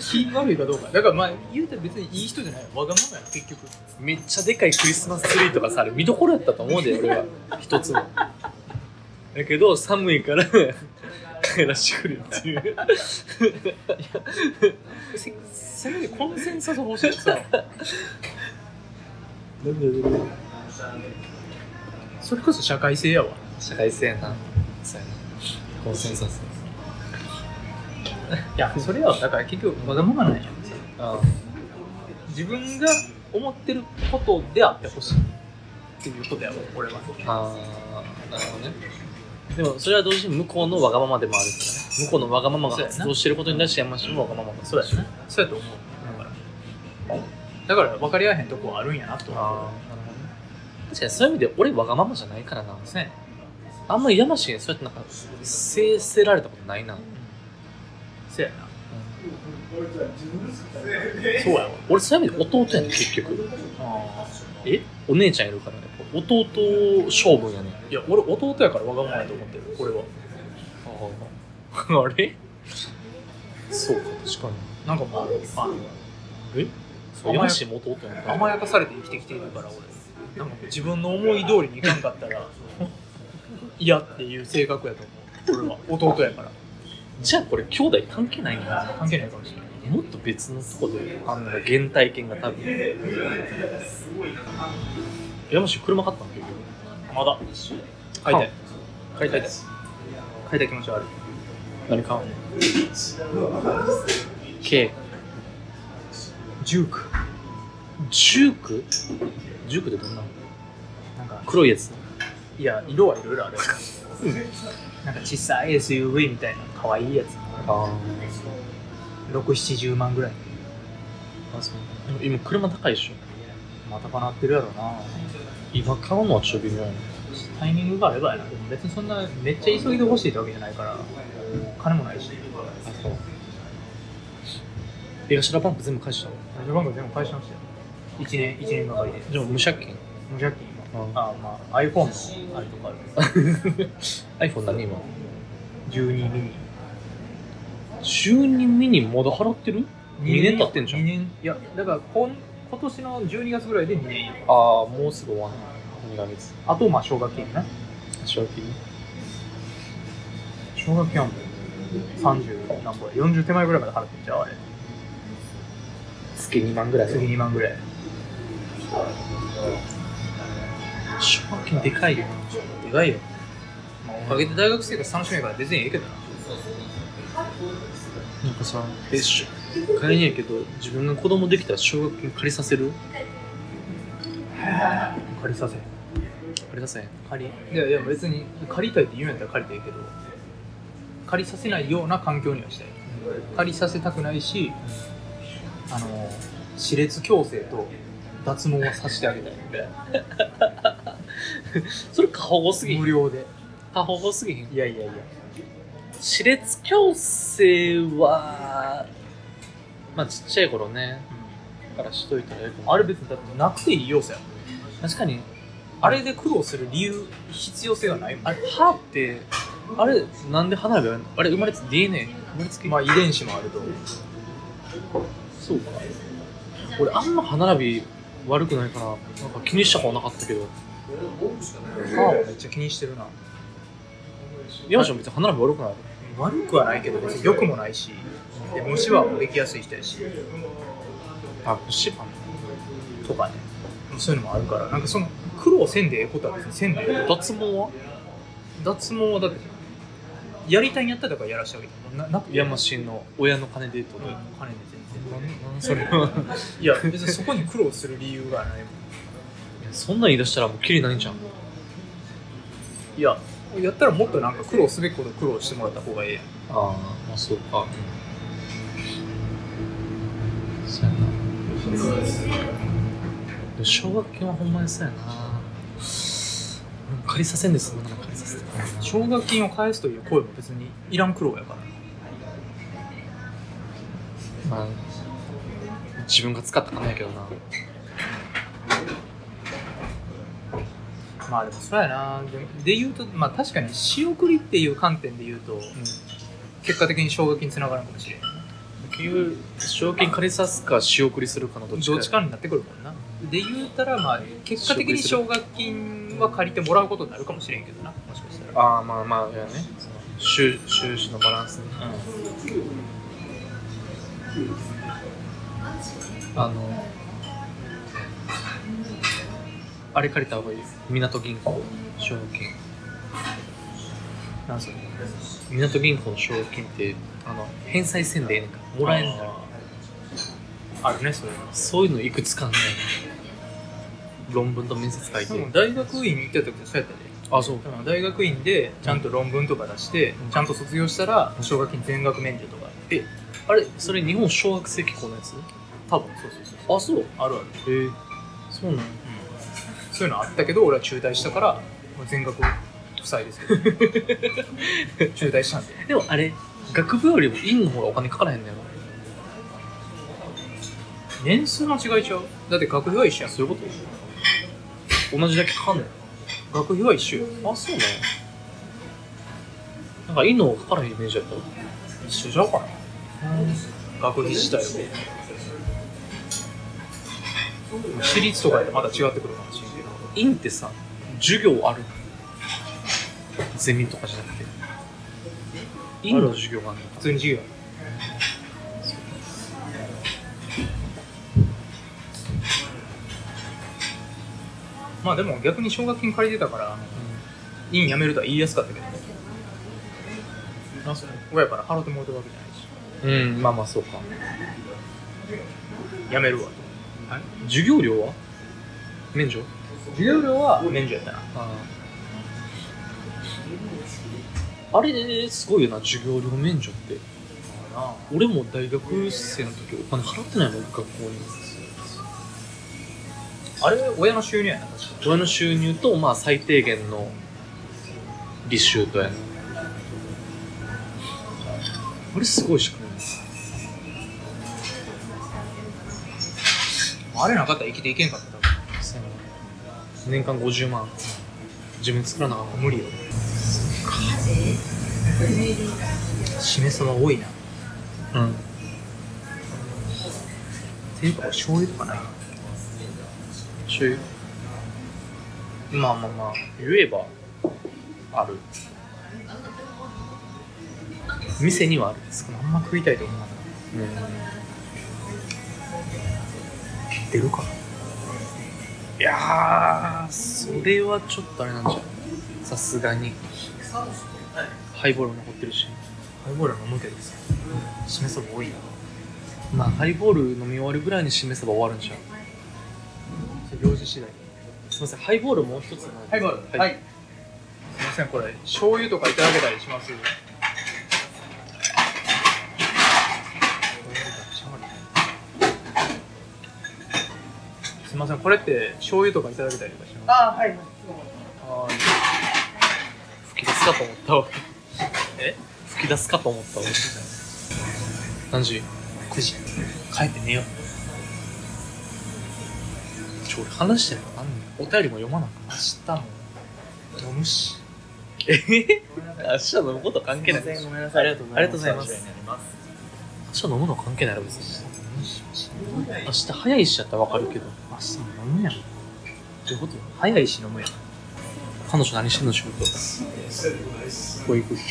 Speaker 2: 気悪いかどうかだからまあ言うたら別にいい人じゃないわがままやな結局
Speaker 1: めっちゃでかいクリスマスツリーとかさあれ見どころやったと思うで俺は一つもだけど寒いから帰らしてくれっていう
Speaker 2: せせめてコンセンサス欲しいさそれこそ社会性やわ
Speaker 1: 社会性やなそうやなコンセンサス
Speaker 2: いやそれはだから結局わがままなんや
Speaker 1: あ
Speaker 2: 自分が思ってることであってほしいっていうことやわ俺は
Speaker 1: あーなるほどねでもそれは同時に向こうのわがままでもあるからね向こうのわがままが発動してることに対して山下もわがままが
Speaker 2: そうやなそうやと思うだから分かり合えへんとこはあるんやなと思う
Speaker 1: ああなるほどね確かにそういう意味で俺わがままじゃないからな
Speaker 2: そうやね
Speaker 1: あんまり山下にそうやってなんか制せられたことないな
Speaker 2: そうやなそうやわ
Speaker 1: 俺そういう意味で弟やねん結局えお姉ちゃんいるからやっぱ弟勝負やねん
Speaker 2: いや俺弟やからわがままやと思ってる俺は
Speaker 1: <laughs> あれそうか確かに
Speaker 2: なんかまああの
Speaker 1: え
Speaker 2: 甘や
Speaker 1: 山下も弟やねんから
Speaker 2: 甘やかされて生きてきているから俺なんか自分の思い通りにいかんかったら嫌っていう性格やと思う俺は弟やから
Speaker 1: じゃあこれ兄弟関係ないんだ
Speaker 2: 関係ないかもしれない
Speaker 1: もっと別のとこであんな原体験が多分山下車買ったの結局
Speaker 2: まだ買いたい買いたいです
Speaker 6: 書いた気持ちはある
Speaker 1: 何買うの ?K
Speaker 2: ジューク
Speaker 1: ジュークジュークってどんなの
Speaker 2: なんか
Speaker 1: 黒いやつ
Speaker 2: いや色はいろいろあるなんか小さい SUV みたいな可愛いやつ
Speaker 1: あ
Speaker 2: 670万ぐらい
Speaker 1: あそうでも今車高いでしょ
Speaker 2: またかなってるやろな
Speaker 1: 今買うのはちょっと微妙やな
Speaker 2: タイミングがあればやなでも別にそんなめっちゃ急ぎで欲しいってわけじゃないから金もないし
Speaker 1: あそう江頭バンク全部返したわ
Speaker 2: ラジオ番組全部返しましたよ1年1年がかりで
Speaker 1: じゃあ無借金
Speaker 2: 無借金
Speaker 1: あ
Speaker 2: あまあ iPhone のあれとかある
Speaker 1: <laughs> iPhone 何今
Speaker 2: 12ミニ
Speaker 1: 12ミニまだ払ってる2年経ってんじゃ
Speaker 2: 2
Speaker 1: ん
Speaker 2: 年いやだから今今年の12月ぐらいで2年
Speaker 1: ああもうすぐ終わん2ヶ月
Speaker 2: あとまあ奨学金な
Speaker 1: 賞金
Speaker 2: 奨学金はもう30何ぼや40手前ぐらいまで払ってんじゃうあれ
Speaker 1: 月2万ぐらい
Speaker 2: 次2万ぐらい
Speaker 1: 奨学金でかいよ
Speaker 2: でかいよ、まあ、おかげで大学生活楽しめるから別にええけどな
Speaker 1: なんかさえしょ買えねえけど自分が子供できたら奨学金借りさせる
Speaker 2: 借りさせ
Speaker 1: 借りさせん
Speaker 2: 借りいやいや別に借りたいって言うんやったら借りたいけど借りさせないような環境にはしたい借りさせたくないしあの歯列矯正と脱毛はさせてあげたい
Speaker 1: それ過保護すぎ
Speaker 2: 無料で
Speaker 1: 過保護すぎへん
Speaker 2: いやいやいや
Speaker 1: 歯列矯正は、まあちっちゃい頃ね、からしといたらよく
Speaker 2: あれ別にだってなくていい要素やもん
Speaker 1: 確かに、
Speaker 2: あれで苦労する理由必要性はないもん
Speaker 1: あれ、歯って、あれ、なんで歯並びあるのあれ、生まれつき DNA? 生まれつき、
Speaker 2: まあ遺伝子もあると
Speaker 1: そうか。俺、あんま歯並び悪くないから、なんか気にしたことなかったけど、
Speaker 2: 歯はめっちゃ気にしてるな
Speaker 1: 山ちゃん別に歯並び悪くない
Speaker 2: 悪くはないけど別に良くもないしで虫歯もできやすい人やし
Speaker 1: あ、虫歯ね。
Speaker 2: とかねそういうのもあるからなんかその苦労せんでええことは別にせんでええこと
Speaker 1: 脱毛は
Speaker 2: 脱毛はだってやりたいんやったらだからやらしてあげてもななくて
Speaker 1: 山氏の親の金でってこと
Speaker 2: 金で全然
Speaker 1: なんそれは
Speaker 2: いや別にそこに苦労する理由がないもん
Speaker 1: そんなん言い出したらもうキリないんじゃん
Speaker 2: いややったらもっとなんか苦労すべきこと苦労してもらった方がええやん
Speaker 1: ああまあそうかそうやなでも奨学金はほんまにそうやななんか借りさせんですそんなの借りさせて
Speaker 2: 奨学金を返すという声も別にいらん苦労やから
Speaker 1: まあ自分が使ったかないけどな
Speaker 2: まあでもそうやなでで言うとまあ確かに仕送りっていう観点で言うと、結果的に奨学金つながるかもしれん
Speaker 1: 結局奨学金借りさすか仕送りするかのどっちか
Speaker 2: どっちかになってくるもんなで言うたらまあ結果的に奨学金は借りてもらうことになるかもしれんけどなもしかしたら
Speaker 1: ああまあまあいやねその収収支のバランスねあの、あれ借りた方がいいよ。港銀行、奨学金。
Speaker 2: なんすよ
Speaker 1: 港銀行の奨学金って、あの、返済せんでええねんから、もらえんから。
Speaker 2: あるねそれは
Speaker 1: そういうのいくつかあんねん。論文と面接書い
Speaker 2: でも
Speaker 1: て。
Speaker 2: 大学院行ってた時そうやったで
Speaker 1: あ、そう。
Speaker 2: だから大学院でちゃんと論文とか出して、
Speaker 1: うん
Speaker 2: ちゃんと卒業したら奨学金全額免除とかあって
Speaker 1: あれ、それ日本小学生機構のやつ
Speaker 2: 多分そうそうそう
Speaker 1: あ、そう。へ
Speaker 2: あるある、
Speaker 1: え。そうなの
Speaker 2: そういうのあったけど俺は中退したからもう全額負債ですけど中退 <laughs> したんで
Speaker 1: でもあれ、学部よりも院の方がお金かからへんねん
Speaker 2: 年数の違いちゃうだって学費は一緒やん
Speaker 1: そういうこと同じだけかかんねん。
Speaker 2: 学費は一緒よ
Speaker 1: あ、そうね。なんか、いいのかからへんイメージだったわ
Speaker 2: 一緒じゃうかな学費自体は私立とかやったらまた違ってくるかもしれんけど
Speaker 1: 院ってさ、授業あるゼミとかじゃなくて。院の授業があるのか
Speaker 2: 普通に授業まあでも逆に奨学金借りてたから院辞めるとは言いやすかったけどねなそれ親から払ってもらってるわけじゃないし
Speaker 1: うん、まあまあそうか。
Speaker 2: 辞めるわと
Speaker 1: 授業料は免除
Speaker 2: 授業料は免除やったな
Speaker 1: ああれ、すごいよな、授業料免除って。俺も大学生の時お金払ってないもん、学校に。
Speaker 2: あれ親の収入やな確か
Speaker 1: 親の収入と、まあ最低限の履修とやな。あれすごい仕組みです。
Speaker 2: あれなかったら生きていけんかった多分
Speaker 1: 年間50万自分作らなあかん
Speaker 2: 無理よしめ鯖多いな
Speaker 1: うん
Speaker 2: ていうか醤油とかない
Speaker 1: 醤油
Speaker 2: まあまあまあ
Speaker 1: 言えばある店にはある
Speaker 2: そのあんま食いたいと思わない出るか
Speaker 1: いやーそれはちょっとあれなんじゃないさすがにハイボール残ってるし
Speaker 2: ハイボールは飲むけどさしめ鯖多いな
Speaker 1: まあハイボール飲み終わるぐらいに示せば終わるんじゃん
Speaker 2: 用事次第
Speaker 1: すいませんハイボールもう一つ
Speaker 2: ハイボール
Speaker 1: はい、
Speaker 2: すいませんこれ醤油とかいただけたりしますすいませんこれって醤油とかいただけたりとかします
Speaker 3: あはい。
Speaker 2: あー
Speaker 1: 吹き出すかと思ったわ
Speaker 2: え
Speaker 1: 吹吹き出すかと思った俺
Speaker 3: 何時
Speaker 1: 9時帰って寝ようちょ俺話してるのあんねんお便りも読まなく明日も飲むし
Speaker 3: えへ明日飲むこと関係ない。
Speaker 4: ごめんなさい。ありがとう
Speaker 3: ございます
Speaker 4: ありがとうございます。
Speaker 1: 明日飲むの関係ないろ別に明日早いしやったらわかるけど
Speaker 2: 明日も飲むやん。
Speaker 1: どういうこと
Speaker 2: 早いし飲むやん。
Speaker 1: 彼女何してんの仕事
Speaker 3: 保育士。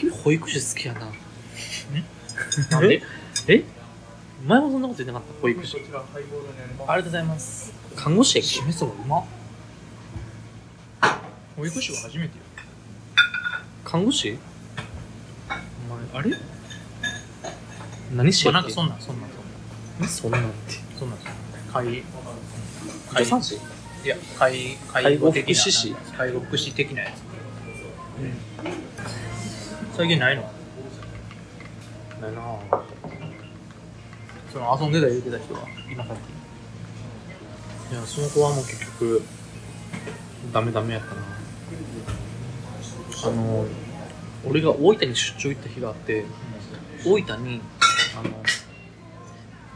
Speaker 1: 君保育士好きやな
Speaker 3: なんで
Speaker 1: え前もそんなこと言ってなかった保育士
Speaker 4: ちらハイボールになります。
Speaker 1: ありがとうございます看護師やっけ
Speaker 2: 示すもうま。保育士は初めてよ。
Speaker 1: 看護師
Speaker 2: お前、あれ
Speaker 1: 何師
Speaker 2: ま
Speaker 1: や
Speaker 2: あ
Speaker 1: っけ
Speaker 2: なんかそんなん、そんなん、
Speaker 1: なんそんなんって
Speaker 2: そんなん。そんなん。介
Speaker 1: 助産師
Speaker 2: いや、介、
Speaker 1: 介
Speaker 2: 介
Speaker 1: 護
Speaker 2: 護
Speaker 1: 福
Speaker 2: 的な。
Speaker 1: 祉士
Speaker 2: 介護福祉的なやつ。最近ないの
Speaker 1: ないな
Speaker 2: その遊んでた言うてた人は、今さっき。
Speaker 1: いやその子はもう結局ダメダメやったなあの俺が大分に出張行った日があって大分にあの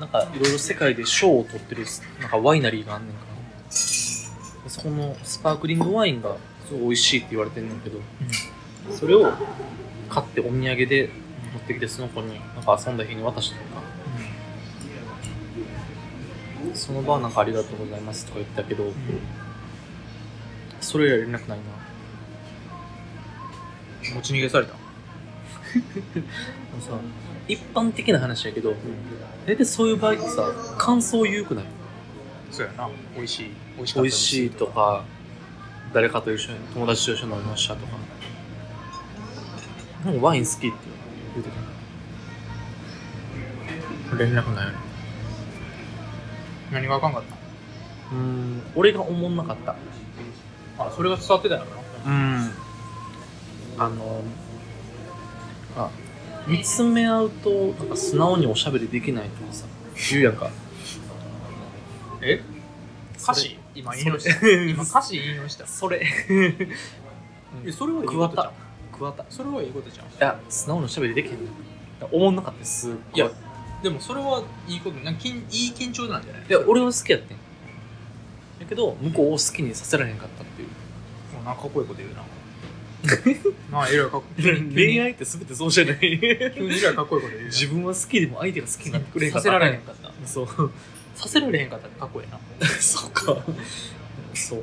Speaker 1: なんかいろいろ世界で賞を取ってるなんかワイナリーがあんねんかなでそこのスパークリングワインがすごい美味しいって言われてんねんけど、それを買ってお土産で持ってきてその子になんか遊んだ日に渡したのかその場はなんかありがとうございますとか言ったけど、それ以来連絡ないな。
Speaker 2: 持ち逃げされた。
Speaker 1: あのさ、一般的な話やけど、大体そういう場合ってさ、感想言うくない
Speaker 2: そうやな。美味しい。美味しか
Speaker 1: 美
Speaker 2: ったで
Speaker 1: 味
Speaker 2: す
Speaker 1: しいとか、誰かと一緒に、友達と一緒に飲みましたとか。なんかワイン好きって言うてた。連絡ない。
Speaker 2: 何があかんかっ
Speaker 1: うん、俺が思んなかった。
Speaker 2: たあ、それが伝わってたのかな。
Speaker 1: うん。あの、あ、見つめ合うと、なんか素直におしゃべりできないとかさ、言うやんか。
Speaker 2: え
Speaker 1: そ
Speaker 2: 歌
Speaker 1: れ
Speaker 2: 詞今引用した。今歌詞引用した。
Speaker 1: それ。
Speaker 2: えそれはいい
Speaker 1: 桑
Speaker 2: ことじゃ
Speaker 1: 田
Speaker 2: ん。。
Speaker 1: 桑田。い
Speaker 2: それはいいことじゃん。
Speaker 1: や、素直におしゃべりできへんねん。思んなかったです。
Speaker 2: いや、でもそれはいいこと、なんか緊いい緊張なんじゃない
Speaker 1: いや、俺は好きやってん。だけど、向こうを好きにさせられへんかったっていう。
Speaker 2: もうなんかかっこいいこと言うな。まあ、えらいかっこいい。急に
Speaker 1: 恋愛って全てそうじゃない。
Speaker 2: 急にえらいかっこいいこと言うな。
Speaker 1: 自分は好きでも相手が好きになってくれへんか
Speaker 2: さ
Speaker 1: っ
Speaker 2: せら
Speaker 1: た。
Speaker 2: れへんかった。
Speaker 1: そう。
Speaker 2: させられへんかったってかっこいいな。
Speaker 1: そうか。そう。
Speaker 2: そ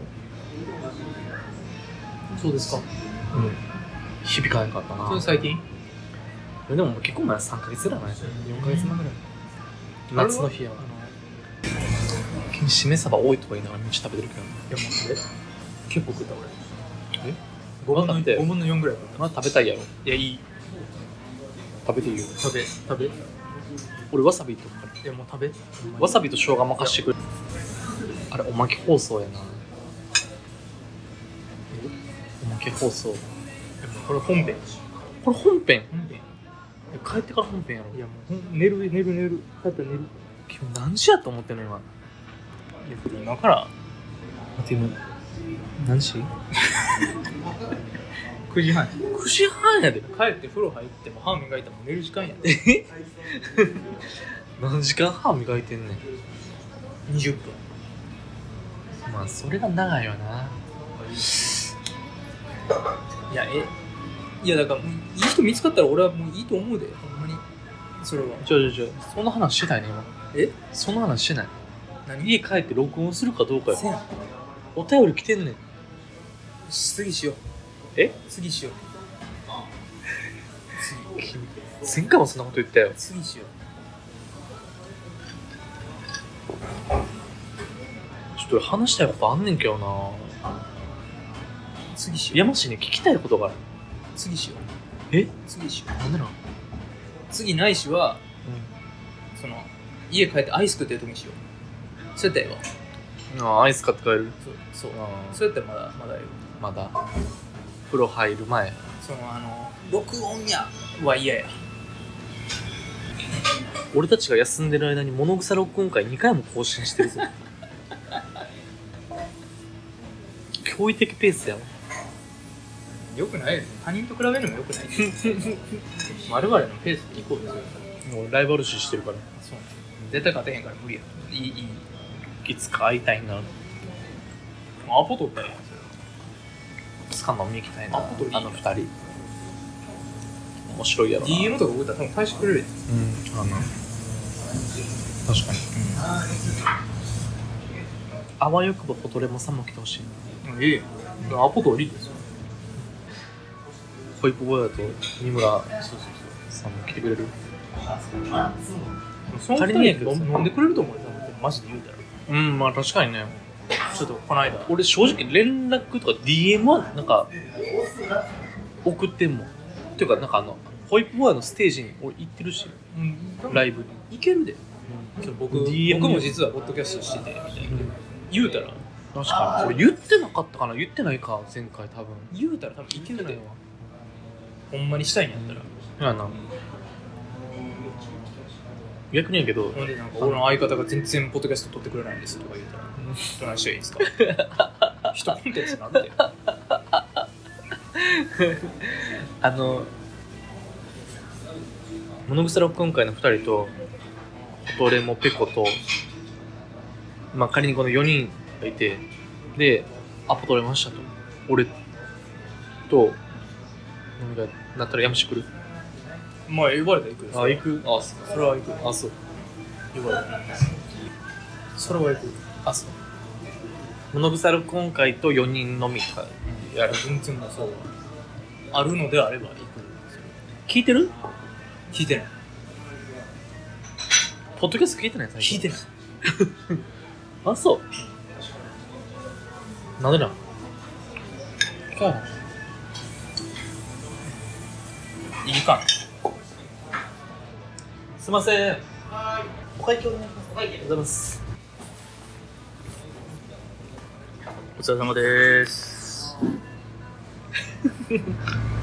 Speaker 2: うですか。
Speaker 1: うん。響かへんかったな。
Speaker 2: それ最近
Speaker 1: いやでももう結構前3ヶ月ぐらい前4ヶ月前ぐらい夏の日やわ
Speaker 2: あの、い
Speaker 1: 君しめ鯖多いとか言いながらめっちゃ食べてるけど
Speaker 2: やもうそれ、結構食った俺。
Speaker 1: え
Speaker 2: ?5 分
Speaker 1: まだ
Speaker 2: の
Speaker 1: って
Speaker 2: 5分の4ぐらい食っ
Speaker 1: まあ食べたいやろ
Speaker 2: た。いや、いい。
Speaker 1: 食べていいよ
Speaker 2: 食べ、食べ。い
Speaker 1: 俺わさびとか
Speaker 2: や、もう食べ。
Speaker 1: わさびと生姜任してくれあれおまけ放送やなおまけ放送
Speaker 2: でもこれ本編。
Speaker 1: これ本編
Speaker 2: 本編。
Speaker 1: 帰ってから本編やろ
Speaker 2: いやもうほん寝る寝る寝るだって寝る
Speaker 1: 今日何時やと思ってんの今
Speaker 2: いやでも今から
Speaker 1: 待って今何時
Speaker 2: 9時半
Speaker 1: ?9 時半やで
Speaker 2: 帰って風呂入っても歯磨いたらもう寝る時間や
Speaker 1: 何時間歯磨いてんねん
Speaker 2: 20分
Speaker 1: まあそれが長いよない
Speaker 2: やえいやだからもういい人見つかったら俺はもういいと思うでほんまにそれは
Speaker 1: ちょちょちょそんな話してないね今
Speaker 2: え
Speaker 1: そんな話してない
Speaker 2: 何
Speaker 1: 家帰って録音するかどうかよ
Speaker 2: せや
Speaker 1: お便り来てんねん
Speaker 2: 次しよう
Speaker 1: え
Speaker 2: 次しよう
Speaker 1: 君前回もそんなこと言ったよ
Speaker 2: 次しよ
Speaker 1: ちょっと俺話したいことあんねんけどな
Speaker 2: う次しよ
Speaker 1: 山氏に聞きたいことがある
Speaker 2: う次しよう
Speaker 1: え
Speaker 2: 次しよ
Speaker 1: なんでなの
Speaker 2: う次ないしはその家帰ってアイス食ってる時にしようそうやったらええわ
Speaker 1: うんああアイス買って帰る
Speaker 2: そうそう
Speaker 1: あ
Speaker 2: そうやったらまだまだええわ
Speaker 1: まだ風呂入る前
Speaker 2: そのあの録音やは嫌や
Speaker 1: 俺たちが休んでる間に物草録音会2回も更新してる <laughs> ぞ驚異的ペースやわ
Speaker 2: よくないですね他人と比べるのもよくない <laughs> ですね我々のペースでいこうですよ
Speaker 1: もうライバル視してるから
Speaker 2: そう絶対勝てへんから無理や
Speaker 1: いいいいいつか会いたいな
Speaker 2: アポ取ったらいいやん
Speaker 1: つか飲み行きたいな
Speaker 2: あ本当にいい
Speaker 1: あの二人面白いやろな
Speaker 2: DM とか送ったら多分返してくれるやん
Speaker 1: うんあの確かに、あわよくばホトレモさんも来てほしいな
Speaker 2: うんいいやんアポ取りですよ
Speaker 1: ホイップボーイだと三村さんも来てくれる
Speaker 2: その
Speaker 1: 足りねえ
Speaker 2: 2
Speaker 1: け
Speaker 2: 人
Speaker 1: ど
Speaker 2: 飲んでくれると思うよ多分マジで言うたら
Speaker 1: うんまあ確かにね
Speaker 2: ちょっとこの間
Speaker 1: 俺正直連絡とか DM はなんか送ってんもんっていうかなんかあのホイップボーイのステージに俺行ってるしライブに
Speaker 2: いけるでそれ僕
Speaker 1: DM
Speaker 2: 僕も実はポッドキャストしててみたいな言うたら
Speaker 1: 確かに俺言ってなかったかな言ってないか前回多分
Speaker 2: 言うたら多分いけ
Speaker 1: 言っ
Speaker 2: る
Speaker 1: てない
Speaker 2: で
Speaker 1: わ
Speaker 2: ほんまにしたいんやったら
Speaker 1: いやな逆にやけど
Speaker 2: ほんでなんか俺の相方が全然ポッドキャスト撮ってくれないんですとか言うたら「どないしたらいいんですか? 」人コンテンツなんて
Speaker 1: あの物草録音会の2人とホトレモペコとまあ仮にこの4人がいてでアポ取れましたと俺と飲み会なったらやむし来る
Speaker 2: まあ呼ばれたら行くよ
Speaker 1: 行くあそう
Speaker 2: それは行く
Speaker 1: あそう
Speaker 2: 呼ばれたらそれは行く
Speaker 1: あそう物草録音会と4人飲み会
Speaker 2: やる全然もうそうあるのであれば行く
Speaker 1: 聞いてる
Speaker 2: 聞いてない
Speaker 1: ポッドキャスト聞いてない最近
Speaker 2: 聞いてない
Speaker 1: <laughs> あそうなんでなん
Speaker 2: いいか
Speaker 1: すいません。お会計お願いします。お会計ありがとうございます。
Speaker 2: お疲れ様です